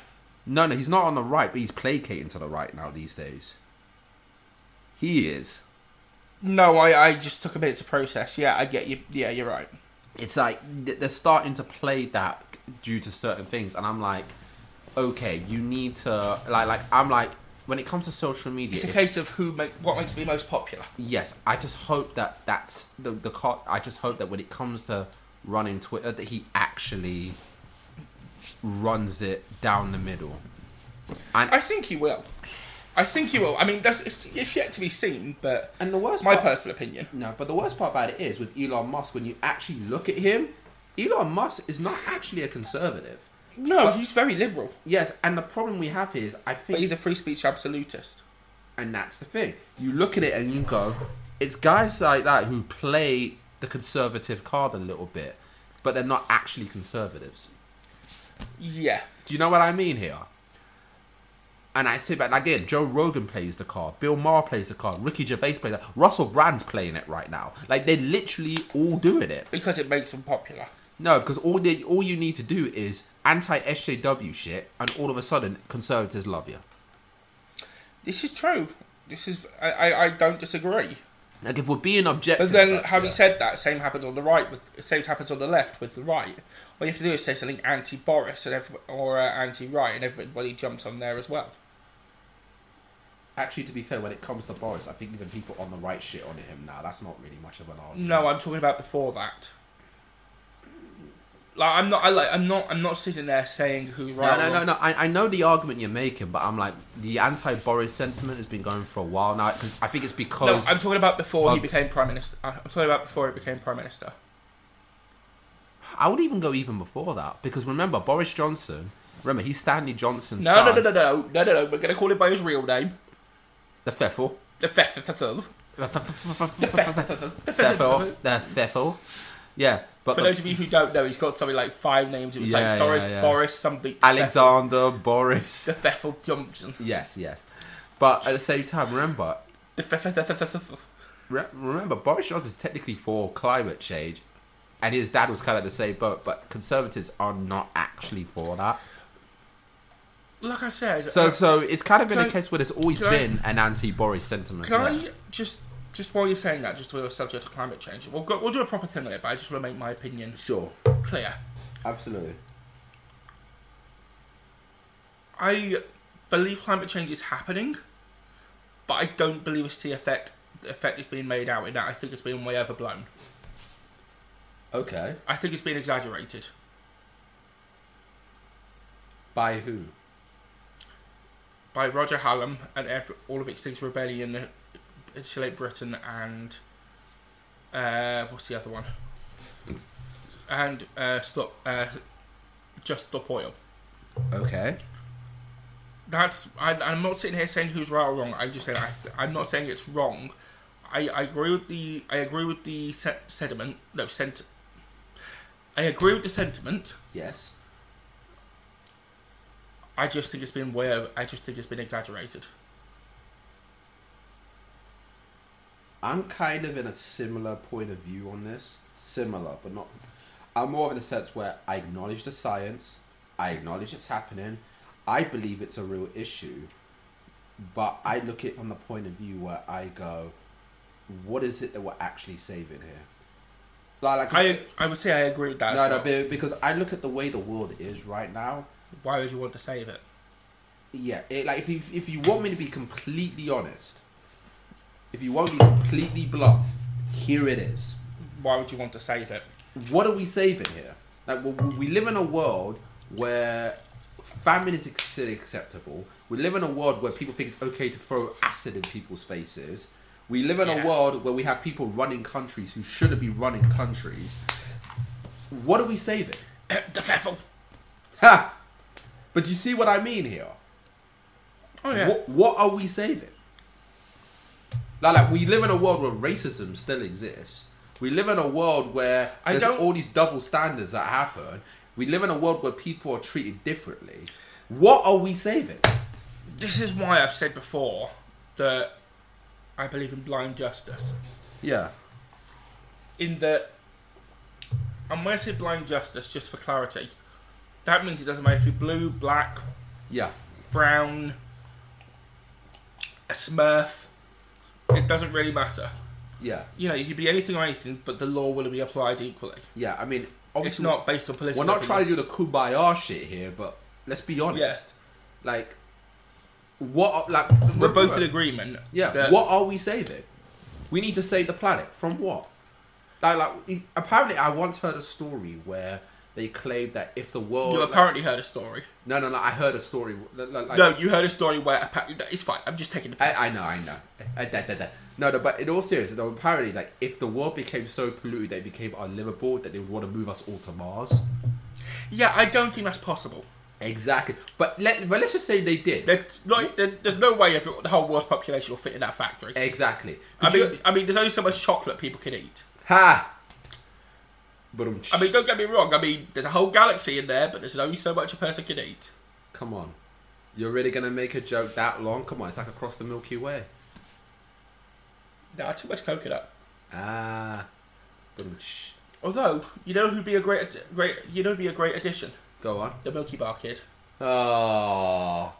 S2: No, no, he's not on the right, but he's placating to the right now these days. He is.
S1: No, I, I just took a minute to process. Yeah, I get you. Yeah, you're right.
S2: It's like th- they're starting to play that due to certain things, and I'm like, okay, you need to like, like I'm like, when it comes to social media,
S1: It's a
S2: if-
S1: case of who make, what makes me most popular.
S2: yes, I just hope that that's the the co- I just hope that when it comes to running Twitter, that he actually runs it down the middle. And
S1: I think he will. I think he will. I mean, that's it's, it's yet to be seen, but
S2: And the worst
S1: my
S2: part-
S1: personal opinion.
S2: No, but the worst part about it is with Elon Musk, when you actually look at him, Elon Musk is not actually a conservative.
S1: No, he's very liberal,
S2: Yes, and the problem we have is I
S1: but
S2: think,
S1: he's a free speech absolutist.
S2: and that's the thing. You look at it and you go, it's guys like that who play the conservative card a little bit, but they're not actually conservatives.
S1: Yeah,
S2: Do you know what I mean here? And I sit back again. Joe Rogan plays the card. Bill Maher plays the card. Ricky Gervais plays that. Russell Brand's playing it right now. Like they're literally all doing it.
S1: because it makes him popular.
S2: No, because all the all you need to do is anti SJW shit, and all of a sudden conservatives love you.
S1: This is true. This is I, I, I don't disagree.
S2: Like if we're being objective.
S1: But then,
S2: about-
S1: having
S2: yeah.
S1: said that, same happened on the right with same happens on the left with the right. All you have to do is say something anti-Boris and every, or uh, anti-right, and everybody jumps on there as well.
S2: actually, to be fair, when it comes to Boris, I think even people on the right shit on him now. That's not really much of an argument.
S1: No, I'm talking about before that. Like I'm not, I like, I'm not, I'm not sitting there saying who's
S2: No,
S1: right.
S2: no,
S1: or
S2: no,
S1: wrong.
S2: no. I, I know the argument you're making, but I'm like the anti-Boris sentiment has been going for a while now because I think it's
S1: No,
S2: because
S1: I'm talking about before he
S2: of-
S1: became prime minister. I'm talking about before he became prime minister.
S2: I would even go even before that because remember Boris Johnson. Remember he's Stanley Johnson's
S1: No,
S2: son.
S1: no, no, no, no, no, no, no. We're gonna call him by his real name,
S2: The Feffel.
S1: the Fethethethel.
S2: Feffel. The Feffel. Yeah, but
S1: For
S2: the-
S1: those of you who don't know, he's got something like five names. It was
S2: Yeah,
S1: like Soros,
S2: yeah, yeah.
S1: Boris, something.
S2: Alexander Boris.
S1: The Fethel Johnson.
S2: Yes, yes. But at the same time, remember,
S1: The Fethethethethethethethethethethethethethethethethethethethethethethethethethethethethethethethethethethethethethethethethethethethethethethethethethethethethethethetheth.
S2: re- remember Boris Johnson's technically for climate change, and his dad was kind of the same boat. But conservatives are not actually for that.
S1: Like I said,
S2: So,
S1: uh,
S2: so it's kind of been
S1: Can
S2: a
S1: I-
S2: case where there's always
S1: can I-
S2: been an anti-Boris sentiment.
S1: Can
S2: yeah.
S1: I just just while you're saying that, just to the subject of climate change, we'll go, we'll do a proper thing on it, but I just want to make my opinion
S2: Sure,
S1: clear.
S2: absolutely.
S1: I believe climate change is happening, but I don't believe it's the effect the effect is being made out in that. I think it's being way overblown.
S2: Okay.
S1: I think it's being exaggerated.
S2: By who?
S1: by Roger Hallam and ev- all of Extinction Rebellion, Insulate Britain, and uh, what's the other one? And uh, stop, uh, just stop oil.
S2: Okay.
S1: That's I, I'm not sitting here saying who's right or wrong. I just saying I, th- I'm not saying it's wrong. I, I agree with the I agree with the se- sediment no sent. I agree with the sentiment.
S2: Yes.
S1: I just think it's been way. Over, I just think it's been exaggerated.
S2: I'm kind of in a similar point of view on this. Similar, but not. I'm more in a sense where I acknowledge the science, I acknowledge it's happening, I believe it's a real issue, but I look at it from the point of view where I go, what is it that we're actually saving here? Like, like
S1: I I would say I agree with that. as
S2: no,
S1: well.
S2: no, be- because I look at the way the world is right now.
S1: Why would you want to save it?
S2: Yeah, it, like if you, if you want me to be completely honest, if you want me to be completely blunt, here it is.
S1: why would you want to save it?
S2: what are we saving here? Like, we, we live in a world where famine is ex- acceptable. We live in a world where people think it's okay to throw acid in people's faces. We live in
S1: Yeah.
S2: a world where we have people running countries who shouldn't be running countries. What are we saving?
S1: the Feffel.
S2: Ha! But do you see what I mean here?
S1: Oh yeah.
S2: What, what are we saving? Like, like, we live in a world where racism still exists. We live in a world where
S1: I
S2: there's
S1: don't-
S2: all these double standards that happen. We live in a world where people are treated differently. What are we saving?
S1: This is why I've said before that I believe in blind justice.
S2: Yeah.
S1: In that, and when I say blind justice, just for clarity, that means it doesn't matter if you're blue, black,
S2: Yeah.
S1: Brown, a Smurf. It doesn't really matter.
S2: Yeah.
S1: You know, you could be anything or anything, but the law will be applied equally.
S2: Yeah. I mean,
S1: It's
S2: obviously,
S1: not based on political.
S2: we're not trying
S1: opinion.
S2: to do the kumbaya shit here, but let's be honest. Like, what? Like,
S1: We're both in agreement.
S2: Yeah.
S1: that-
S2: what are we saving? We need to save the planet from what? Like, like apparently, I once heard a story where they claimed that if the world
S1: You
S2: like-
S1: apparently heard a story.
S2: no, no, no, I heard a story. Like, like-
S1: No, you heard a story where appa- it's fine. I'm just taking the. piss.
S2: I, I know, I know. I, da, da, da. No, no, but in all seriousness, though, apparently, like, if the world became so polluted that it became unlivable, that they would want to move us all to Mars.
S1: yeah, I don't think that's possible.
S2: Exactly. But let, but let's just say they did.
S1: There's, not, there- there's no way if it- the whole world's population will fit in that factory.
S2: exactly.
S1: I
S2: Could
S1: mean,
S2: you-
S1: I mean, there's only so much chocolate people can eat.
S2: ha. But um,
S1: I mean, don't get me wrong. I mean, there's a whole galaxy in there, but there's only so much a person can eat.
S2: come on, you're really gonna make a joke that long? Come on, it's like across the Milky Way.
S1: Nah, too much coconut.
S2: Ah. But um, shh.
S1: Although, you know who'd be a great, great, you know, who'd be a great addition.
S2: Go on.
S1: The Milky Bar Kid.
S2: Oh.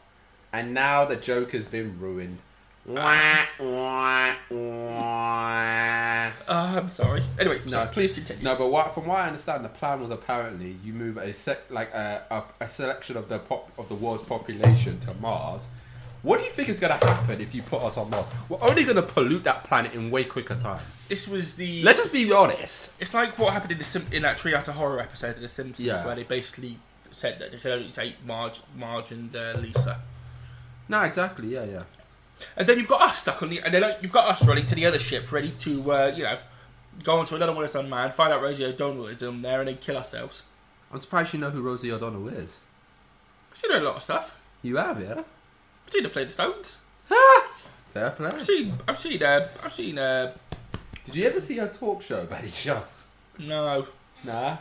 S2: And now the joke has been ruined. Wah, wah, wah.
S1: Uh, I'm sorry. Anyway,
S2: No,
S1: sorry, please continue.
S2: No, but what, from what I understand, the plan was apparently you move a sec, like uh, a, a, a selection of the pop, of the world's population to Mars. What do you think is going to happen if you put us on Mars? We're only going to pollute that planet in way quicker time.
S1: This was the.
S2: Let's just be honest.
S1: It's like what happened in the Sim- in that Triata horror episode of The Simpsons,
S2: Yeah.
S1: where they basically said that they could only take Marge, Marge and uh, Lisa.
S2: No, exactly. Yeah, yeah.
S1: And then you've got us stuck on the, and then like, you've got us running to the other ship, ready to, uh, you know, go onto another one that's unmanned, find out Rosie O'Donnell is on there, and then kill ourselves.
S2: I'm surprised you know who Rosie O'Donnell is.
S1: She's doing a lot of stuff.
S2: You have, yeah.
S1: I've seen the Flintstones.
S2: Fair play.
S1: I've seen, I've seen, uh, I've seen, uh,
S2: Did you ever see her talk show, Betty Shots?
S1: no,
S2: Nah.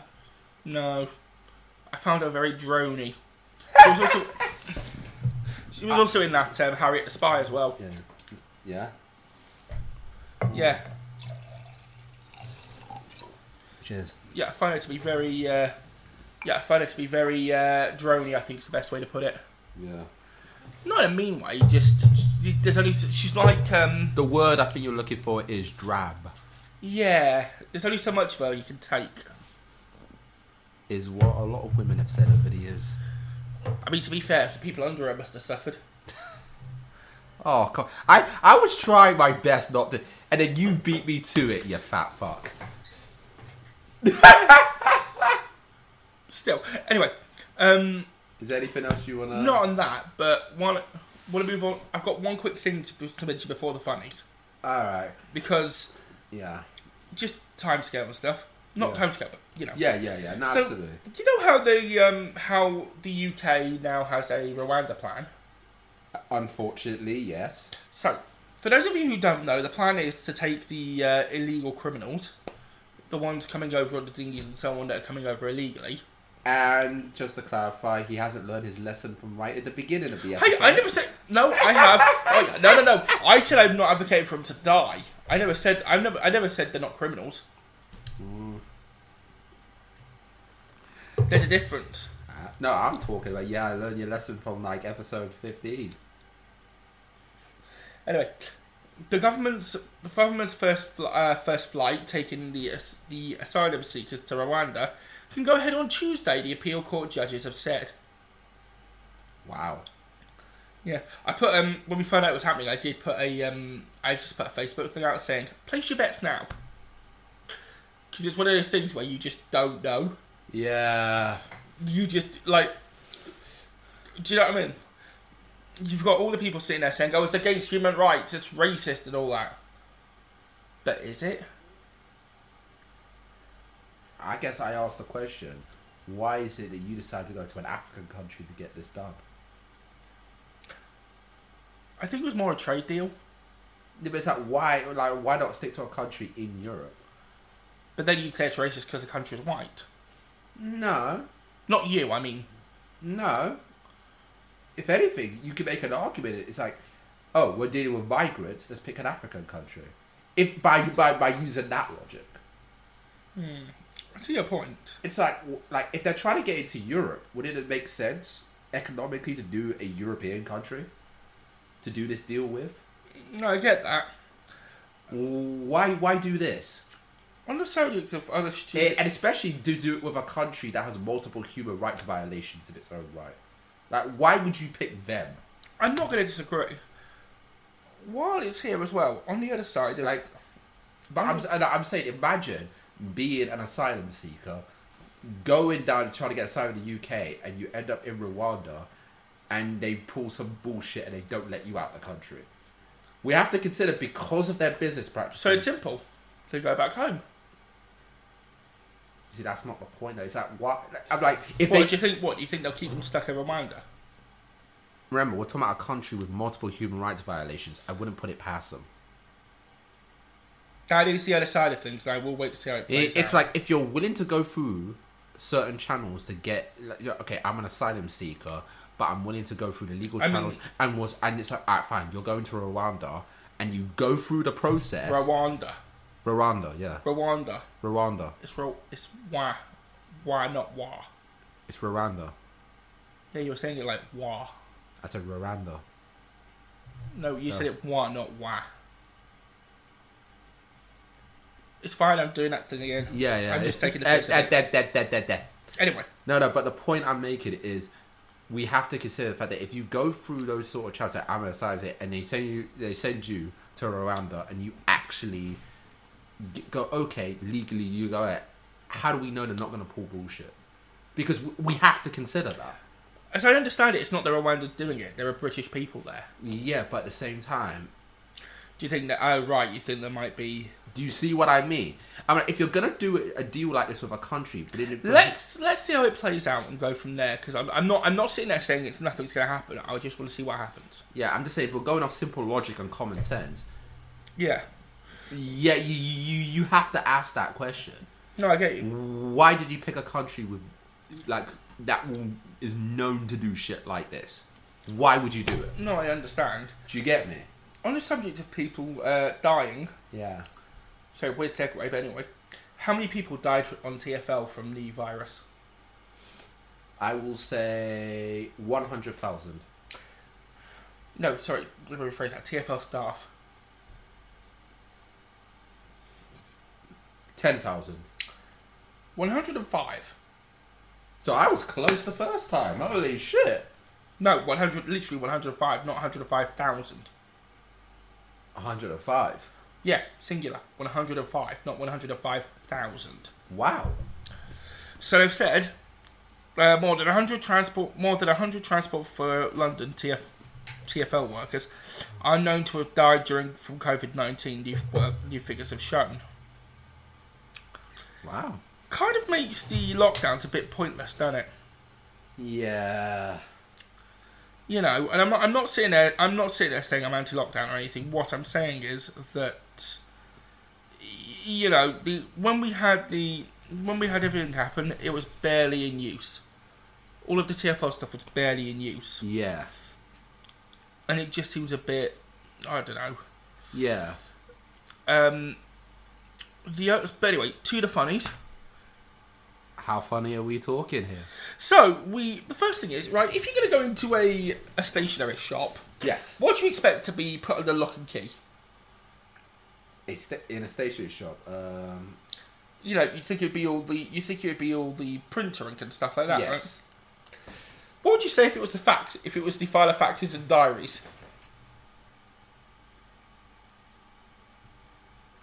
S1: no. I found her very drony. She was also, she was also in that um, Harriet the Spy as well.
S2: Yeah. Yeah.
S1: Yeah,
S2: Cheers.
S1: yeah, I find it to be very, uh, yeah, I find it to be very uh, drony. I think is the best way to put it.
S2: Yeah.
S1: Not in a mean way. Just she- there's only she's like, um,
S2: The word I think you're looking for is drab.
S1: yeah, there's only so much of her you can take.
S2: Is what a lot of women have said over the years.
S1: I mean, to be fair, the people under her must have suffered.
S2: Oh, come. I I was trying my best not to, and then you beat me to it, you fat fuck.
S1: Still, anyway, um,
S2: Is there anything else you wanna?
S1: not on that, but one. Want to move on? I've got one quick thing to, to mention before the funnies
S2: All right.
S1: because
S2: Yeah.
S1: just timescale and stuff. Not
S2: Yeah.
S1: timescale, but you know.
S2: Yeah, yeah, yeah. No,
S1: So,
S2: absolutely.
S1: you know how the um, how the UK now has a Rwanda plan.
S2: Unfortunately, yes.
S1: So, for those of you who don't know, the plan is to take the uh, illegal criminals, the ones coming over on the dinghies and so on that are coming over illegally.
S2: And just to clarify, he hasn't learned his lesson from right at the beginning of
S1: Hey,
S2: the episode.
S1: I never said no. I have. Oh, yeah, no, no, no. I said I'm not advocating for them to die. I never said. I never. I never said they're not criminals. There's a difference.
S2: No, I'm talking about yeah. I learned your lesson from like episode fifteen.
S1: Anyway, the government's the government's first fl- uh, first flight taking the as- the asylum seekers to Rwanda can go ahead on Tuesday. The appeal court judges have said.
S2: Wow.
S1: Yeah, I put um when we found out it was happening, I did put a um I just put a Facebook thing out saying place your bets now because it's one of those things where you just don't know.
S2: Yeah.
S1: You just like, do you know what I mean? You've got all the people sitting there saying, "Oh, it's against human rights, it's racist and all that," but is it?
S2: I guess I asked the question: Why is it that you decided to go to an African country to get this done?
S1: I think it was more a trade deal,
S2: Yeah, but it's like why, like why not stick to a country in Europe?
S1: but then you'd say it's racist because the country's white.
S2: No,
S1: Not you, I mean.
S2: no. If anything, you could make an argument. It's like, oh, we're dealing with migrants. Let's pick an African country. If by by by using that logic,
S1: I see your point.
S2: it's like like if they're trying to get into Europe, wouldn't it make sense economically to do a European country to do this deal with?
S1: No, I get that.
S2: Why why do this?
S1: On the subject of other
S2: Eh,
S1: stupid,
S2: and especially to do it with a country that has multiple human rights violations in its own right. Like, why would you pick them?
S1: I'm not going to disagree. While it's here as well, on the other side, of-
S2: Like, but I'm, s- and I'm saying, imagine being an asylum seeker, going down and trying to get asylum in the UK, and you end up in Rwanda, and they pull some bullshit and they don't let you out the country. We have to consider because of their business practices.
S1: so it's simple to go back home.
S2: See, that's not the point. Though. It's like why? like, I'm like, if
S1: What
S2: they
S1: do you think? What do you think they'll keep them stuck in Rwanda?
S2: remember, we're talking about a country with multiple human rights violations. I wouldn't put it past them.
S1: That is the other side of things. and I will wait to see how it plays
S2: It, it's
S1: out.
S2: like if you're willing to go through certain channels to get, like, you're- okay, I'm an asylum seeker, but I'm willing to go through the legal
S1: I mean-
S2: channels and was and it's like, alright, fine, you're going to Rwanda and you go through the process.
S1: Rwanda,
S2: Rwanda, yeah,
S1: Rwanda.
S2: Rwanda.
S1: It's Ro- It's why, why not why?
S2: It's Rwanda.
S1: Yeah, you were saying it like why.
S2: I said Rwanda.
S1: No, you said it why not why. It's fine. I'm doing that thing again.
S2: Yeah, yeah.
S1: I'm just
S2: it-
S1: taking the
S2: eh,
S1: piss.
S2: eh,
S1: out of it.
S2: eh, eh, eh, eh, eh.
S1: Anyway,
S2: No, no, but the point I'm making is we have to consider the fact that if you go through those sort of chats at Amazon it and they send you they send you to Rwanda and you actually g- go okay legally you go it, how do we know they're not going to pull bullshit? Because w- we have to consider that.
S1: as I understand it, it's not the Rwandans doing it. There are British people there.
S2: Yeah, but at the same time,
S1: Do you think that? Oh, right. You think there might be?
S2: do you see what I mean? I mean, if you're gonna do a a deal like this with a country, but it,
S1: Let's let's see how it plays out and go from there. Because I'm, I'm not I'm not sitting there saying it's nothing's going to happen. I just want to see what happens.
S2: yeah, I'm just saying if we're going off simple logic and common sense,
S1: Yeah.
S2: yeah, you you you have to ask that question.
S1: No, I get you.
S2: why did you pick a country with like that will, is known to do shit like this? Why would you do it?
S1: No, I understand.
S2: Do you get me?
S1: On the subject of people uh, dying,
S2: Yeah.
S1: so weird segue, but anyway, how many people died on TFL from the virus?
S2: I will say 100,000.
S1: No, sorry, let me rephrase that. TFL staff.
S2: 10,000.
S1: 105.
S2: So I was close the first time. Holy shit.
S1: No, 100, literally 105, not 105,000.
S2: 105.
S1: Yeah, singular. 105, not 105,000.
S2: Wow.
S1: So they've said uh, more than 100 transport more than 100 transport for London TF, TFL workers are known to have died during from COVID-19. New, uh, new figures have shown.
S2: Wow.
S1: Kind of makes the lockdowns a bit pointless, doesn't it?
S2: Yeah.
S1: You know, and I'm not, I'm not sitting there I'm not sitting there saying I'm anti-lockdown or anything. What I'm saying is that y- you know the when we had the when we had everything happen, it was barely in use. All of the TFL stuff was barely in use.
S2: Yeah.
S1: and it just seems a bit I don't know.
S2: Yeah.
S1: Um, the oth- but anyway, to the funnies.
S2: How funny are we talking here?
S1: So we the first thing is right if you're going to go into a a stationery shop,
S2: Yes.
S1: what do you expect to be put under lock and key?
S2: A sta- in a stationery shop. Um,
S1: You know, you would think it'd be all the you think it'd be all the printer ink and stuff like that. Right?
S2: yes.
S1: What would you say if it was the fax? If it was the file of faxes and diaries?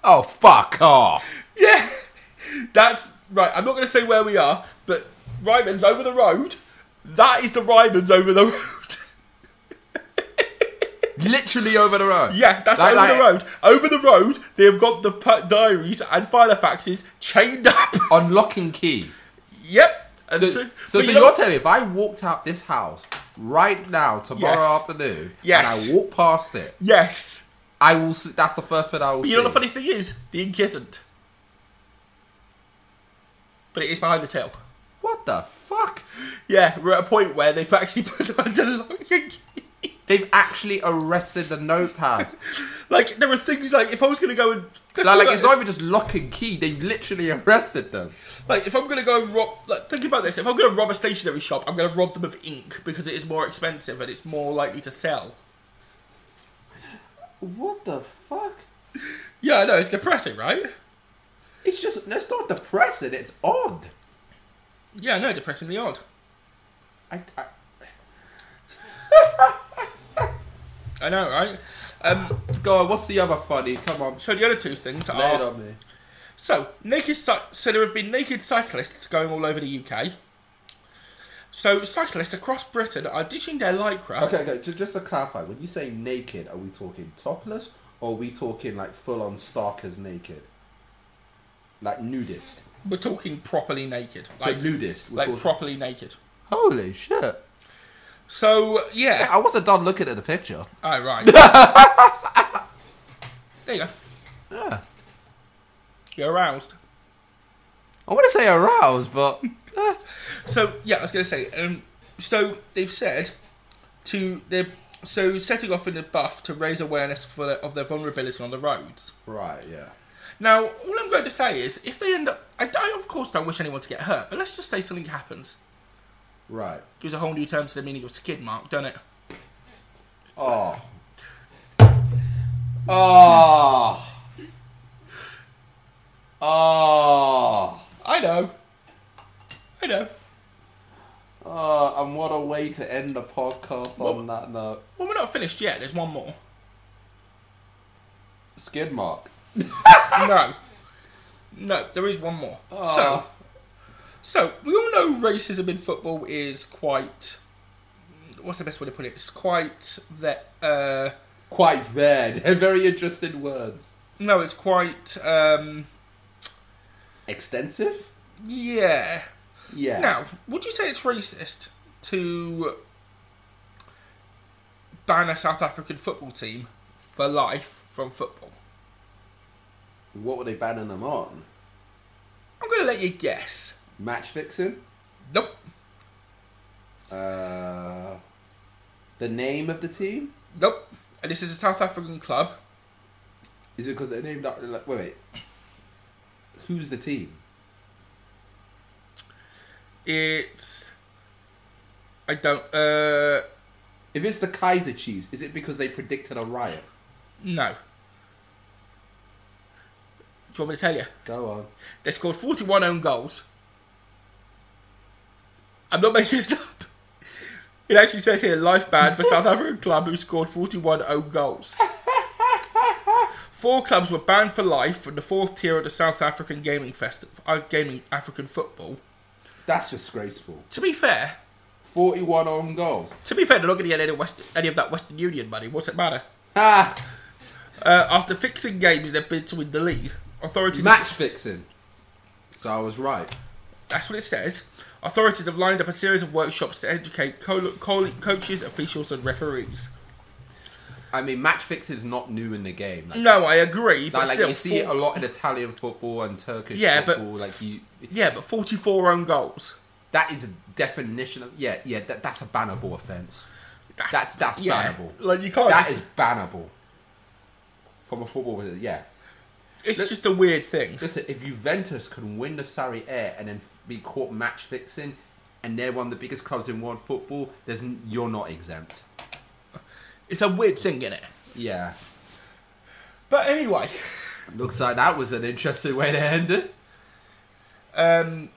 S2: Oh, fuck off.
S1: Yeah, that's right. I'm not going to say where we are, but Ryman's over the road. That is the Ryman's over the road.
S2: Literally over the road.
S1: Yeah, that's
S2: Like-
S1: over
S2: like-
S1: the road. Over the road, they have got the pu- diaries and file faxes chained up.
S2: on lock and key.
S1: yep. And
S2: So, so,
S1: but
S2: so
S1: you
S2: you
S1: know-
S2: are telling me if I walked out this house right now tomorrow
S1: Yes.
S2: afternoon,
S1: Yes.
S2: and I walk past it,
S1: yes.
S2: I will. See, that's the first thing I will
S1: But
S2: see.
S1: you know what the funny thing is? The ink isn't. But it is behind the tail.
S2: What the fuck?
S1: Yeah, we're at a point where they've actually put them under lock and key.
S2: They've actually arrested the notepads.
S1: Like, there were things like, if I was going to go and
S2: Like, like, it's not even just lock and key. They literally arrested them.
S1: Like, if I'm gonna go rob, like, think about this. If I'm gonna rob a stationery shop, I'm gonna rob them of ink because it is more expensive and it's more likely to sell.
S2: What the fuck?
S1: Yeah, I know it's depressing, right?
S2: It's just that's not depressing. It's odd.
S1: Yeah, I know, depressingly odd.
S2: I, I
S1: I know, right? Um,
S2: God, what's the other funny? Come on,
S1: so the other two things
S2: lay it
S1: are
S2: on me.
S1: so naked. Cy- so there have been naked cyclists going all over the UK. So cyclists across Britain are ditching their lycra.
S2: Okay, okay. Just, just to clarify, when you say naked, are we talking topless or are we talking like full on stalkers naked, like nudist?
S1: We're talking properly naked, like
S2: so nudist. we're
S1: like
S2: talking-
S1: properly naked.
S2: Holy shit!
S1: So yeah,
S2: I wasn't done looking at the picture.
S1: Oh, right. there you go.
S2: Ah.
S1: You're aroused.
S2: I want to say aroused, but
S1: So, yeah, I was going to say, um, so they've said to, they're, so setting off in the buff to raise awareness for their, of their vulnerability on the roads.
S2: right, yeah.
S1: Now, all I'm going to say is, if they end up, I, I of course don't wish anyone to get hurt, but let's just say something happens.
S2: Right.
S1: Gives a whole new term to the meaning of skid mark, doesn't it?
S2: Oh. Oh. Oh.
S1: I know. I know.
S2: Oh, and what a way to end the podcast on that note.
S1: Well, we're not finished yet. There's one more.
S2: Skid mark.
S1: no. No, there is one more. So, so we all know racism in football is quite. What's the best way to put it? It's quite that. Uh,
S2: Quite varied. Very interesting words.
S1: no, it's quite. Um,
S2: Extensive?
S1: yeah.
S2: Yeah.
S1: Now, would you say it's racist to ban a South African football team for life from football?
S2: What were they banning them on?
S1: I'm going to let you guess.
S2: Match fixing?
S1: Nope.
S2: Uh, the name of the team?
S1: Nope. And this is a South African club.
S2: Is it because they're named after like wait, wait. Who's the team?
S1: It's. I don't. Uh,
S2: If it's the Kaiser Chiefs, is it because they predicted a riot?
S1: no. Do you want me to tell you?
S2: Go on.
S1: They scored 41 own goals. I'm not making it up. It actually says here life bad for South African club who scored 41 own goals. Four clubs were banned for life from the fourth tier of the South African Gaming Festival, uh, Gaming African Football.
S2: That's disgraceful.
S1: To be fair,
S2: Forty-one on goals.
S1: to be fair, they're not going to get any, West, any of that Western Union money. What's it matter?
S2: Ah,
S1: Uh, after fixing games in their bid to win the league, authorities.
S2: match fixing. So I was right.
S1: That's what it says. Authorities have lined up a series of workshops to educate co- co- coaches, officials, and referees.
S2: I mean, match fixing is not new in the game. Like,
S1: No, I agree. But
S2: like, like,
S1: still,
S2: you see it a
S1: four-
S2: lot in Italian football and Turkish
S1: Yeah, but-
S2: football. like you,
S1: Yeah, but 44 own goals.
S2: that is a definition of yeah, yeah. That, that's a bannable offence. That's that's
S1: yeah,
S2: bannable.
S1: Like you can't.
S2: That
S1: just-
S2: is bannable. From a football, with it, yeah.
S1: it's just a weird thing.
S2: Listen, if Juventus can win the Sarri Air and then be caught match fixing, and they're one of the biggest clubs in world football, there's n- you're not exempt.
S1: It's a weird thing in it.
S2: Yeah,
S1: But anyway,
S2: looks like that was an interesting way to end it.
S1: um,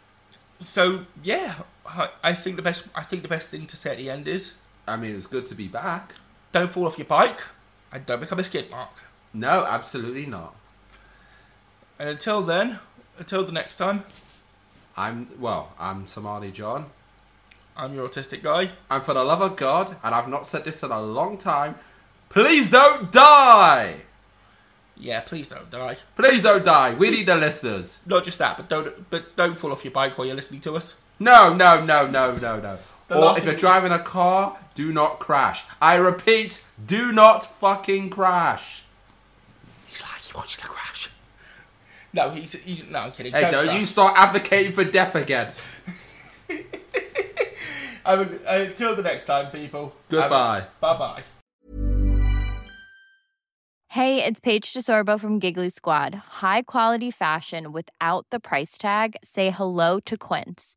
S1: so yeah, I, I think the best. I think the best thing to say at the end is
S2: I mean, it was good to be back.
S1: don't fall off your bike and don't become a skid mark.
S2: No, absolutely not.
S1: And until then, until the next time,
S2: I'm well. I'm Somali John.
S1: I'm your autistic guy.
S2: And for the love of God, and I've not said this in a long time, please don't die.
S1: Yeah, please don't die.
S2: Please don't die. We need the listeners.
S1: Not just that, but don't but don't fall off your bike while you're listening to us.
S2: No, no, no, no, no, no.
S1: The
S2: or
S1: last
S2: if you're
S1: thing-
S2: driving a car, do not crash. I repeat, do not fucking crash.
S1: He's like, he wants you to crash. No, he's he, no. I'm kidding.
S2: Hey, don't,
S1: crash.
S2: you start advocating for death again.
S1: I would, uh, until the next time, people.
S2: Goodbye.
S1: Bye bye.
S4: Hey, it's Paige DeSorbo from Giggly Squad. High quality fashion without the price tag. Say hello to Quince.